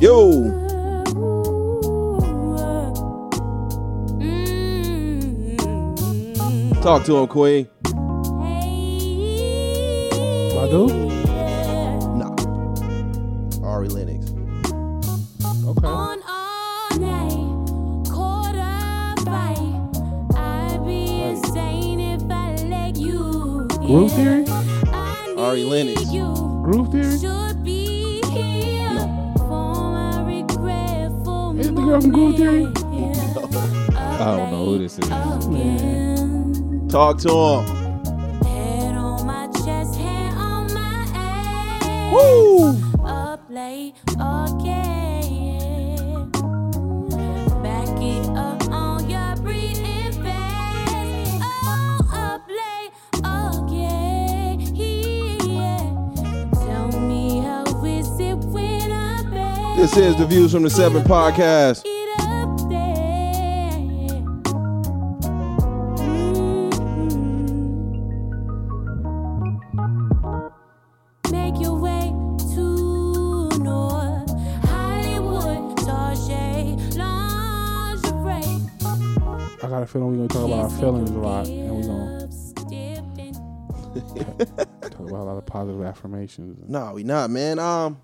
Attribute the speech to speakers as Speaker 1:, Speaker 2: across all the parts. Speaker 1: Yo,
Speaker 2: Mm-hmm.
Speaker 1: talk to him, Queen.
Speaker 3: Madu?
Speaker 1: Nah. Ari Lennox.
Speaker 3: Okay.
Speaker 2: On all night, caught up by. I'd be insane if I let you.
Speaker 3: Groove Theory?
Speaker 2: I
Speaker 1: Ari Lennox.
Speaker 2: need you.
Speaker 3: Groove Theory?
Speaker 2: Should be here for my regretful
Speaker 3: Is it the girl from Groove Theory?
Speaker 4: I don't know who this is.
Speaker 2: again.
Speaker 1: Talk to him.
Speaker 2: Head on my chest, hair on my ass.
Speaker 1: Woo!
Speaker 2: Up late again. Back it up on your breathing fast. Oh, up late again. Tell me how is it when I'm back?
Speaker 1: This is the Views from the Seven podcast.
Speaker 2: It up there. Mm-hmm. Make your way to North Hollywood, Target, lingerie.
Speaker 3: I got a feeling we're gonna talk about our feelings a lot, and we're gonna talk about a lot of positive affirmations.
Speaker 1: No, we not, man. Um,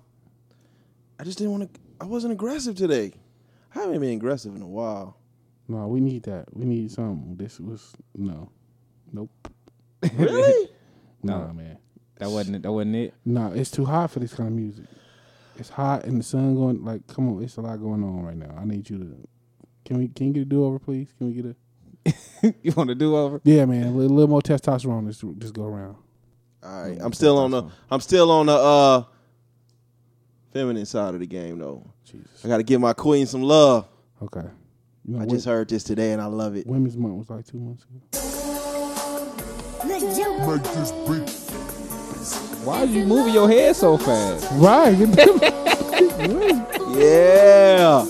Speaker 1: I just didn't want to. I wasn't aggressive today. I haven't been aggressive in a while.
Speaker 3: No, we need that. We need something. This was no, nope.
Speaker 1: Really?
Speaker 3: Nah, man.
Speaker 4: That wasn't. That wasn't it.
Speaker 3: Nah, it's too hot for this kind of music. It's hot and the sun going. Like, come on, it's a lot going on right now. I need you to. Can we? Can you get a do over, please? Can we get a?
Speaker 4: you want to do over?
Speaker 3: Yeah, man. A little, little more testosterone. Just, just go around.
Speaker 1: All right. I'm still on the. I'm still on the uh, feminine side of the game though.
Speaker 3: Jesus.
Speaker 1: I got to give my queen some love.
Speaker 3: Okay. You know,
Speaker 1: I
Speaker 3: wo-
Speaker 1: just heard this today and I love it.
Speaker 3: Women's Month was like two months ago.
Speaker 4: Why are you moving your head so fast?
Speaker 3: Right. get the-
Speaker 1: Yeah.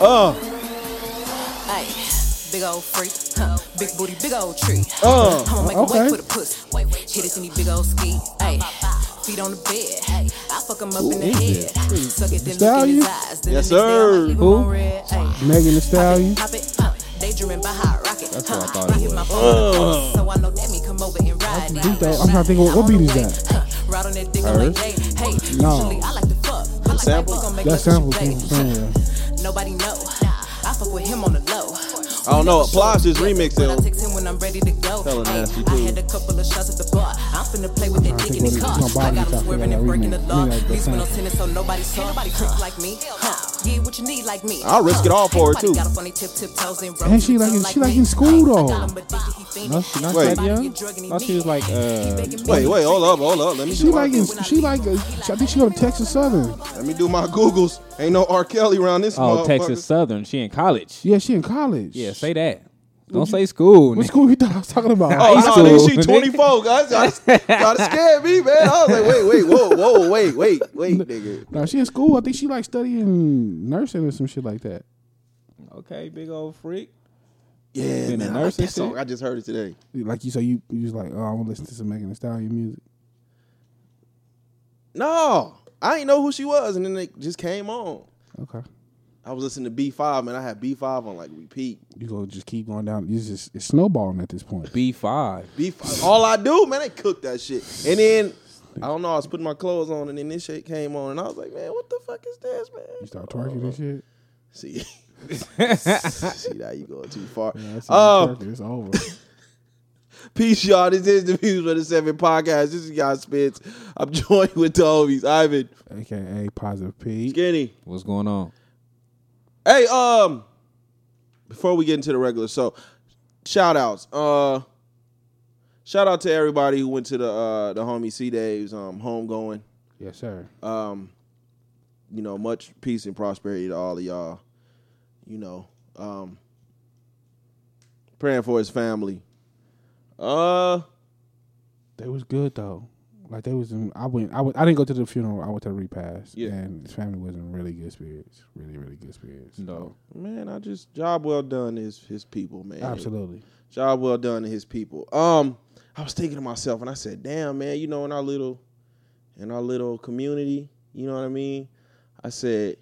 Speaker 1: Uh,
Speaker 5: Ay, big old freak, huh? Big booty, big old tree.
Speaker 1: Uh,
Speaker 5: I'ma make
Speaker 3: okay.
Speaker 5: a way for the pussy. Hit it in the big old ski. Ay, feet on the bed. I fuck him up in the head. Suck it, then look in
Speaker 3: Stallion?
Speaker 5: his eyes. Then
Speaker 1: Yes,
Speaker 5: the next day I might
Speaker 1: sir.
Speaker 5: leave him
Speaker 4: Who?
Speaker 5: on red. Ay,
Speaker 3: Megan Thee Stallion.
Speaker 5: pop it, huh? Daydreaming by hot rocket. That's
Speaker 4: what I thought it was.
Speaker 5: My
Speaker 1: Oh.
Speaker 5: phone, so I know that me come over and ride it.
Speaker 3: deep though. I'm trying to think of what- what beat is that?
Speaker 5: Huh, Ride on that dick, I'm like, hey, hey.
Speaker 3: No.
Speaker 5: Usually I like to fuck. I like
Speaker 1: sample?
Speaker 5: my dick, I'm like,
Speaker 3: That
Speaker 5: look
Speaker 3: sample
Speaker 5: what you
Speaker 3: came
Speaker 5: did.
Speaker 3: from somewhere.
Speaker 5: Nobody know. I fuck with him on the low.
Speaker 1: I don't know. Applause just remixed
Speaker 5: When I
Speaker 1: it.
Speaker 5: text him when I'm ready to go.
Speaker 1: Hella
Speaker 5: Ay,
Speaker 1: nasty
Speaker 5: I
Speaker 1: dude.
Speaker 5: had a couple of shots at the bar. I'm finna play with that
Speaker 3: I
Speaker 5: dick
Speaker 3: think
Speaker 5: in
Speaker 3: what
Speaker 5: the
Speaker 3: it-
Speaker 5: car.
Speaker 3: it's my
Speaker 5: I
Speaker 3: body
Speaker 5: got
Speaker 3: that's
Speaker 5: him
Speaker 3: out
Speaker 5: swearing
Speaker 3: there,
Speaker 5: and
Speaker 3: that
Speaker 5: breaking the
Speaker 3: remix.
Speaker 5: law.
Speaker 3: Me like the
Speaker 5: Least when I'm
Speaker 3: sample.
Speaker 5: tennis, so nobody saw. Nobody creep like me. Huh. Get what you need like me.
Speaker 1: I'll risk it all
Speaker 5: Huh.
Speaker 1: for her,
Speaker 5: Ain't nobody
Speaker 1: too.
Speaker 5: got up on their tip, tip toes and
Speaker 3: And she
Speaker 5: roll
Speaker 3: like in-
Speaker 5: like
Speaker 3: she like
Speaker 5: me.
Speaker 3: in school,
Speaker 5: Huh. I
Speaker 3: though.
Speaker 5: got him addicted, he fiending.
Speaker 4: No, she not
Speaker 1: Wait.
Speaker 4: that young.
Speaker 5: Drugging me.
Speaker 4: No, she was like uh,
Speaker 1: Wait, wait. Hold up. Hold up. Let me.
Speaker 3: She
Speaker 1: do my
Speaker 3: like in,
Speaker 1: Goog-
Speaker 3: she like a, I think she go to Texas Southern.
Speaker 1: Let me do my Googles. Ain't no R. Kelly around this.
Speaker 4: oh
Speaker 1: motherfucker.
Speaker 4: Texas Southern. She in college.
Speaker 3: Yeah, she in college.
Speaker 4: Yeah, say that. Don't say school.
Speaker 3: What
Speaker 4: nigga.
Speaker 3: school you thought I was talking about?
Speaker 1: Oh,
Speaker 4: High
Speaker 1: no,
Speaker 4: school.
Speaker 1: then she 24. guys. I, I, y'all scared me, man. I was like, wait, wait, whoa, whoa, wait, wait, wait, nigga.
Speaker 3: No, she in school. I think she like studying nursing or some shit like that.
Speaker 4: Okay, big old freak.
Speaker 1: Yeah,
Speaker 4: Been a
Speaker 1: man. I, like
Speaker 4: nurse and
Speaker 1: that song.
Speaker 4: shit?
Speaker 1: I just heard it today.
Speaker 3: Like you, so you you was like, oh, I'm gonna listen to some Megan Thee Stallion music.
Speaker 1: No, I didn't know who she was, and then they just came on.
Speaker 3: Okay,
Speaker 1: I was listening to B5, man. I had B5 on like repeat.
Speaker 3: you go just keep going down. It's just it's snowballing at this point.
Speaker 4: B five.
Speaker 1: B5. All I do, man, they cook that shit. And then I don't know. I was putting my clothes on, and then this shit came on, and I was like, man, what the fuck is this, man?
Speaker 3: You start twerking and shit.
Speaker 1: See. See now you going too far.
Speaker 3: That's
Speaker 1: Oh,
Speaker 3: twerking. It's over.
Speaker 1: Peace, y'all. This is the Views for the Seven podcast. This is y'all Spitz. I'm joined with the homies, Ivan,
Speaker 3: AKA positive P.
Speaker 1: Skinny.
Speaker 4: What's going on?
Speaker 1: Hey, um, before we get into the regular, so shout outs. Uh, shout out to everybody who went to the uh the homie C Dave's um homegoing.
Speaker 3: Yes, sir.
Speaker 1: Um, you know, much peace and prosperity to all of y'all. You know, um, praying for his family. Uh,
Speaker 3: They was good though. Like they was in, I went I went I didn't go to the funeral. I went to the repast.
Speaker 1: Yeah.
Speaker 3: And his family was in really good spirits. Really, really good spirits.
Speaker 4: No.
Speaker 1: man, I just job well done is his people, man.
Speaker 3: Absolutely.
Speaker 1: job well done to his people. Um, I was thinking to myself, and I said, "Damn, man, you know, in our little, in our little community, you know what I mean? I said,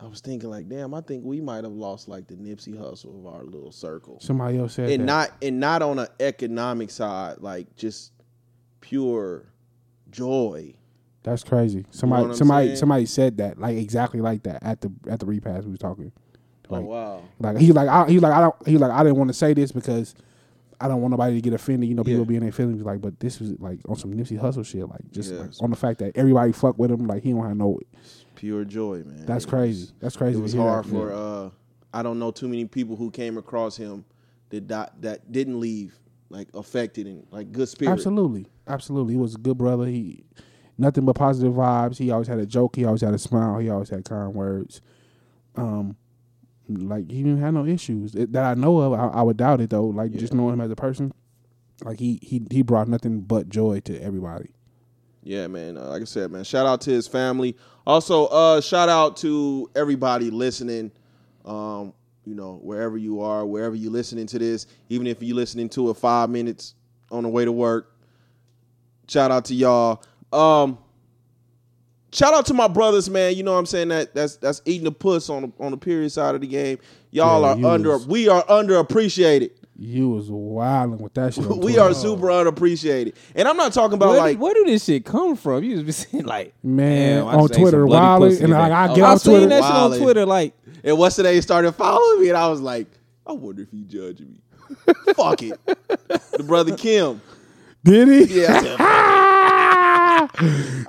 Speaker 1: I was thinking like, damn, I think we might have lost like the Nipsey Hustle of our little circle,
Speaker 3: Somebody else said
Speaker 1: and
Speaker 3: that.
Speaker 1: not and not on an economic side, like just pure joy.
Speaker 3: That's crazy.
Speaker 1: what
Speaker 3: Somebody,
Speaker 1: I'm
Speaker 3: somebody,
Speaker 1: saying?
Speaker 3: somebody said that like exactly like that at the at the repass we was talking.
Speaker 1: Oh
Speaker 3: Like,
Speaker 1: wow,
Speaker 3: Like he like I, he like I don't he like I didn't want to say this because I don't want nobody to get offended. You know, people
Speaker 1: Yeah.
Speaker 3: be in their feelings. Like, but this was like on some Nipsey Hustle shit. Like just like,
Speaker 1: Yes.
Speaker 3: on the fact that everybody fuck with him. Like he don't have no.
Speaker 1: pure joy, man.
Speaker 3: That's
Speaker 1: It was-
Speaker 3: crazy. That's crazy.
Speaker 1: It
Speaker 3: to
Speaker 1: was
Speaker 3: hear that.
Speaker 1: hard for. uh I don't know too many people who came across him that di- that didn't leave like affected and like good spirit.
Speaker 3: Absolutely, absolutely. He was a good brother. He nothing but positive vibes. He always had a joke. He always had a smile. He always had kind words. Um, like he didn't have no issues It- that I know of. I, I would doubt it though. Like just knowing him as a person, like he he he brought nothing but joy to everybody.
Speaker 1: Yeah, man. Uh, like I said, man. Shout out to his family. Also, uh, shout out to everybody listening. Um, you know, wherever you are, wherever you listening to this, even if you listening to it five minutes on the way to work. Shout out to y'all. Um, shout out to my brothers, man. You know what I'm saying? That that's that's eating the puss on the on the period side of the game. Y'all
Speaker 3: Yeah,
Speaker 1: are
Speaker 3: you
Speaker 1: under
Speaker 3: was-
Speaker 1: we are underappreciated.
Speaker 3: You was wilding with that shit. on
Speaker 1: We
Speaker 3: Twitter.
Speaker 1: are super unappreciated. And I'm not talking about
Speaker 4: Where,
Speaker 1: like
Speaker 4: do, where do this shit come from? You just be saying like,
Speaker 3: Man,
Speaker 4: damn, I
Speaker 3: on
Speaker 4: just ate
Speaker 3: Twitter,
Speaker 4: some bloody
Speaker 3: wilding,
Speaker 4: pussy
Speaker 3: and
Speaker 4: today.
Speaker 3: like, I get
Speaker 1: Oh,
Speaker 4: I
Speaker 3: on
Speaker 1: I've
Speaker 4: seen
Speaker 3: Twitter.
Speaker 4: that shit on
Speaker 1: Wildin'.
Speaker 4: Twitter. Like,
Speaker 1: And what's today started following me, and I was like, I wonder if he judging me. Fuck it. The brother Kim.
Speaker 3: Did he?
Speaker 1: Yeah, I said, I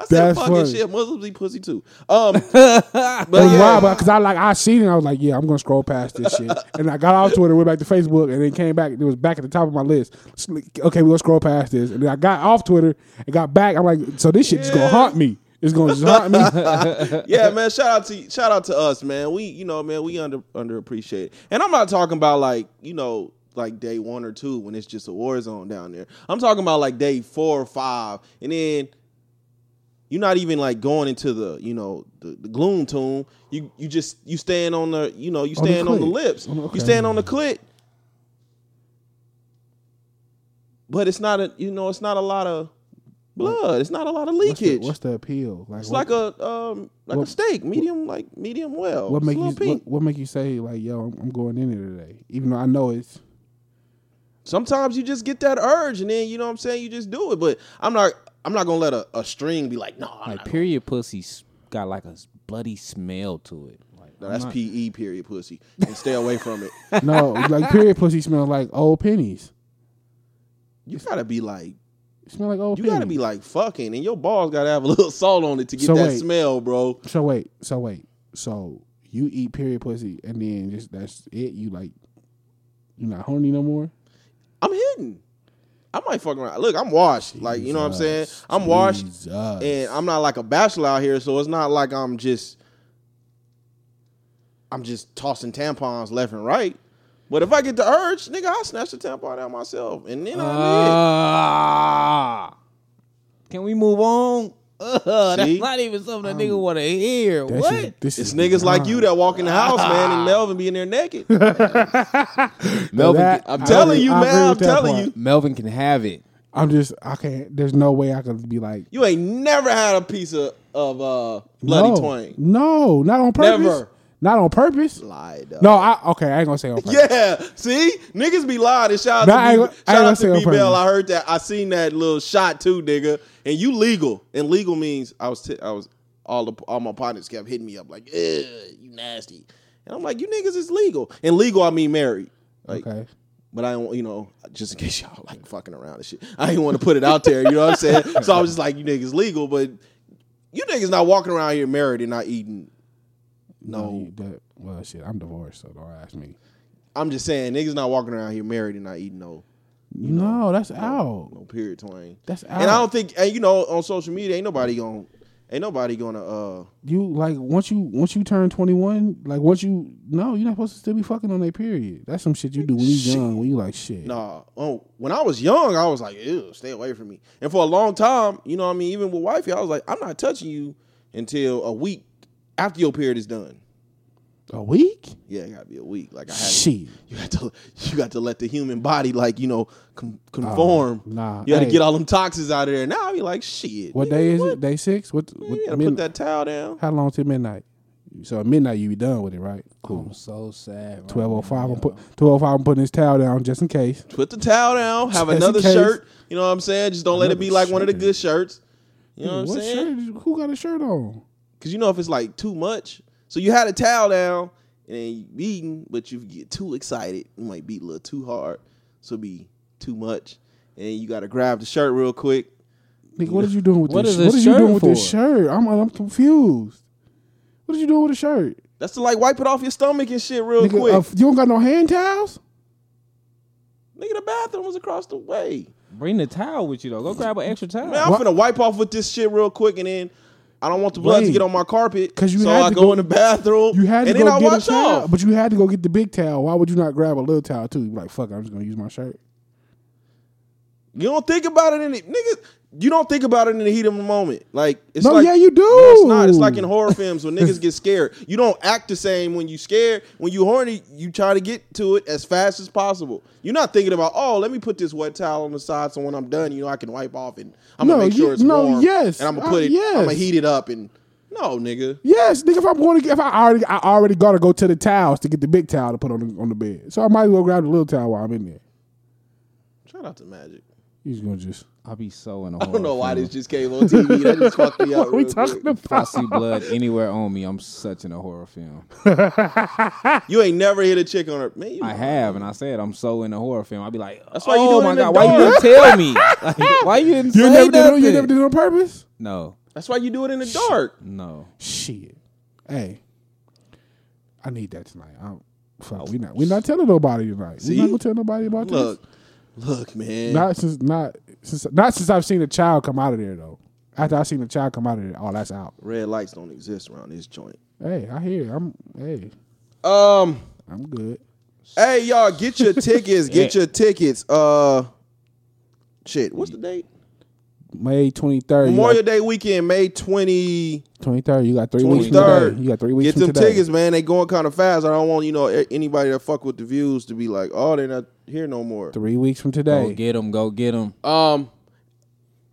Speaker 1: said
Speaker 3: That's
Speaker 1: fucking
Speaker 3: funny.
Speaker 1: shit. Muslims be pussy too. Um, but
Speaker 3: It was
Speaker 1: Oh, yeah,
Speaker 3: wild because I like I seen it. I was like, yeah, I'm gonna scroll past this shit. and I got off Twitter, went back to Facebook, and then came back. It was back at the top of my list. S- Okay, we're gonna scroll past this. And then I got off Twitter and got back. I'm like, so this shit is gonna
Speaker 1: Yeah.
Speaker 3: haunt me. It's gonna just haunt me.
Speaker 1: yeah, man. Shout out to shout out to us, man. We you know, man, we under underappreciated. And I'm not talking about like you know like day one or two when it's just a war zone down there. I'm talking about like day four or five, and then you're not even like going into the you know the, the gloom tomb. You you just you stand on the you know you
Speaker 3: On the
Speaker 1: stand on the,
Speaker 3: clit.
Speaker 1: lips.
Speaker 3: On the- okay.
Speaker 1: You stand on the clit. But it's not a you know it's not a lot of blood. It's not a lot of
Speaker 3: What's the,
Speaker 1: leakage.
Speaker 3: what's the appeal? Like,
Speaker 1: It's
Speaker 3: what,
Speaker 1: like a um like
Speaker 3: What-
Speaker 1: a steak, medium like medium well.
Speaker 3: what
Speaker 1: It's
Speaker 3: make
Speaker 1: a
Speaker 3: you
Speaker 1: little pink.
Speaker 3: what, what make you say like, yo, I'm, I'm going in there today, even though I know it's
Speaker 1: Sometimes you just get that urge, and then you know what I'm saying. You just do it, but I'm not. I'm not gonna let a, a string be like, no, I'm
Speaker 4: like
Speaker 1: not.
Speaker 4: period pussy s- got like a s- bloody smell to it. Like,
Speaker 1: No, that's PE period pussy, and stay away from it.
Speaker 3: no like period pussy smell like old pennies.
Speaker 1: You gotta be like,
Speaker 3: It smell like old.
Speaker 1: you
Speaker 3: pennies.
Speaker 1: gotta be like fucking, and your balls gotta have a little salt on it to get
Speaker 3: Hmm. So
Speaker 1: that
Speaker 3: wait.
Speaker 1: smell, bro.
Speaker 3: So wait, so wait, so you eat period pussy and then just that's it. You like, you not horny no more.
Speaker 1: I'm hidden. I might fuck around. Look, I'm washed. Like you know what I'm saying. I'm washed,
Speaker 3: Jesus.
Speaker 1: and I'm not like a bachelor out here, so it's not like I'm just I'm just tossing tampons left and right. But if I get the urge, nigga, I snatch the tampon out myself, and then I'm
Speaker 4: Ah. can we move on? Uh,
Speaker 1: See?
Speaker 4: that's not even something a nigga want to hear.
Speaker 3: That
Speaker 4: What?
Speaker 3: shit- this
Speaker 1: in. It's
Speaker 3: is
Speaker 1: niggas like you
Speaker 3: wild.
Speaker 1: that walk in the house, man, and Melvin being there naked.
Speaker 4: Melvin,
Speaker 3: that-
Speaker 4: can, I'm,
Speaker 1: I'm
Speaker 3: I
Speaker 1: telling
Speaker 3: agree-
Speaker 1: you,
Speaker 3: I agree
Speaker 1: man. I'm
Speaker 3: with that
Speaker 1: telling
Speaker 3: part.
Speaker 1: you,
Speaker 4: Melvin can have it.
Speaker 3: I'm just I can't. There's no way I could be like
Speaker 1: you ain't never had a piece of of uh, bloody
Speaker 3: no,
Speaker 1: twang.
Speaker 3: No, not on purpose.
Speaker 1: Never.
Speaker 3: Not on purpose.
Speaker 1: Lie, dog.
Speaker 3: No, I okay. I ain't gonna say on purpose.
Speaker 1: Yeah, see, niggas be lying. And shout out
Speaker 3: Nah, I
Speaker 1: to
Speaker 3: ain't gonna-
Speaker 1: B,
Speaker 3: I ain't
Speaker 1: shout
Speaker 3: gonna
Speaker 1: out
Speaker 3: say
Speaker 1: to
Speaker 3: on
Speaker 1: B Bell.
Speaker 3: purpose.
Speaker 1: I heard that. I seen that little shot too, nigga. And you legal, and legal means I was t- I was all the all my partners kept hitting me up like, Ugh, you nasty, and I'm like, you niggas is legal, and legal I mean married. Like,
Speaker 3: Okay.
Speaker 1: but I don't, you know, just in case y'all like fucking around and shit, I didn't want to put it out there. You know what I'm saying? so I was just like, you niggas legal, but you niggas not walking around here married and not eating.
Speaker 3: No, you- that, well, shit. I'm divorced, so don't ask me.
Speaker 1: I'm just saying, niggas not walking around here married and not eating no.
Speaker 3: No, that's out.
Speaker 1: No period twang.
Speaker 3: Oh. That's
Speaker 1: And I
Speaker 3: out.
Speaker 1: don't think, and you know, on social media, ain't nobody gonna, ain't nobody gonna, uh,
Speaker 3: you like once you once you turn 21 like once you no you're not supposed to still be fucking on that period that's some shit you do when you young when you like shit
Speaker 1: nah. Oh, when I was young, I was like, ew, stay away from me. And for a long time, you know what I mean? Even with wifey, I was like, I'm not touching you until a week after your period is done.
Speaker 3: A week?
Speaker 1: Yeah, it gotta be a week. Like I had
Speaker 3: Shit.
Speaker 1: you got to you got to let the human body like you know com- conform.
Speaker 3: nah.
Speaker 1: you got to
Speaker 3: Hey.
Speaker 1: get all them toxins out of there. Now I be like, shit.
Speaker 3: What
Speaker 1: nigga,
Speaker 3: day is it? Day six? What?
Speaker 1: You
Speaker 3: what
Speaker 1: gotta
Speaker 3: min-
Speaker 1: put that towel down.
Speaker 3: how long till midnight? So at midnight you be done with it, right? Um,
Speaker 4: I'm so sad. right
Speaker 3: Twelve oh five.
Speaker 4: now,
Speaker 3: I'm
Speaker 4: y'all.
Speaker 3: put twelve oh five. I'm putting this towel down just in case.
Speaker 1: Put the towel down. Have
Speaker 3: Just in
Speaker 1: another
Speaker 3: case.
Speaker 1: shirt. You know what I'm saying? Just don't let it
Speaker 3: Another
Speaker 1: be like one of the
Speaker 3: shirt.
Speaker 1: good shirts. You know what I'm
Speaker 3: what
Speaker 1: saying?
Speaker 3: shirt? is- Who got a shirt on?
Speaker 1: Cause you know if it's like too much. So you had a towel down and then you eating, but you get too excited. You might be a little too hard. So it'd be too much. And you gotta grab the shirt real quick.
Speaker 3: Nigga, what are you doing with
Speaker 4: What
Speaker 3: this?
Speaker 4: is
Speaker 3: What
Speaker 4: this
Speaker 3: are you doing with
Speaker 4: shirt
Speaker 3: this
Speaker 4: for?
Speaker 3: shirt? I'm I'm confused. What are you doing with a shirt?
Speaker 1: That's to like wipe it off your stomach and shit real
Speaker 3: Nigga,
Speaker 1: quick.
Speaker 3: uh, f- you don't got no hand towels?
Speaker 1: Nigga, the bathroom was across the way.
Speaker 4: Bring the towel with you though. Go grab an extra towel.
Speaker 1: Man, I'm
Speaker 3: What?
Speaker 1: finna wipe off with this shit real quick, and then I don't want the blood
Speaker 3: Wait.
Speaker 1: to get on my carpet.
Speaker 3: 'Cause you
Speaker 1: so
Speaker 3: had
Speaker 1: I
Speaker 3: to
Speaker 1: go,
Speaker 3: go-
Speaker 1: in the bathroom.
Speaker 3: You had to
Speaker 1: Oh, and
Speaker 3: go
Speaker 1: then I
Speaker 3: get
Speaker 1: wash
Speaker 3: a towel,
Speaker 1: off.
Speaker 3: but you had to go get the big towel. Why would you not grab a little towel too? You Like fuck, it, I'm just gonna use my shirt.
Speaker 1: You don't think about it in the niggas. You don't think about it in the heat of the moment. Like it's
Speaker 3: No,
Speaker 1: like,
Speaker 3: yeah, you do.
Speaker 1: No, it's not. It's like in horror films when niggas get scared. You don't act the same when you scared. When you horny, you try to get to it as fast as possible. You're not thinking about, oh, let me put this wet towel on the side so when I'm done, you know, I can wipe off and I'm
Speaker 3: No,
Speaker 1: gonna make sure
Speaker 3: ye-
Speaker 1: it's
Speaker 3: no,
Speaker 1: warm.
Speaker 3: yes.
Speaker 1: and I'm
Speaker 3: Uh,
Speaker 1: gonna put it.
Speaker 3: yes.
Speaker 1: I'm gonna heat it up and no, nigga.
Speaker 3: Yes, nigga. If I'm going to, get- if I already, I already gotta go to the towels to get the big towel to put on the, on the bed. So I might as well grab the little towel while I'm in there.
Speaker 1: Shout out to Magic.
Speaker 3: He's gonna just.
Speaker 4: I'll be so in a
Speaker 1: I don't know why this just came on TV. That just fucked me up.
Speaker 3: What are we
Speaker 1: real quick.
Speaker 3: talking
Speaker 4: If I
Speaker 3: about?
Speaker 4: see blood anywhere on me, I'm such in a horror film.
Speaker 1: You ain't never hit a chick on her. Man, you
Speaker 4: I have, and I said I'm so in a horror film. I'd be like,
Speaker 1: That's why you do
Speaker 4: oh
Speaker 1: it
Speaker 4: my
Speaker 1: in the
Speaker 4: god, why you
Speaker 1: dark."
Speaker 4: didn't tell me? Like, why you didn't
Speaker 3: You
Speaker 4: say
Speaker 3: never did it.
Speaker 4: nothing?
Speaker 3: You never did it on purpose.
Speaker 4: No,
Speaker 1: That's why you do it in the dark.
Speaker 4: no.
Speaker 3: Shit. Hey, I need that tonight. I don't, fuck, we not we not telling nobody tonight. We
Speaker 1: See?
Speaker 3: not gonna tell nobody about
Speaker 1: Look, look, man.
Speaker 3: this. Not since not since not since I've seen a child come out of there though. After I seen the child come out of there, oh that's out.
Speaker 1: Red lights don't exist around this joint.
Speaker 3: Hey, I hear. it. I'm hey,
Speaker 1: Um,
Speaker 3: I'm good.
Speaker 1: hey y'all, get your tickets. Get your tickets. Uh, shit. What's the date?
Speaker 3: May twenty third.
Speaker 1: Memorial Day weekend, May twenty
Speaker 3: Twenty third. You got three weeks
Speaker 1: twenty
Speaker 3: from today.
Speaker 1: third.
Speaker 3: You got three weeks
Speaker 1: Get
Speaker 3: from
Speaker 1: them
Speaker 3: today.
Speaker 1: tickets, man. They going kind of fast. I don't want you know a- anybody that fuck with the views to be like, oh, they're not here no more.
Speaker 3: Three weeks from
Speaker 4: Go
Speaker 3: today.
Speaker 4: get them. Go get them.
Speaker 1: Um,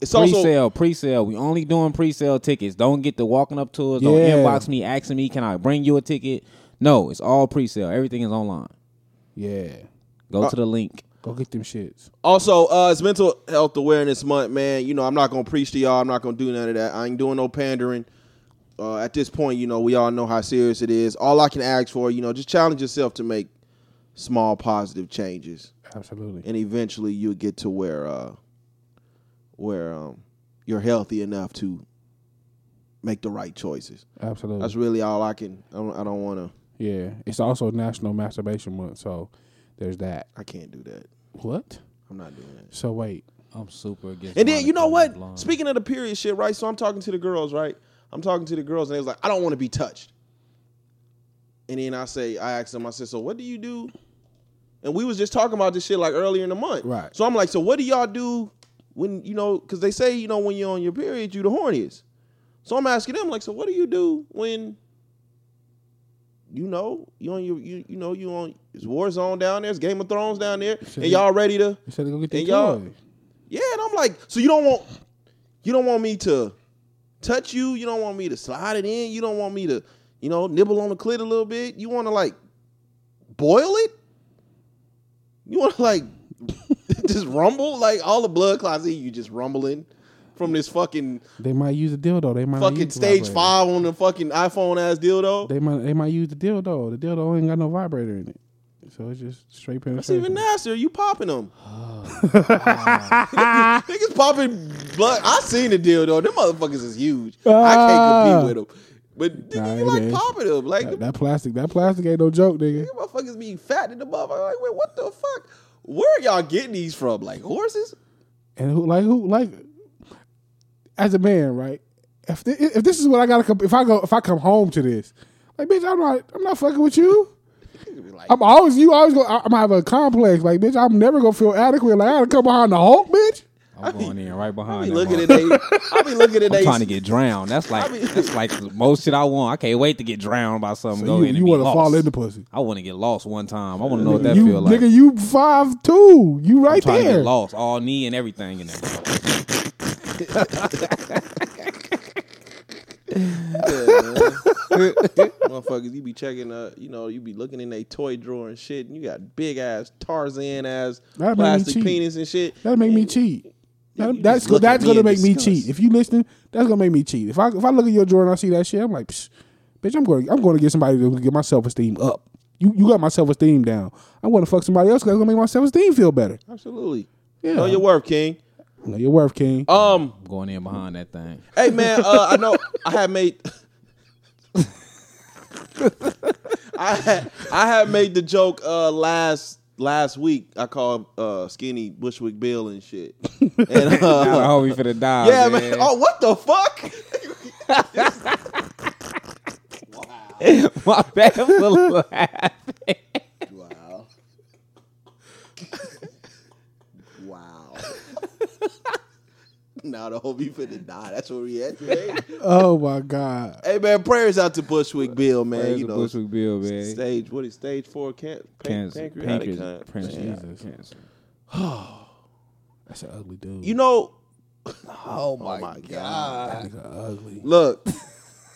Speaker 1: it's also
Speaker 4: Pre-sale, pre-sale. We only doing pre-sale tickets. Don't get to walking up to us. Don't
Speaker 3: Yeah.
Speaker 4: inbox me asking me, can I bring you a ticket? No, it's all pre-sale. Everything is online.
Speaker 3: yeah.
Speaker 4: Go
Speaker 1: Uh,
Speaker 4: to the link.
Speaker 3: Go get them shits.
Speaker 1: Also, uh, it's Mental Health Awareness Month, man. You know, I'm not gonna preach to y'all. I'm not gonna do none of that. I ain't doing no pandering. Uh, at this point, you know, we all know how serious it is. All I can ask for, you know, just challenge yourself to make small positive changes,
Speaker 3: Absolutely.
Speaker 1: and eventually you'll get to where, uh, where um, you're healthy enough to make the right choices.
Speaker 3: Absolutely.
Speaker 1: That's really all I can. I don't, I don't want to.
Speaker 3: Yeah, it's also National Masturbation Month, so there's that.
Speaker 1: I can't do that.
Speaker 3: What?
Speaker 1: I'm not doing that.
Speaker 3: So wait,
Speaker 4: I'm super against.
Speaker 1: And then you know
Speaker 4: monochrome
Speaker 1: what?
Speaker 4: blonde.
Speaker 1: Speaking of the period shit, right? So I'm talking to the girls, right? I'm talking to the girls, and they was like, I don't want to be touched. And then I say, I asked them, I said, so what do you do? And we was just talking about this shit like earlier in the month,
Speaker 3: Right.
Speaker 1: So I'm like, so what do y'all do when you know? Because they say you know when you're on your period, you the horniest. So I'm asking them like, so what do you do when you know you on your you you know you on it's Warzone down there, it's Game of Thrones down there,
Speaker 3: Shit.
Speaker 1: and y'all ready to
Speaker 3: you said to go get
Speaker 1: And
Speaker 3: the
Speaker 1: y'all-
Speaker 3: toy.
Speaker 1: yeah, and I'm like, so you don't want you don't want me to touch you, you don't want me to slide it in, you don't want me to, you know, nibble on the clit a little bit. You want to like boil it? You want to like just rumble like all the blood clots in you just rumbling from this fucking
Speaker 3: They might use a dildo. They might not
Speaker 1: fucking
Speaker 3: use the
Speaker 1: stage
Speaker 3: vibrator.
Speaker 1: 5 on the fucking iPhone ass dildo?
Speaker 3: They might they might use the dildo. The dildo ain't got no vibrator in it, so it's just straight
Speaker 1: That's
Speaker 3: penetration.
Speaker 1: even nastier. You popping them.
Speaker 3: Oh,
Speaker 1: Niggas popping blood. I seen the deal though. Them motherfuckers is huge. I
Speaker 3: Ah.
Speaker 1: can't compete with them. But nigga,
Speaker 3: Nah,
Speaker 1: you
Speaker 3: it
Speaker 1: like
Speaker 3: is.
Speaker 1: popping them. Like
Speaker 3: That,
Speaker 1: them
Speaker 3: that plastic, that plastic ain't no joke, nigga.
Speaker 1: motherfuckers be fat in the motherfucker. Like, wait, what the fuck? Where are y'all getting these from? Like horses?
Speaker 3: And who like who like as a man, right? If thi- if this is what I gotta come, if I go if I come home to this, like bitch, I'm not I'm not fucking with you.
Speaker 1: Like,
Speaker 3: I'm always you always go. I'm gonna have a complex, like bitch. I'm never gonna feel adequate. Like I gotta come behind the Hulk, bitch.
Speaker 4: I'm going in right behind.
Speaker 1: I be
Speaker 4: that
Speaker 1: looking at
Speaker 4: motherfucker.
Speaker 1: they. I be looking at
Speaker 4: I'm
Speaker 1: they.
Speaker 4: trying to get drowned. That's like
Speaker 1: be-
Speaker 4: that's like the most shit I want. I can't wait to get drowned by something.
Speaker 3: So
Speaker 4: go
Speaker 3: you,
Speaker 4: in and
Speaker 3: you
Speaker 4: be
Speaker 3: want to
Speaker 4: lost.
Speaker 3: fall in the pussy?
Speaker 4: I want to get lost one time. I want to know what that
Speaker 3: you,
Speaker 4: feel like.
Speaker 3: Nigga, you five two. You
Speaker 4: I'm
Speaker 3: right
Speaker 4: trying to
Speaker 3: there.
Speaker 4: get lost, all knee and everything in there.
Speaker 1: motherfuckers. You be checking. Uh, you know, you be looking in they toy drawer and shit, and you got big ass Tarzan ass
Speaker 3: That made me
Speaker 1: plastic
Speaker 3: cheat.
Speaker 1: penis and shit.
Speaker 3: That'll make me cheat. That-
Speaker 1: you
Speaker 3: that's
Speaker 1: just look
Speaker 3: that's
Speaker 1: at me
Speaker 3: gonna
Speaker 1: in
Speaker 3: make me
Speaker 1: disgust.
Speaker 3: cheat. If you listen, that's gonna make me cheat. If I if I look at your drawer and I see that shit, I'm like, Psh, bitch, I'm going I'm going to get somebody to get my self esteem up. You you got my self esteem down. I want to fuck somebody else because gonna make my self esteem feel better.
Speaker 1: Absolutely.
Speaker 3: Yeah.
Speaker 1: Know your worth, King.
Speaker 3: Know your worth, King.
Speaker 1: Um.
Speaker 4: I'm going in behind that thing.
Speaker 1: Hey man, uh, I know I had made. I had, I had made the joke uh, last last week. I called uh, Skinny Bushwick Bill and shit. And
Speaker 4: I
Speaker 1: uh,
Speaker 4: hope we finna die.
Speaker 1: yeah, man. Oh, what the fuck?
Speaker 4: my bad for laughing.
Speaker 1: Wow. wow. now the whole you finna die. That's where we at today.
Speaker 3: oh my god.
Speaker 1: hey man, prayers out to Bushwick Bill, man.
Speaker 4: There's
Speaker 1: you
Speaker 4: a
Speaker 1: know,
Speaker 4: Bushwick Bill, man.
Speaker 1: stage what is stage four can, pan,
Speaker 4: Cancer,
Speaker 1: pancreatic
Speaker 4: pancreas,
Speaker 1: cancer.
Speaker 4: pancreas,
Speaker 1: Man.
Speaker 4: Jesus. cancer.
Speaker 3: That's an ugly dude.
Speaker 1: You know,
Speaker 3: oh my,
Speaker 1: God.
Speaker 3: nigga ugly.
Speaker 1: look,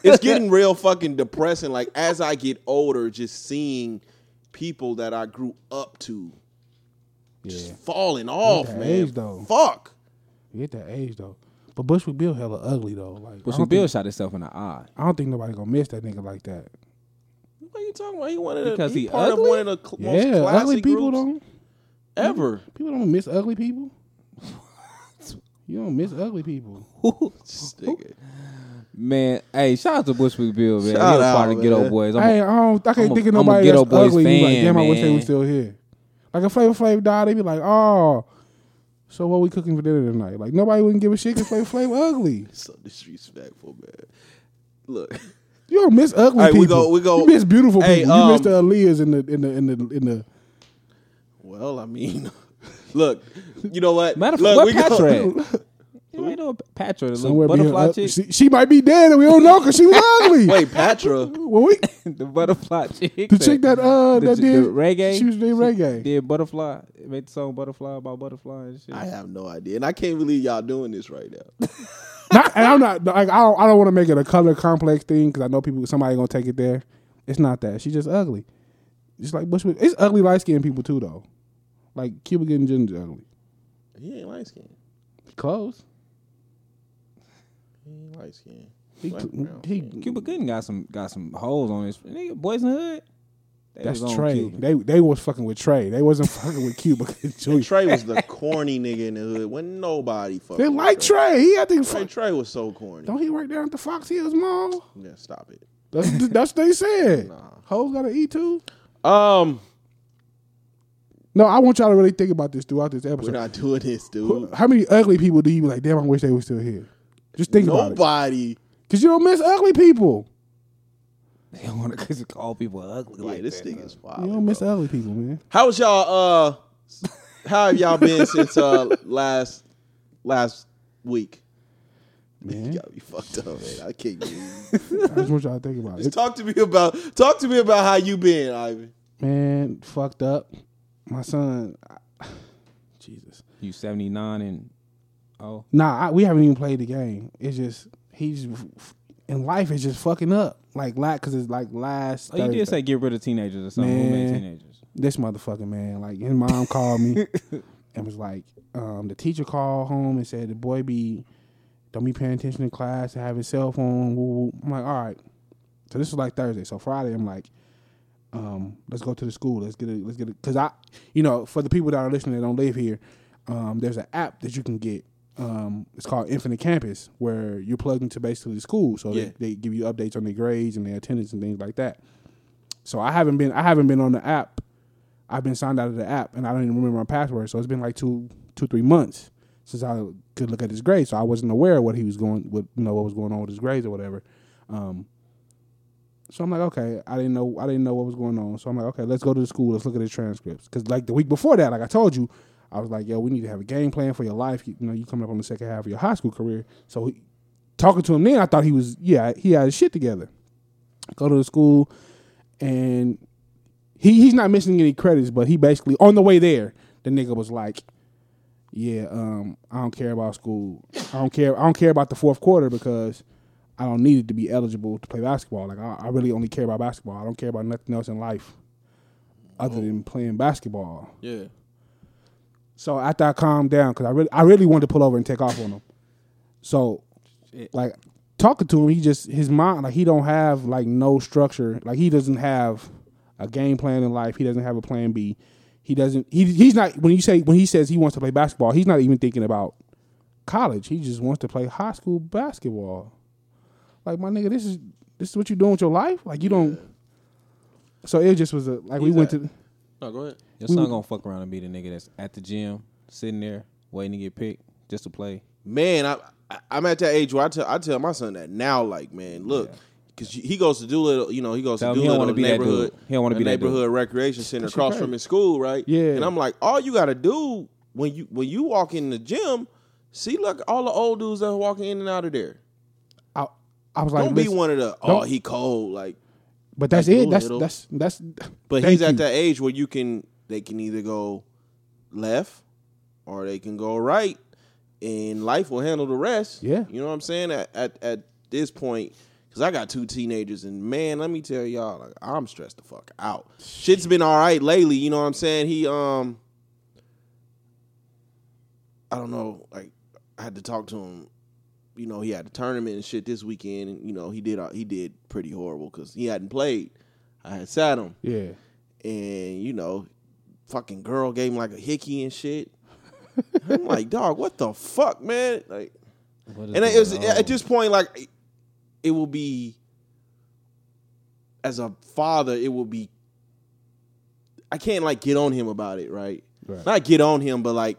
Speaker 1: it's getting real fucking depressing. Like as I get older, just seeing people that I grew up to just
Speaker 3: Yeah,
Speaker 1: falling off,
Speaker 3: That
Speaker 1: man.
Speaker 3: age, though.
Speaker 1: Fuck.
Speaker 3: you get that age though. But Bushwick Bill hella ugly though. Like I
Speaker 4: Bushwick
Speaker 3: don't
Speaker 4: Bill
Speaker 3: Think,
Speaker 4: shot himself in the eye.
Speaker 3: I don't think nobody gonna miss that nigga like that.
Speaker 1: What are you talking about? He wanted
Speaker 4: Because
Speaker 1: he,
Speaker 4: he
Speaker 1: part of
Speaker 4: ugly?
Speaker 1: one of the cl- most
Speaker 3: yeah,
Speaker 1: classic
Speaker 3: ugly people
Speaker 1: groups
Speaker 3: don't
Speaker 1: ever.
Speaker 3: people don't miss ugly people. you don't miss ugly people.
Speaker 1: This nigga.
Speaker 4: Man, hey, shout out to Bushwick Bill, man.
Speaker 1: Shout
Speaker 4: he was part
Speaker 1: out,
Speaker 4: of Ghetto
Speaker 1: man.
Speaker 4: Boys. I'm
Speaker 3: Hey, uh, I don't. I can't
Speaker 4: I'm a-
Speaker 3: think of
Speaker 4: I'm a
Speaker 3: nobody
Speaker 4: Ghetto
Speaker 3: that's
Speaker 4: Boys
Speaker 3: ugly. You like,
Speaker 4: fan,
Speaker 3: damn, I wish they
Speaker 4: man.
Speaker 3: were still here. Like if Flavor Flav died, they'd be like, oh, so what we cooking for dinner tonight? Like nobody wouldn't give a shit because Flavor Flav ugly.
Speaker 1: So disrespectful, man. Look,
Speaker 3: You don't miss ugly
Speaker 1: Hey,
Speaker 3: people.
Speaker 1: we go- we go-
Speaker 3: You miss beautiful
Speaker 1: Hey,
Speaker 3: people. you
Speaker 1: um,
Speaker 3: miss the Aaliyahs in the in the in the in the.
Speaker 1: well, I mean, look, you know what?
Speaker 4: Matter of fact,
Speaker 1: look,
Speaker 4: where
Speaker 1: we go-
Speaker 4: Patra at? You ain't know Patra, the little
Speaker 3: Somewhere uh,
Speaker 4: butterfly
Speaker 3: being,
Speaker 4: chick.
Speaker 3: she, she might be dead and we don't know because she was ugly.
Speaker 1: Wait, Patra.
Speaker 3: well, we,
Speaker 4: the butterfly chick.
Speaker 3: the chick that uh that
Speaker 4: ch-
Speaker 3: did
Speaker 4: reggae.
Speaker 3: She was doing
Speaker 4: She
Speaker 3: reggae.
Speaker 4: Did butterfly made the song butterfly about butterfly and shit.
Speaker 1: I have no idea, and I can't believe y'all doing this right now.
Speaker 3: not, and I'm not like I don't, I don't want to make it a color complex thing because I know people somebody gonna take it there. It's not that she's just ugly. Just like Bushwick, it's ugly light skinned people too though. Like Cuba Gooding Jr. is ugly.
Speaker 1: He ain't light skinned.
Speaker 3: Close.
Speaker 1: He ain't light skinned.
Speaker 3: He,
Speaker 1: Black brown.
Speaker 3: he,
Speaker 4: Cuba Gooding got some got some holes on his nigga Boys in the Hood. They
Speaker 3: that's
Speaker 4: was on
Speaker 3: Trey.
Speaker 4: Cuba.
Speaker 3: They they was fucking with Trey. They wasn't fucking with Cuba Gooding
Speaker 1: And
Speaker 3: Jr.
Speaker 1: Trey was the corny nigga in the hood. When nobody fucking
Speaker 3: They like
Speaker 1: with
Speaker 3: Trey. He had to.
Speaker 1: Trey,
Speaker 3: Fuck,
Speaker 1: Trey was so corny.
Speaker 3: don't he work down at the Fox Hills Mall?
Speaker 1: Yeah, stop it.
Speaker 3: That's that's what they said. Hoes gotta eat too.
Speaker 1: Um,
Speaker 3: No, I want y'all to really think about this throughout this episode.
Speaker 1: we're not doing this, dude.
Speaker 3: How many ugly people do you be like? Damn, I wish they were still here. Just think about it,
Speaker 1: Nobody.
Speaker 3: because you don't miss ugly people.
Speaker 4: They don't want to call people ugly
Speaker 1: Yeah,
Speaker 4: like
Speaker 1: this
Speaker 4: that.
Speaker 1: thing is
Speaker 3: You
Speaker 1: wild.
Speaker 3: don't miss ugly people, man.
Speaker 1: How's y'all? Uh, how have y'all been since uh last last week? You
Speaker 3: Man,
Speaker 1: got me fucked up, man. I can't. Get
Speaker 3: I just want y'all to think about
Speaker 1: Just
Speaker 3: it.
Speaker 1: talk to me about talk to me about how you been, Ivan.
Speaker 3: Man, fucked up. My son, I- Jesus.
Speaker 4: You seventy nine and oh
Speaker 3: Nah, I, we haven't even played the game. It's just he's in life is just fucking up like last because it's like last.
Speaker 4: oh you did
Speaker 3: Thursday.
Speaker 4: say get rid of teenagers or something. Who made
Speaker 3: Man.
Speaker 4: teenagers?
Speaker 3: this motherfucker, man. Like his mom called me and was like, um, the teacher called home and said the boy be don't be paying attention in class and have his cell phone. woo, woo. I'm like, all right. So this was like Thursday. So Friday, I'm like, um, let's go to the school. Let's get it. Let's get it. Cause I, you know, for the people that are listening that don't live here, um, there's an app that you can get. Um, it's called Infinite Campus, where you're plugged into basically the school, so
Speaker 1: Yeah.
Speaker 3: they, they give you updates on their grades and their attendance and things like that. So I haven't been I haven't been on the app. I've been signed out of the app and I don't even remember my password. So it's been like two two three months since I could look at his grades. So I wasn't aware of what he was going with you know what was going on with his grades or whatever. Um, so I'm like, okay, I didn't know I didn't know what was going on. So I'm like, okay, let's go to the school. Let's look at his transcripts because like the week before that, like I told you, I was like, yo, we need to have a game plan for your life. You, you know, you coming up on the second half of your high school career. So he, talking to him then, I thought he was, yeah, he had his shit together. Go to the school, and he he's not missing any credits, but he basically on the way there, the nigga was like, yeah, um, I don't care about school. I don't care. I don't care about the fourth quarter because I don't need it to be eligible to play basketball. Like I, I really only care about basketball. I don't care about nothing else in life other than playing basketball.
Speaker 1: Yeah.
Speaker 3: So after I calmed down, because I really, I really wanted to pull over and take off on him. So, like talking to him, he just his mind like he don't have like no structure. Like he doesn't have a game plan in life. He doesn't have a plan B. He doesn't. He he's not when you say when he says he wants to play basketball, he's not even thinking about college. He just wants to play high school basketball. Like my nigga, this is this is what you doing with your life. Like you don't. So it just was a like we
Speaker 1: He's
Speaker 3: went
Speaker 1: at-
Speaker 3: to.
Speaker 1: No, go ahead.
Speaker 4: Your
Speaker 3: We
Speaker 4: son
Speaker 3: would-
Speaker 4: gonna fuck around and be the nigga that's at the gym, sitting there waiting to get picked just to play.
Speaker 1: man, I, I I'm at that age where I tell I tell my son that now, like, man, look, because he goes to Doolittle, you know, he goes
Speaker 4: Tell him
Speaker 1: to
Speaker 4: he don't
Speaker 1: Doolittle
Speaker 4: wanna be that dude.
Speaker 1: neighborhood,
Speaker 4: He don't wanna
Speaker 1: the
Speaker 4: be that dude.
Speaker 1: neighborhood recreation center
Speaker 3: shit
Speaker 1: across
Speaker 3: crazy.
Speaker 1: from his school, right?
Speaker 3: Yeah.
Speaker 1: and I'm like, all you got to do when you when you walk in the gym, see, look, all the old dudes that are walking in and out of there.
Speaker 3: I, I was like,
Speaker 1: Don't be
Speaker 3: listen-
Speaker 1: one of the oh
Speaker 3: don't-
Speaker 1: he cold like,
Speaker 3: But that's
Speaker 1: Like
Speaker 3: it. That's
Speaker 1: Doolittle.
Speaker 3: that's that's.
Speaker 1: but
Speaker 3: Thank
Speaker 1: he's at
Speaker 3: you.
Speaker 1: that age where you can they can either go left or they can go right, and life will handle the rest.
Speaker 3: Yeah.
Speaker 1: you know what I'm saying at at, at this point. Cause I got two teenagers and man, let me tell y'all, like, I'm stressed the fuck out. Shit's been all right lately, you know what I'm saying? He um I don't know, like I had to talk to him. You know, he had a tournament and shit this weekend, and you know he did he did pretty horrible because he hadn't played. I had sat him,
Speaker 3: Yeah.
Speaker 1: and you know, fucking girl gave him like a hickey and shit. I'm like, dog, what the fuck, man? Like,
Speaker 4: What is
Speaker 1: and it
Speaker 4: going
Speaker 1: was,
Speaker 4: on?
Speaker 1: at this point, like, it- it will be as a father, it will be. I can't like get on him about it, right?
Speaker 3: Right.
Speaker 1: Not get on him, but like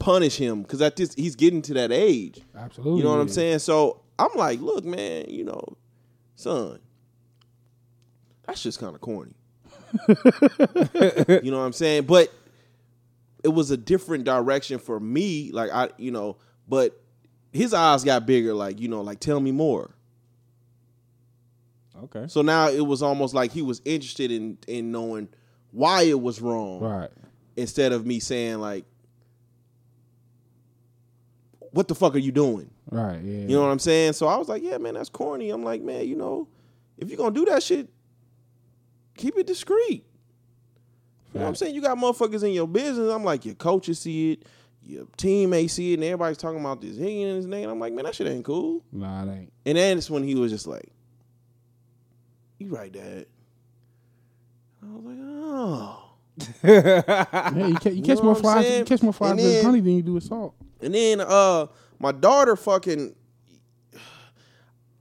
Speaker 1: punish him because at this he's getting to that age.
Speaker 3: Absolutely.
Speaker 1: You know what I'm saying? So I'm like, look, man, you know, son, that's just kind of corny. you know what I'm saying? But it was a different direction for me. Like I, you know, but his eyes got bigger. Like you know, like tell me more.
Speaker 4: Okay.
Speaker 1: So now it was almost like he was interested in in knowing why it was wrong
Speaker 3: Right.
Speaker 1: instead of me saying like, what the fuck are you doing?
Speaker 3: Right. Yeah.
Speaker 1: You know what I'm saying? So I was like, yeah, man, that's corny. I'm like, man, you know, if you're gonna do that shit, keep it discreet. You know what I'm
Speaker 3: Right.
Speaker 1: saying? You got motherfuckers in your business. I'm like, your coaches see it, your teammates see it, and everybody's talking about this he and his name. I'm like, man, that shit ain't cool.
Speaker 3: Nah, it ain't.
Speaker 1: And then it's when he was just like, You right, Dad. I was like, oh.
Speaker 3: Yeah, you, ca- you
Speaker 1: know
Speaker 3: catch
Speaker 1: what
Speaker 3: more
Speaker 1: I'm
Speaker 3: flies.
Speaker 1: saying?
Speaker 3: You catch more flies
Speaker 1: And
Speaker 3: with
Speaker 1: then-
Speaker 3: honey than you do with salt.
Speaker 1: And then uh my daughter fucking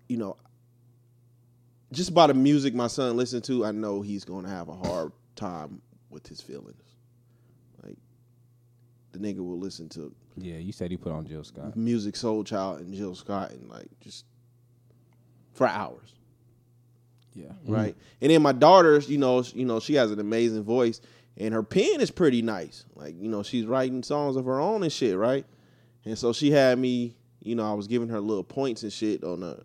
Speaker 1: you know just by the music my son listened to, I know he's gonna have a hard time with his feelings. Like the nigga will listen to
Speaker 4: Yeah, you said he put on Jill Scott.
Speaker 1: music Soul Child and Jill Scott and like just for hours.
Speaker 4: Yeah.
Speaker 1: Right. And then my daughter's, you know, sh- you know, she has an amazing voice and her pen is pretty nice. Like, you know, she's writing songs of her own and shit, right? And so she had me, you know, I was giving her little points and shit on the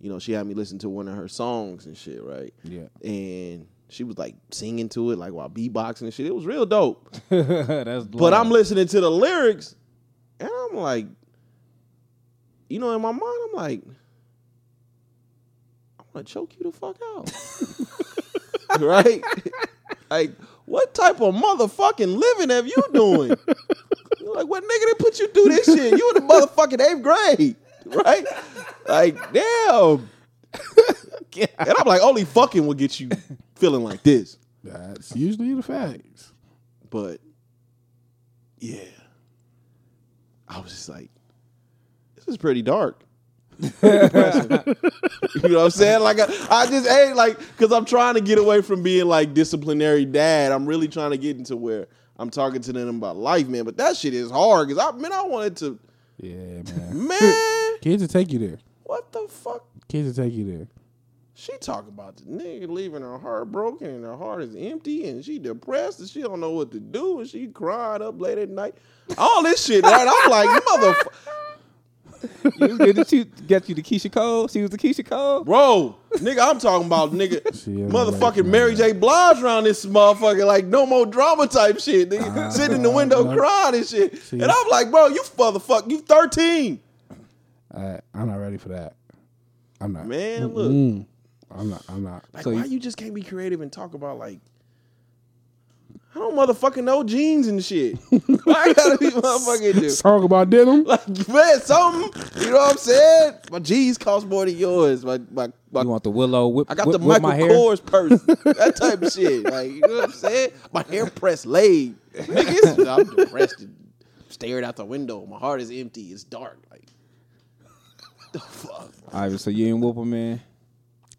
Speaker 1: you know, she had me listen to one of her songs and shit, right?
Speaker 4: Yeah.
Speaker 1: And she was like singing to it like while beatboxing and shit. It was real dope.
Speaker 4: That's
Speaker 1: But
Speaker 4: love.
Speaker 1: I'm listening to the lyrics, and I'm like, you know, in my mind, I'm like, I'm gonna choke you the fuck out, right? like, what type of motherfucking living have you doing? You're like, what nigga did put you through this shit? You in the motherfucking eighth grade, right? Like, damn. and I'm like, only fucking will get you feeling like this,
Speaker 3: That's usually the facts.
Speaker 1: but yeah, I was just like, this is pretty dark. you know what I'm saying? Like I, I just ain't like because I'm trying to get away from being like disciplinary dad. I'm really trying to get into where I'm talking to them about life, man. But that shit is hard because I man, I wanted to
Speaker 3: Yeah, man.
Speaker 1: man.
Speaker 3: Kids will take you there.
Speaker 1: What the fuck?
Speaker 3: Kids will take you there.
Speaker 1: She talk about the nigga leaving her heartbroken and her heart is empty and she depressed and she don't know what to do and she cried up late at night. All this shit, right? I'm like, motherfucker,
Speaker 4: Did she get you the Keisha Cole? She was the Keisha Cole.
Speaker 1: bro, nigga, I'm talking about nigga,
Speaker 3: don't like
Speaker 1: motherfucking
Speaker 3: that.
Speaker 1: Mary J. Blige around this motherfucker, like no more drama type shit, nigga,
Speaker 3: Uh-huh.
Speaker 1: sitting in the window
Speaker 3: no.
Speaker 1: crying and shit. And I'm like, bro, you motherfucker, you 13,
Speaker 3: I, I'm not ready for that. I'm not.
Speaker 1: man. Look.
Speaker 3: I'm not. I'm not.
Speaker 1: Like,
Speaker 4: So
Speaker 1: why
Speaker 4: you-
Speaker 1: you just can't be creative and talk about like I don't motherfucking know jeans and shit. why I gotta be motherfucking do?
Speaker 3: Talk about denim.
Speaker 1: Like man, something. You know what I'm saying? My jeans cost more than yours. My my, my
Speaker 4: You want the Willow whip?
Speaker 1: I got
Speaker 4: whip,
Speaker 1: the
Speaker 4: whip
Speaker 1: Michael
Speaker 4: my hair?
Speaker 1: Kors purse. that type of shit. Like you know what I'm saying? My hair press laid. Niggas, I'm depressed and staring out the window. My heart is empty. It's dark. Like the fuck.
Speaker 4: All right, so you ain't whoop him, man.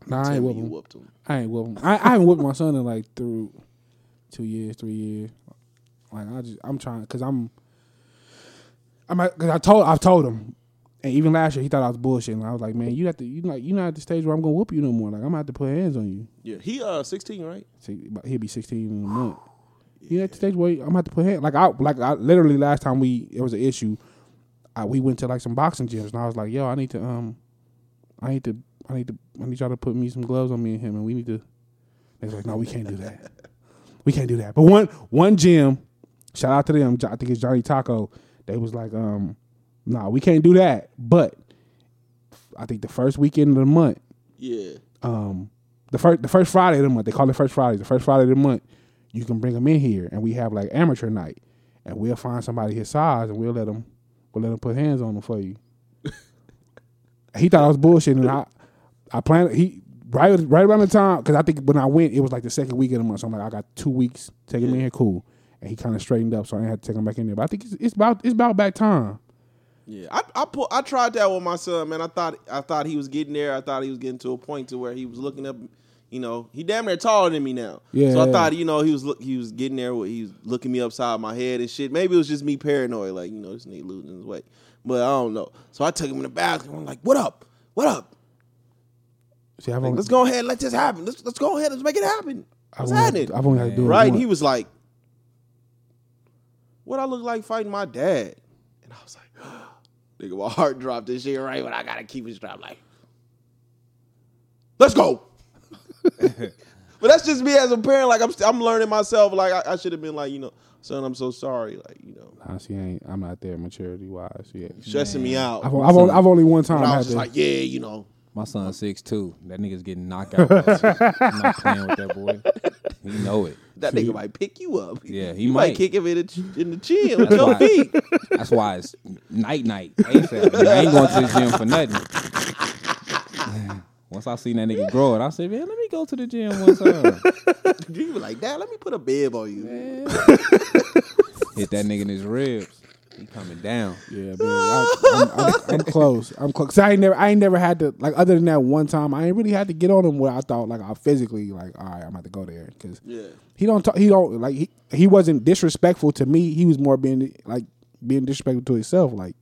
Speaker 3: Nah, I ain't
Speaker 1: Tell me
Speaker 3: with
Speaker 1: you
Speaker 3: him.
Speaker 1: whooped him.
Speaker 3: I ain't whooped him. I, I haven't whooped my son in like through two years, three years. Like I just, I'm trying because I'm, I'm because I told I've told him, and even last year he thought I was bullshitting. I was like, man, you have to, you like, you're not at the stage where I'm gonna whoop you no more. Like I'm gonna have to put hands on you.
Speaker 1: Yeah, he uh 16, right?
Speaker 3: See, but he'll be 16 in a month. You know, at the stage where I'm gonna have to put hands. Like I, like I, literally last time we it was an issue. I, we went to like some boxing gyms, and I was like, yo, I need to, um, I need to, I need to, I need y'all to put me some gloves on me and him, and we need to. They was like, no, we can't do that. we can't do that. But one one gym, shout out to them. Jo- I think it's Johnny Taco. They was like, um, nah, we can't do that. But I think the first weekend of the month,
Speaker 1: Yeah.
Speaker 3: um, the first the first Friday of the month. They call it first Fridays. The first Friday of the month, you can bring them in here, and we have like amateur night, and we'll find somebody his size, and we'll let them we'll let them put hands on them for you. he thought I was bullshitting, and I I planned he. Right, right around the time, because I think when I went, it was like the second week of the month. So I'm like, I got two weeks. Take him in here, cool. And he kind of straightened up, so I didn't have to take him back in there. But I think it's, it's about it's about back time.
Speaker 1: Yeah, I I, pull, I tried that with my son, man. I thought I thought he was getting there. I thought he was getting to a point to where he was looking up. You know, he damn near taller than me now.
Speaker 3: Yeah,
Speaker 1: So I
Speaker 3: yeah.
Speaker 1: thought, you know, he was look, he was getting there. where He was looking me upside my head and shit. Maybe it was just me paranoid, like you know, this nigga losing his weight. But I don't know. So I took him in the bathroom. I'm like, what up? What up?
Speaker 3: See, I've only,
Speaker 1: Let's go ahead. and Let this happen. Let's let's go ahead. Let's make it happen.
Speaker 3: I've
Speaker 1: What's
Speaker 3: only, had
Speaker 1: happening?
Speaker 3: to- I've only had to do it
Speaker 1: Right? And
Speaker 3: once.
Speaker 1: he was like, What I look like fighting my dad? And I was like, Nigga, my heart dropped and shit, right? But I gotta keep it straight. I'm like, Let's go. but that's just me as a parent. Like, I'm, st- I'm learning myself. Like, I, I should have been like, you know, son, I'm so sorry. Like, you know,
Speaker 3: Honestly, I ain't, I'm not there maturity wise yet.
Speaker 1: stressing me out.
Speaker 3: I've, I've, only, I've only one time
Speaker 1: But I
Speaker 3: had
Speaker 1: was just
Speaker 3: to-
Speaker 1: like, Yeah, you know.
Speaker 4: My son's six two. That nigga's getting knocked out. I'm not playing with that boy. You know it.
Speaker 1: That nigga might pick you up.
Speaker 4: Yeah, he
Speaker 1: you might.
Speaker 4: might.
Speaker 1: kick him in the, ch- in the chin with
Speaker 4: That's
Speaker 1: your
Speaker 4: why-
Speaker 1: feet.
Speaker 4: That's why it's night night. ASAP. I ain't going to the gym for nothing. Once I seen that nigga grow it, I said, man, let me go to the gym one time.
Speaker 1: You be like, Dad, let me put a bib on you.
Speaker 4: Hit that nigga in his ribs. He coming down.
Speaker 3: Yeah, man, I, I'm, I'm, I'm close. I'm close. 'Cause I ain't never, I ain't never had to like other than that one time. I ain't really had to get on him where I thought like I physically like all right, I'm about to go there because
Speaker 1: Yeah.
Speaker 3: he don't talk, he don't like he he wasn't disrespectful to me. He was more being like being disrespectful to himself. Like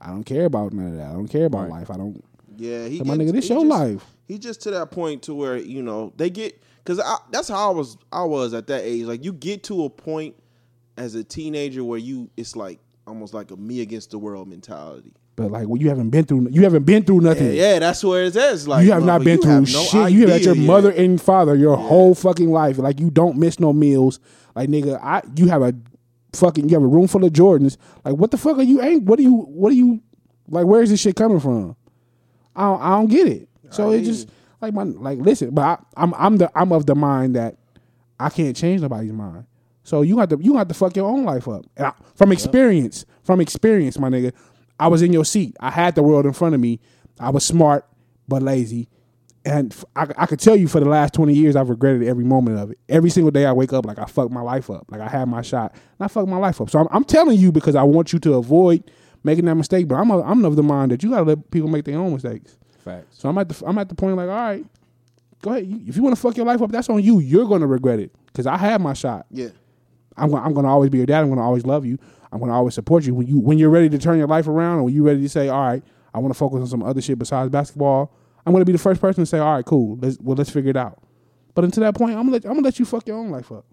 Speaker 3: I don't care about none of that. I don't care about life. I don't.
Speaker 1: Yeah, he.
Speaker 3: Like, my
Speaker 1: gets-
Speaker 3: nigga, this
Speaker 1: he
Speaker 3: your
Speaker 1: just-
Speaker 3: life.
Speaker 1: He just to that point to where you know they get because that's how I was. I was at that age. Like you get to a point as a teenager where you it's like almost like a me against the world mentality.
Speaker 3: But like well, you haven't been through, you haven't been through nothing.
Speaker 1: Yeah, yeah that's where it is. Like
Speaker 3: you have not
Speaker 1: motherfucker,
Speaker 3: been
Speaker 1: you
Speaker 3: through
Speaker 1: have no
Speaker 3: shit. you have had
Speaker 1: idea
Speaker 3: your
Speaker 1: yet.
Speaker 3: mother and father your whole fucking life. Like you don't miss no meals. Like nigga, I you have a fucking you have a room full of Jordans. Like what the fuck are you? Ain't what are you? What are you? Like where is this shit coming from? I don't, I don't get it. So it just like my like listen, but I, I'm I'm the I'm of the mind that I can't change nobody's mind. So you got to you got to fuck your own life up. And I, from experience, from experience, my nigga, I was in your seat. I had the world in front of me. I was smart but lazy, and f- I, I could tell you for the last twenty years, I've regretted every moment of it. Every single day I wake up, like I fucked my life up. Like I had my shot, and I fucked my life up. So I'm, I'm telling you because I want you to avoid making that mistake. But I'm a, I'm of the mind that you got to let people make their own mistakes.
Speaker 4: Facts.
Speaker 3: So I'm at the I'm at the point like, all right, go ahead. You- If you want to fuck your life up, that's on you. You're gonna regret it because I had my shot.
Speaker 1: Yeah,
Speaker 3: I'm gonna, I'm gonna always be your dad. I'm gonna always love you. I'm gonna always support you when you when you're ready to turn your life around or when you're ready to say, all right, I want to focus on some other shit besides basketball. I'm gonna be the first person to say, all right, cool. Let's well, let's figure it out. But until that point, I'm gonna let, I'm gonna let you fuck your own life up.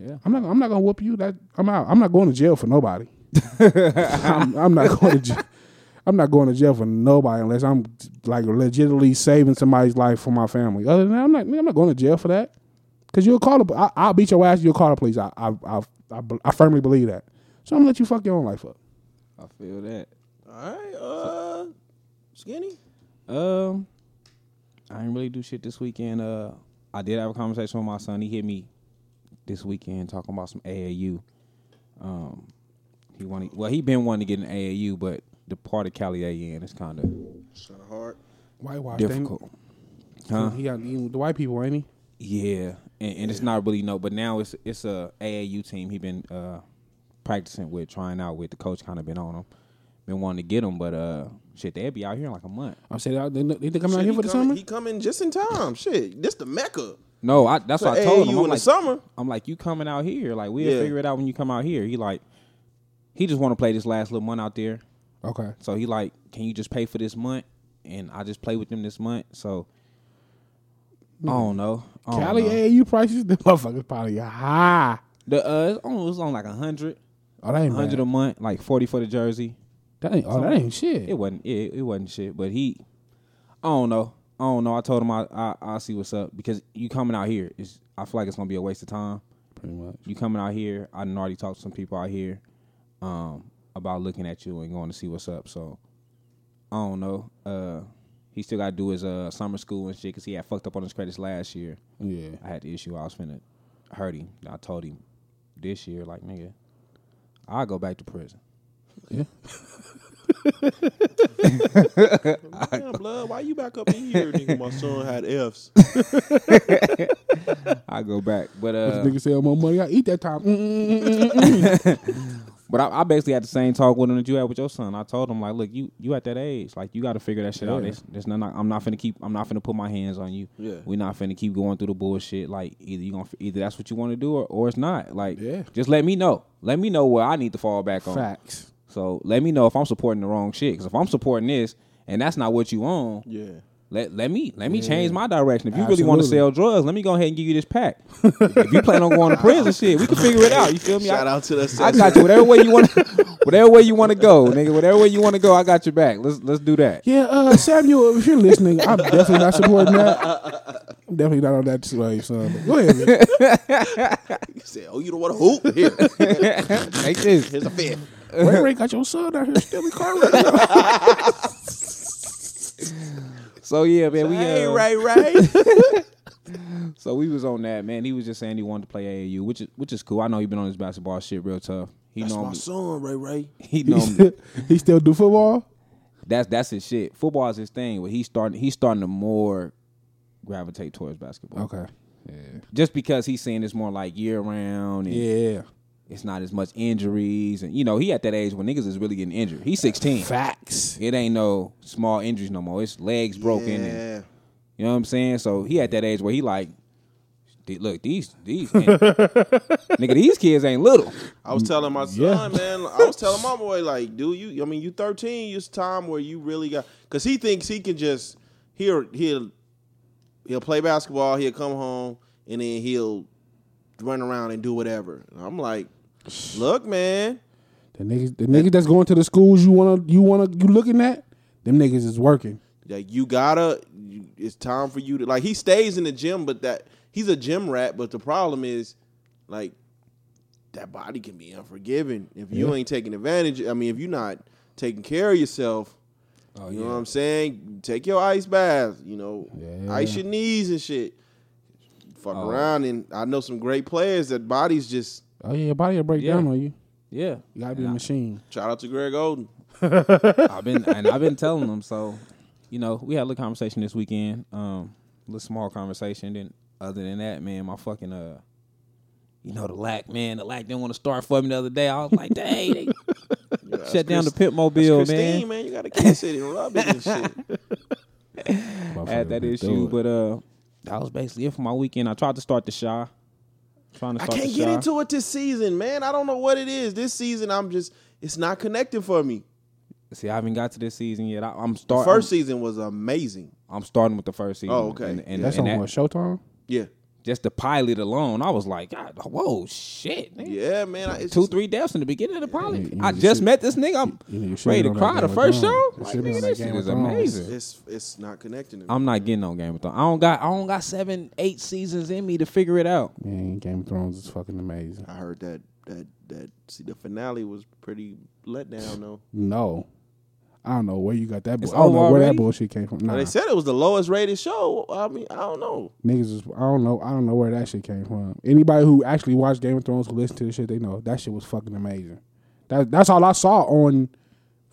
Speaker 4: Yeah.
Speaker 3: I'm not I'm not gonna whoop you. That I'm out. I'm not going to jail for nobody. I'm, I'm not going to. Jail. I'm not going to jail for nobody unless I'm like legitimately saving somebody's life for my family. Other than that, I'm not. I'm not going to jail for that. Cause you'll call. The, I, I'll beat your ass. You'll call the police. I I, I I be- I firmly believe that. So I'm gonna let you fuck your own life up.
Speaker 4: I feel that.
Speaker 1: All right, uh, skinny.
Speaker 4: Um, I didn't really do shit this weekend. Uh, I did have a conversation with my son. He hit me this weekend talking about some AAU. Um, he wanted. Well, he been wanting to get an AAU, but the part of Cali A in is kind of
Speaker 1: So hard.
Speaker 3: Whitewash.
Speaker 4: difficult. Huh?
Speaker 3: He got eating with the white people, ain't he?
Speaker 4: Yeah, and, and it's not really no, but now it's it's a AAU team. He been uh, practicing with, trying out with. The coach kind of been on him, been wanting to get him, but uh, shit, they'll be out here in like a month.
Speaker 3: I said uh, they, they, they coming out
Speaker 1: Shit,
Speaker 3: here
Speaker 1: he
Speaker 3: for the
Speaker 1: coming-
Speaker 3: summer.
Speaker 1: He coming just in time. Shit, this the mecca.
Speaker 4: No, I, that's
Speaker 1: So
Speaker 4: what I told him.
Speaker 1: AAU
Speaker 4: I'm
Speaker 1: in the
Speaker 4: like,
Speaker 1: summer?
Speaker 4: I'm like, you coming out here? Like we'll
Speaker 1: Yeah.
Speaker 4: figure it out when you come out here. He like, he just want to play this last little month out there.
Speaker 3: okay.
Speaker 4: So he like, can you just pay for this month? And I just play with them this month. So I don't know. I don't
Speaker 3: Cali
Speaker 4: know.
Speaker 3: AAU prices, the motherfuckers probably high.
Speaker 4: the uh, it's on, it's on like a hundred,
Speaker 3: Oh, that ain't bad.
Speaker 4: hundred a month, like forty for the jersey.
Speaker 3: That ain't, oh, that ain't shit.
Speaker 4: It wasn't it, it wasn't shit, but he I don't know. I don't know. I told him I I I see what's up because you coming out here is I feel like it's gonna be a waste of time.
Speaker 3: pretty much.
Speaker 4: You coming out here, I done already talked to some people out here um about looking at you and going to see what's up. So I don't know. Uh he still gotta do his uh summer school and shit because he had fucked up on his credits last year.
Speaker 3: Yeah.
Speaker 4: I had the issue I was finna hurt him. I told him this year, like nigga, I'll go back to prison.
Speaker 3: Yeah.
Speaker 1: Damn, blood. Why you back up in here, nigga? My son had F's.
Speaker 4: I go back, but uh,
Speaker 3: This nigga said, more money, I eat that time. Mm, Mm-mm-mm-mm.
Speaker 4: But I, I basically had the same talk with him that you had with your son. I told him like, look, you you at that age, like you got to figure that shit out.
Speaker 3: Yeah.
Speaker 4: There's, there's nothing. I- I'm not finna keep. I'm not finna put my hands on you.
Speaker 1: Yeah.
Speaker 4: We're not finna keep going through the bullshit. Like either you gonna either that's what you want to do or, or it's not. Like
Speaker 3: Yeah.
Speaker 4: just let me know. Let me know where I need to fall back
Speaker 3: mm.
Speaker 4: on.
Speaker 3: Facts.
Speaker 4: So let me know if I'm supporting the wrong shit. Because if I'm supporting this and that's not what you on,
Speaker 1: Yeah.
Speaker 4: let let me let me change my direction. If you really want to
Speaker 3: Absolutely.
Speaker 4: sell drugs, let me go ahead and give you this pack. if you plan on going to prison, shit, we can figure it out. You feel me?
Speaker 1: Shout
Speaker 4: I-
Speaker 1: out to that.
Speaker 4: I got you. Whatever way you want, whatever way you want to go, nigga. Whatever way you want to go, I got your back. Let's let's do that.
Speaker 3: Yeah, uh, Samuel, if you're listening, I'm definitely not supporting that. I'm definitely not on that slave, son. But go ahead, man.
Speaker 1: You said, "Oh, you don't want to hoop here.
Speaker 4: Take this.
Speaker 1: Here's a fifth.
Speaker 3: Ray Ray got your son out here stealing car right now.
Speaker 4: So yeah, man. We
Speaker 1: hey,
Speaker 4: uh,
Speaker 1: right, right.
Speaker 4: So we was on that man. He was just saying he wanted to play AAU, which is which is cool. I know he been on his basketball shit real tough. He
Speaker 1: That's my
Speaker 4: normally
Speaker 1: son, Ray Ray.
Speaker 4: he
Speaker 3: He
Speaker 4: normally
Speaker 3: still- he still do football?
Speaker 4: that's that's his shit. Football is his thing, but he's starting he's starting to more gravitate towards basketball.
Speaker 3: Okay.
Speaker 4: Just because he's seeing it's more like year round and
Speaker 3: Yeah.
Speaker 4: it's not as much injuries and you know, he at that age when niggas is really getting injured. He's sixteen.
Speaker 3: Facts.
Speaker 4: It ain't no small injuries no more. It's legs broken and
Speaker 1: Yeah.
Speaker 4: You know what I'm saying? So he at that age where he like, "D- look, these these nigga, these kids ain't little.
Speaker 1: I was telling my son,
Speaker 3: Yeah.
Speaker 1: man. I was telling my boy, like, do you? I mean, you 13. It's time where you really got because he thinks he can just he'll he'll he'll play basketball. He'll come home and then he'll run around and do whatever. And I'm like, look, man.
Speaker 3: The niggas, the niggas that's going to the schools you wanna you wanna you looking at, them niggas is working.
Speaker 1: Like you gotta, you, it's time for you to like. He stays in the gym, but that he's a gym rat. But the problem is, like, that body can be unforgiving if you ain't taking advantage. I mean, if you're not taking care of yourself, you know what I'm saying. Take your ice bath. You know,
Speaker 3: Yeah.
Speaker 1: ice your knees and shit. Fuck around, and I know some great players that bodies just.
Speaker 3: Oh yeah, your body will break
Speaker 4: Yeah.
Speaker 3: down on you.
Speaker 4: Yeah,
Speaker 3: You gotta be a machine.
Speaker 1: Shout out to Greg Oden.
Speaker 4: I've been and I've been telling them. So, you know, we had a little conversation this weekend, um, little small conversation. Then other than that, man, my fucking uh, you know, the lack, man, the lack didn't want to start for me the other day. I was like, dang, they shut down the pit mobile,
Speaker 1: Christine, man, you gotta kiss it and rub it and shit.
Speaker 4: had that issue. But uh, that was basically it for my weekend. I tried to start the shy. Trying to
Speaker 1: I
Speaker 4: start
Speaker 1: can't
Speaker 4: the
Speaker 1: get
Speaker 4: Shy.
Speaker 1: into it this season, man. I don't know what it is. This season, I'm just it's not connecting for me.
Speaker 4: See, I haven't got to this season yet. I, I'm starting.
Speaker 1: First season was amazing.
Speaker 4: I'm, I'm starting with the first season.
Speaker 1: Oh, okay.
Speaker 4: And, and,
Speaker 3: That's
Speaker 4: and
Speaker 3: on
Speaker 4: that-
Speaker 3: what Showtime.
Speaker 1: Yeah,
Speaker 4: just the pilot alone, I was like, God, whoa, shit. nigga.
Speaker 1: yeah, man. I- It's
Speaker 4: Two,
Speaker 1: just-
Speaker 4: three deaths in the beginning of the pilot.
Speaker 3: you
Speaker 4: I
Speaker 3: need to
Speaker 4: just
Speaker 3: see-
Speaker 4: met this nigga. I'm
Speaker 3: you need to
Speaker 4: ready
Speaker 3: see
Speaker 4: to
Speaker 3: it on
Speaker 4: cry
Speaker 3: that
Speaker 4: the
Speaker 3: Game of
Speaker 4: first
Speaker 3: Thrones.
Speaker 4: show.
Speaker 3: It
Speaker 4: Like,
Speaker 3: should be
Speaker 4: nigga,
Speaker 3: on that
Speaker 4: this
Speaker 3: Game
Speaker 4: shit
Speaker 3: of
Speaker 4: is
Speaker 3: Thrones.
Speaker 4: amazing.
Speaker 1: It's it's not connecting to me.
Speaker 4: I'm not getting on Game of Thrones. I don't got I don't got seven, eight seasons in me to figure it out.
Speaker 3: Man, Game of Thrones is fucking amazing.
Speaker 1: I heard that that that see the finale was pretty let down though.
Speaker 3: No, I don't know where you got that. Bu-
Speaker 4: It's
Speaker 3: I don't know
Speaker 4: over
Speaker 3: where that
Speaker 4: already?
Speaker 3: bullshit came from. Nah,
Speaker 1: They said it was the lowest rated show. I mean, I don't know.
Speaker 3: niggas is, I don't know. I don't know where that shit came from. Anybody who actually watched Game of Thrones who listened to this shit, they know that shit was fucking amazing. That that's all I saw on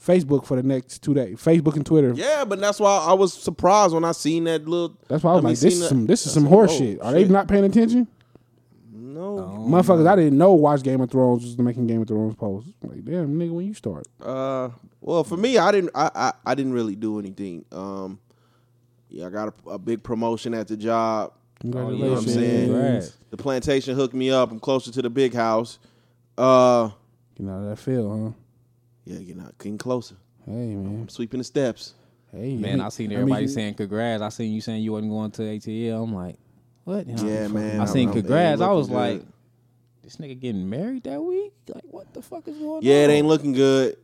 Speaker 3: Facebook for the next two days. Facebook and Twitter.
Speaker 1: Yeah, but that's why I was surprised when I seen that little.
Speaker 3: That's why I was
Speaker 1: mean,
Speaker 3: like,
Speaker 1: seen
Speaker 3: this is
Speaker 1: that-
Speaker 3: some this
Speaker 1: I
Speaker 3: is some
Speaker 1: said,
Speaker 3: horse
Speaker 1: "Whoa,
Speaker 3: shit. Oh Are they not paying attention?
Speaker 1: No.
Speaker 3: Motherfuckers, I didn't know watch Game of Thrones was making Game of Thrones posts. Like, damn, nigga, when you start,
Speaker 1: Uh, well, for me, I didn't. I, I I didn't really do anything. Um, yeah, I got a, a big promotion at the job. You know what I'm
Speaker 3: congratulations.
Speaker 1: saying?
Speaker 4: Right.
Speaker 1: The plantation hooked me up. I'm closer to the big house. Uh,
Speaker 3: Getting out of that field,
Speaker 1: yeah, you're not getting closer.
Speaker 3: huh? Hey man,
Speaker 1: I'm sweeping the steps.
Speaker 3: hey
Speaker 4: Man, I seen everybody
Speaker 3: mean,
Speaker 4: saying congrats. I seen you saying you wasn't going to ATL. I'm like, what? You know,
Speaker 1: Yeah,
Speaker 4: I'm
Speaker 1: man.
Speaker 4: I
Speaker 1: I'm-
Speaker 4: seen
Speaker 1: I'm-
Speaker 4: congrats.
Speaker 1: it ain't
Speaker 4: I was
Speaker 1: looking
Speaker 4: like,
Speaker 1: good.
Speaker 4: this nigga getting married that week? Like, what the fuck is going
Speaker 1: yeah,
Speaker 4: on?
Speaker 1: it ain't looking good.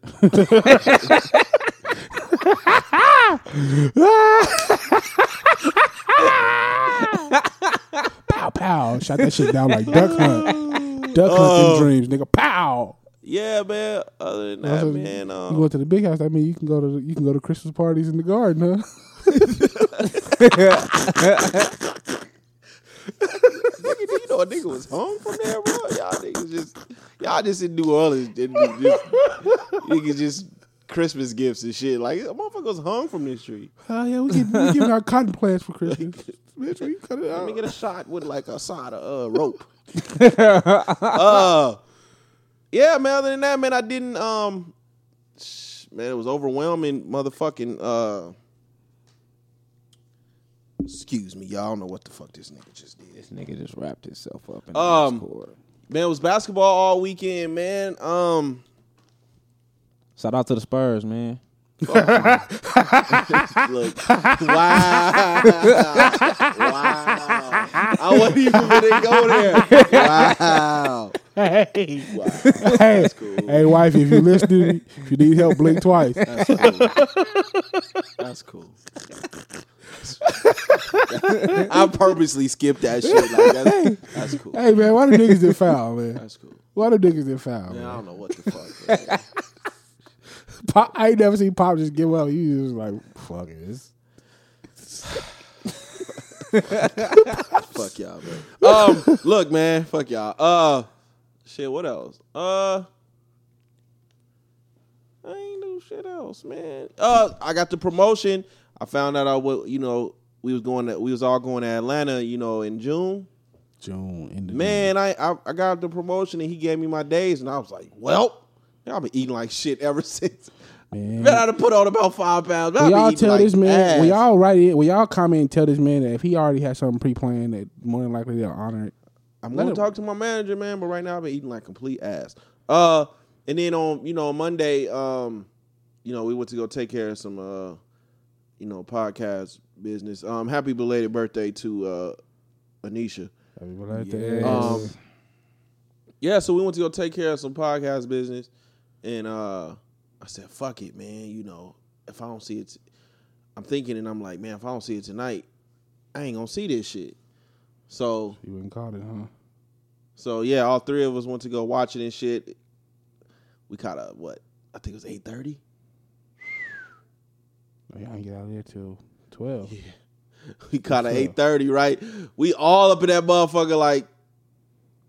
Speaker 3: pow pow, shot that shit down like duck hunt, duck hunt them dreams, nigga. Pow.
Speaker 1: Yeah, man. Other than that,
Speaker 3: So
Speaker 1: man.
Speaker 3: you
Speaker 1: Um,
Speaker 3: go to the big house. I mean, you can go to you can go to Christmas parties in the garden, huh?
Speaker 1: nigga, you know a nigga was home from there, bro. Y'all niggas just y'all just in New Orleans. Didn't you just, niggas just Christmas gifts and shit. Like a motherfucker was hung from this tree.
Speaker 3: Oh yeah, we get we giving our cotton plants for Christmas. Bitch, we cut it
Speaker 1: Let me
Speaker 3: out.
Speaker 1: get a shot with like a side of uh, rope. uh, yeah, man. Other than that, man, I didn't. Um, sh- man, it was overwhelming. Motherfucking. Uh, excuse me, y'all. I don't know what the fuck this nigga just did.
Speaker 4: This nigga just wrapped himself up in
Speaker 1: Um,
Speaker 4: the next quarter.
Speaker 1: Man, it was basketball all weekend, man. Um,
Speaker 4: Shout out to the Spurs, man.
Speaker 1: look, wow, wow. I wasn't even gonna go there. Wow.
Speaker 3: Hey,
Speaker 1: wow.
Speaker 3: hey,
Speaker 1: cool.
Speaker 3: hey, wife, if you listen to me, if you need help, blink twice.
Speaker 1: That's cool. That's cool. I purposely skipped that shit. Like that's, that's cool.
Speaker 3: Hey man, why the niggas did foul, man?
Speaker 1: That's cool.
Speaker 3: Why the niggas did foul?
Speaker 1: Man, I
Speaker 3: Man?
Speaker 1: don't know what the fuck. man.
Speaker 3: Pop, I ain't never seen Pop just give up. He was just like, fuck it. It's-
Speaker 1: fuck y'all, man. Um, look, man, fuck y'all. Uh, shit. What else? Uh, I ain't do shit else, man. Uh, I got the promotion. I found out I would, you know, we was going to, we was all going to Atlanta, you know, in June.
Speaker 3: June in the
Speaker 1: Man, I, I I got the promotion and he gave me my days, and I was like, well, I've been eating like shit ever since.
Speaker 3: Man.
Speaker 1: Man, I done put on about five pounds. I
Speaker 3: we
Speaker 1: been
Speaker 3: all
Speaker 1: eating
Speaker 3: tell
Speaker 1: like
Speaker 3: this man.
Speaker 1: ass.
Speaker 3: We all write it. We all comment and tell this man that if he already has something pre-planned, that more than likely they'll honor it.
Speaker 1: I'm
Speaker 3: Let
Speaker 1: gonna
Speaker 3: it-
Speaker 1: talk to my manager, man, but right now I've been eating like complete ass. Uh and then on you know on Monday, um, you know, we went to go take care of some uh you know, podcast business. Um happy belated birthday to uh Anisha.
Speaker 4: Yes.
Speaker 1: Um Yeah, so we went to go take care of some podcast business and uh I said, fuck it, man, you know, if I don't see it t- I'm thinking and I'm like, man, if I don't see it tonight, I ain't gonna see this shit. So
Speaker 3: you wouldn't call it, huh?
Speaker 1: So yeah, all three of us went to go watch it and shit. We caught a what? I think it was eight thirty.
Speaker 3: Oh, Y'all can get out of there till twelve.
Speaker 1: We caught a eight thirty, right? We all up in that motherfucker like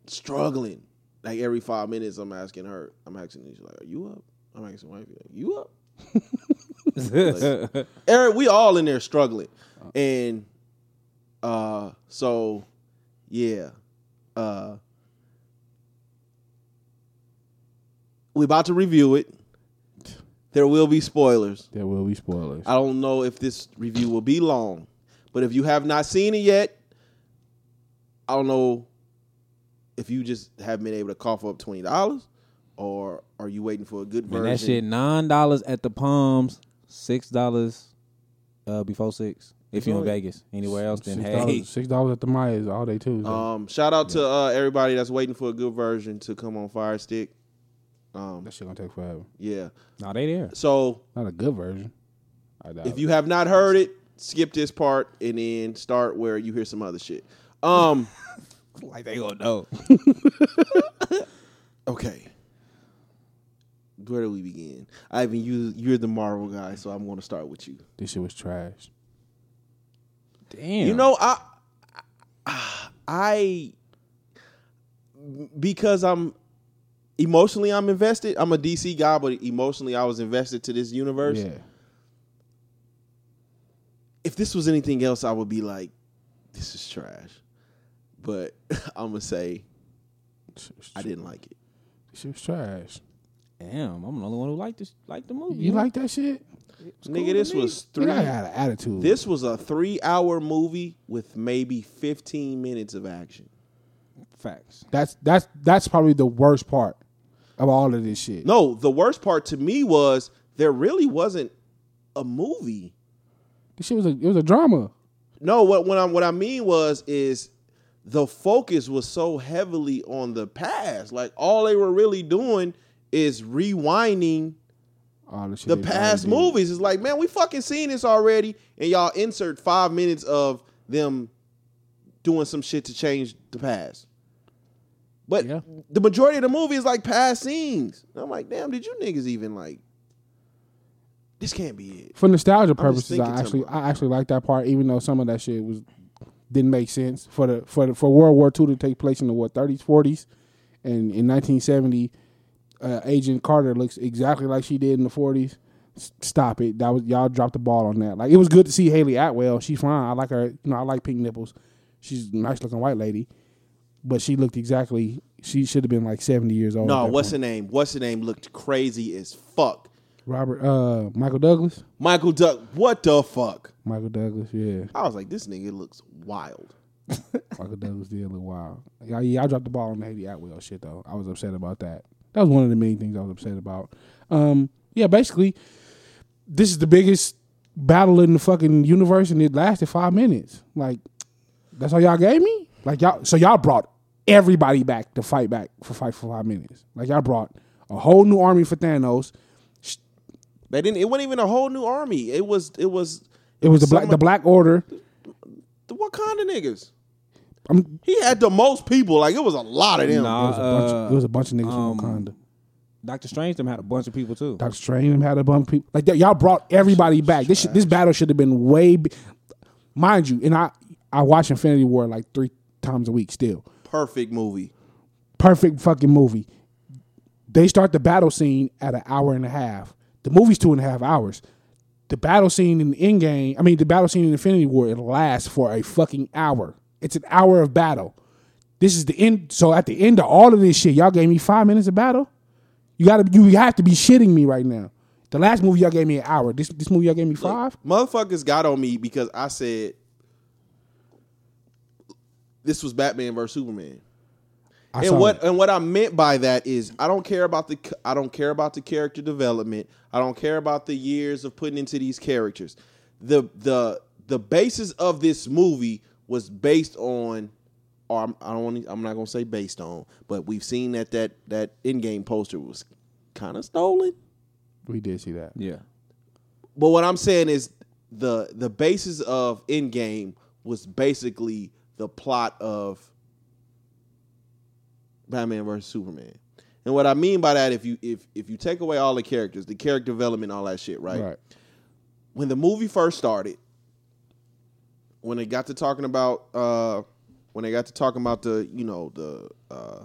Speaker 1: struggling. Like every five minutes, I'm asking her. I'm asking her, she's like, "Are you up?" I'm asking wifey, like, "You up?" Eric, we all in there struggling, and uh, so yeah, uh, we about to review it. There will be spoilers.
Speaker 3: There will be spoilers.
Speaker 1: I don't know if this review will be long, but if you have not seen it yet, I don't know if you just have been able to cough up twenty dollars or are you waiting for a good
Speaker 4: Man,
Speaker 1: version?
Speaker 4: that shit nine dollars at the Palms, six dollars uh, before six. If you're in
Speaker 1: Enjoy it.
Speaker 4: Vegas, anywhere else, then
Speaker 3: Six
Speaker 4: hey,
Speaker 3: dollars, six dollars at the Myers all day Tuesday.
Speaker 1: Um, shout out to uh, everybody that's waiting for a good version to come on Fire Stick. Um,
Speaker 3: that shit gonna take forever.
Speaker 1: yeah.
Speaker 4: no, they there.
Speaker 1: So
Speaker 3: Not a good version. I doubt
Speaker 1: if you have not heard it, skip this part and then start where you hear some other shit. Um,
Speaker 4: Like they gonna know.
Speaker 1: okay. Where do we begin? Ivan, you you're the Marvel guy, so I'm going to start with you.
Speaker 3: it. this shit was trash.
Speaker 4: Damn,
Speaker 1: You know, I, I, because I'm emotionally I'm invested. I'm a DC guy, but emotionally I was invested to this universe.
Speaker 3: Yeah,
Speaker 1: If this was anything else, I would be like, this is trash. But I'm gonna say
Speaker 3: This shit was
Speaker 1: I didn't like it.
Speaker 3: This shit was trash.
Speaker 4: damn, I'm the only one who liked this, liked the movie.
Speaker 3: You like that shit?
Speaker 1: Nigga, this was three.
Speaker 3: Three. I got an attitude.
Speaker 1: This was a three-hour movie with maybe 15 minutes of action.
Speaker 4: facts.
Speaker 3: that's that's that's probably the worst part of all of this shit.
Speaker 1: No, the worst part to me was there really wasn't a movie.
Speaker 3: This shit was a it was a drama.
Speaker 1: No, what what I what I mean was is the focus was so heavily on the past. Like all they were really doing is rewinding
Speaker 3: All the shit.
Speaker 1: the
Speaker 3: they
Speaker 1: past
Speaker 3: probably did.
Speaker 1: movies. It's like, man, we fucking seen this already, and y'all insert five minutes of them doing some shit to change the past. But
Speaker 3: Yeah.
Speaker 1: the majority of the movie is like past scenes. And I'm like, damn, did you niggas even like this can't be it.
Speaker 3: For nostalgia
Speaker 1: I'm just
Speaker 3: purposes, I
Speaker 1: thinking
Speaker 3: actually
Speaker 1: something.
Speaker 3: I actually like that part, even though some of that shit was didn't make sense for the for the, for World War II to take place in the what thirties forties, and in 1970, uh, Agent Carter looks exactly like she did in the forties. Stop it! That was y'all dropped the ball on that. Like it was good to see Haley Atwell. She's fine. I like her. You know, I like pink nipples. She's a nice looking white lady, but she looked exactly. She should have been like 70 years old.
Speaker 1: No, what's the name? What's the name looked crazy as fuck.
Speaker 3: Robert uh, Michael Douglas?
Speaker 1: Michael Duck, what the fuck?
Speaker 3: Michael Douglas, yeah.
Speaker 1: I was like, this nigga looks wild.
Speaker 3: Michael Douglas did look wild. Yeah, yeah, I dropped the ball on the Haiti Atwell shit though. I was upset about that. That was one of the main things I was upset about. Um, yeah, basically, this is the biggest battle in the fucking universe, and it lasted five minutes. Like, that's all y'all gave me. Like y'all, so y'all brought everybody back to fight back for fight for five minutes. Like y'all brought a whole new army for Thanos.
Speaker 1: They didn't it wasn't even a whole new army. It was it was
Speaker 3: It was the black
Speaker 1: some
Speaker 3: the
Speaker 1: of-
Speaker 3: Black Order.
Speaker 1: the Wakanda niggas.
Speaker 3: I'm,
Speaker 1: He had the most people. Like it was a lot of them.
Speaker 4: Nah,
Speaker 3: it, was a bunch
Speaker 4: uh,
Speaker 3: of, it was a bunch of niggas
Speaker 4: um,
Speaker 3: from Wakanda.
Speaker 4: Doctor Strange them had a bunch of people too.
Speaker 3: Doctor Strange them had a bunch of people like that. Y'all brought everybody back. This sh- this battle should have been way, b- mind you. And I I watch Infinity War like three times a week still.
Speaker 1: Perfect movie.
Speaker 3: Perfect fucking movie. They start the battle scene at an hour and a half. The movie's two and a half hours. The battle scene in the end game, I mean the battle scene in Infinity War, it lasts for a fucking hour. It's an hour of battle. This is the end. So at the end of all of this shit, y'all gave me five minutes of battle. You gotta, you have to be shitting me right now. The last movie y'all gave me an hour. This this movie y'all gave me five.
Speaker 1: Motherfuckers got on me because I said this was Batman versus Superman.
Speaker 3: I saw
Speaker 1: and what
Speaker 3: that.
Speaker 1: and what I meant by that is I don't care about the c- I don't care about the character development. I don't care about the years of putting into these characters. The the the basis of this movie was based on or I'm, I don't want I'm not going to say based on, but we've seen that that that in-game poster was kind of stolen.
Speaker 3: we did see that.
Speaker 4: Yeah,
Speaker 1: But what I'm saying is the the basis of Endgame was basically the plot of Batman versus Superman. And what I mean by that, if you if if you take away all the characters, the character development, all that shit, right?
Speaker 3: Right.
Speaker 1: When the movie first started, when they got to talking about uh when they got to talking about the you know the uh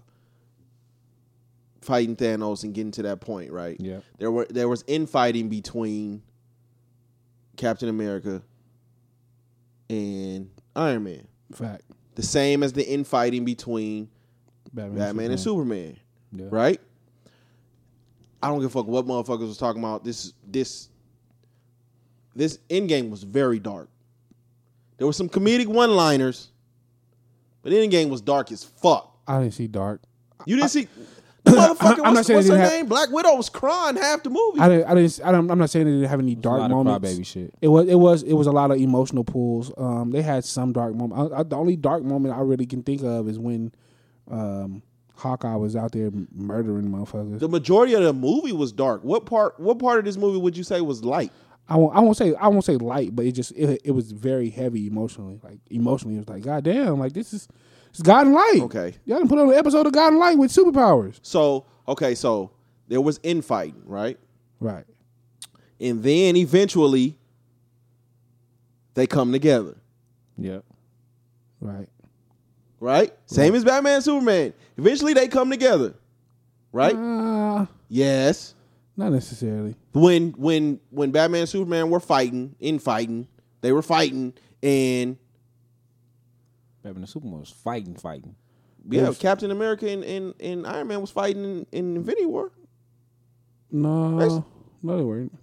Speaker 1: fighting Thanos and getting to that point, right?
Speaker 4: Yeah.
Speaker 1: There were there was infighting between Captain America and Iron Man.
Speaker 3: Fact.
Speaker 1: The same as the infighting between
Speaker 3: Batman,
Speaker 1: Batman and Superman.
Speaker 4: Yeah.
Speaker 1: Right? I don't give a fuck what motherfuckers was talking about. This this this endgame was very dark. There were some comedic one liners, but endgame was dark as fuck.
Speaker 3: I didn't see Dark.
Speaker 1: You didn't see Motherfucker,
Speaker 3: I'm not
Speaker 1: what's,
Speaker 3: saying
Speaker 1: what's
Speaker 3: it
Speaker 1: her
Speaker 3: didn't have-
Speaker 1: name? Black Widow was crying half the movie.
Speaker 3: I didn't. I didn't. I don't, I'm not saying it didn't have any dark
Speaker 4: lot of
Speaker 3: moments.
Speaker 4: crybaby shit.
Speaker 3: It was. It was. It was a lot of emotional pulls. Um, they had some dark moments. I, I, the only dark moment I really can think of is when, um, Hawkeye was out there m- murdering motherfuckers.
Speaker 1: the majority of the movie was dark. What part? What part of this movie would you say was light?
Speaker 3: I won't. I won't say. I won't say light, but it just. It, it was very heavy emotionally. Like emotionally, it was like, God damn, like this is. It's God and Light.
Speaker 1: Okay.
Speaker 3: Y'all done put on an episode of God and Light with superpowers.
Speaker 1: So okay, so there was infighting, right?
Speaker 3: Right.
Speaker 1: And then eventually, they come together,
Speaker 4: Yep.
Speaker 3: Right.
Speaker 1: right? Same as Batman, and Superman. Eventually, they come together, right?
Speaker 3: Uh,
Speaker 1: Yes.
Speaker 3: not necessarily.
Speaker 1: when when when Batman and Superman were fighting, in fighting, they were fighting, and
Speaker 4: Batman and Superman was fighting, fighting.
Speaker 1: yeah,
Speaker 3: Yes.
Speaker 1: Captain America and, and, and Iron Man was fighting in, in Infinity War.
Speaker 3: No.
Speaker 1: That's-
Speaker 3: No, they weren't.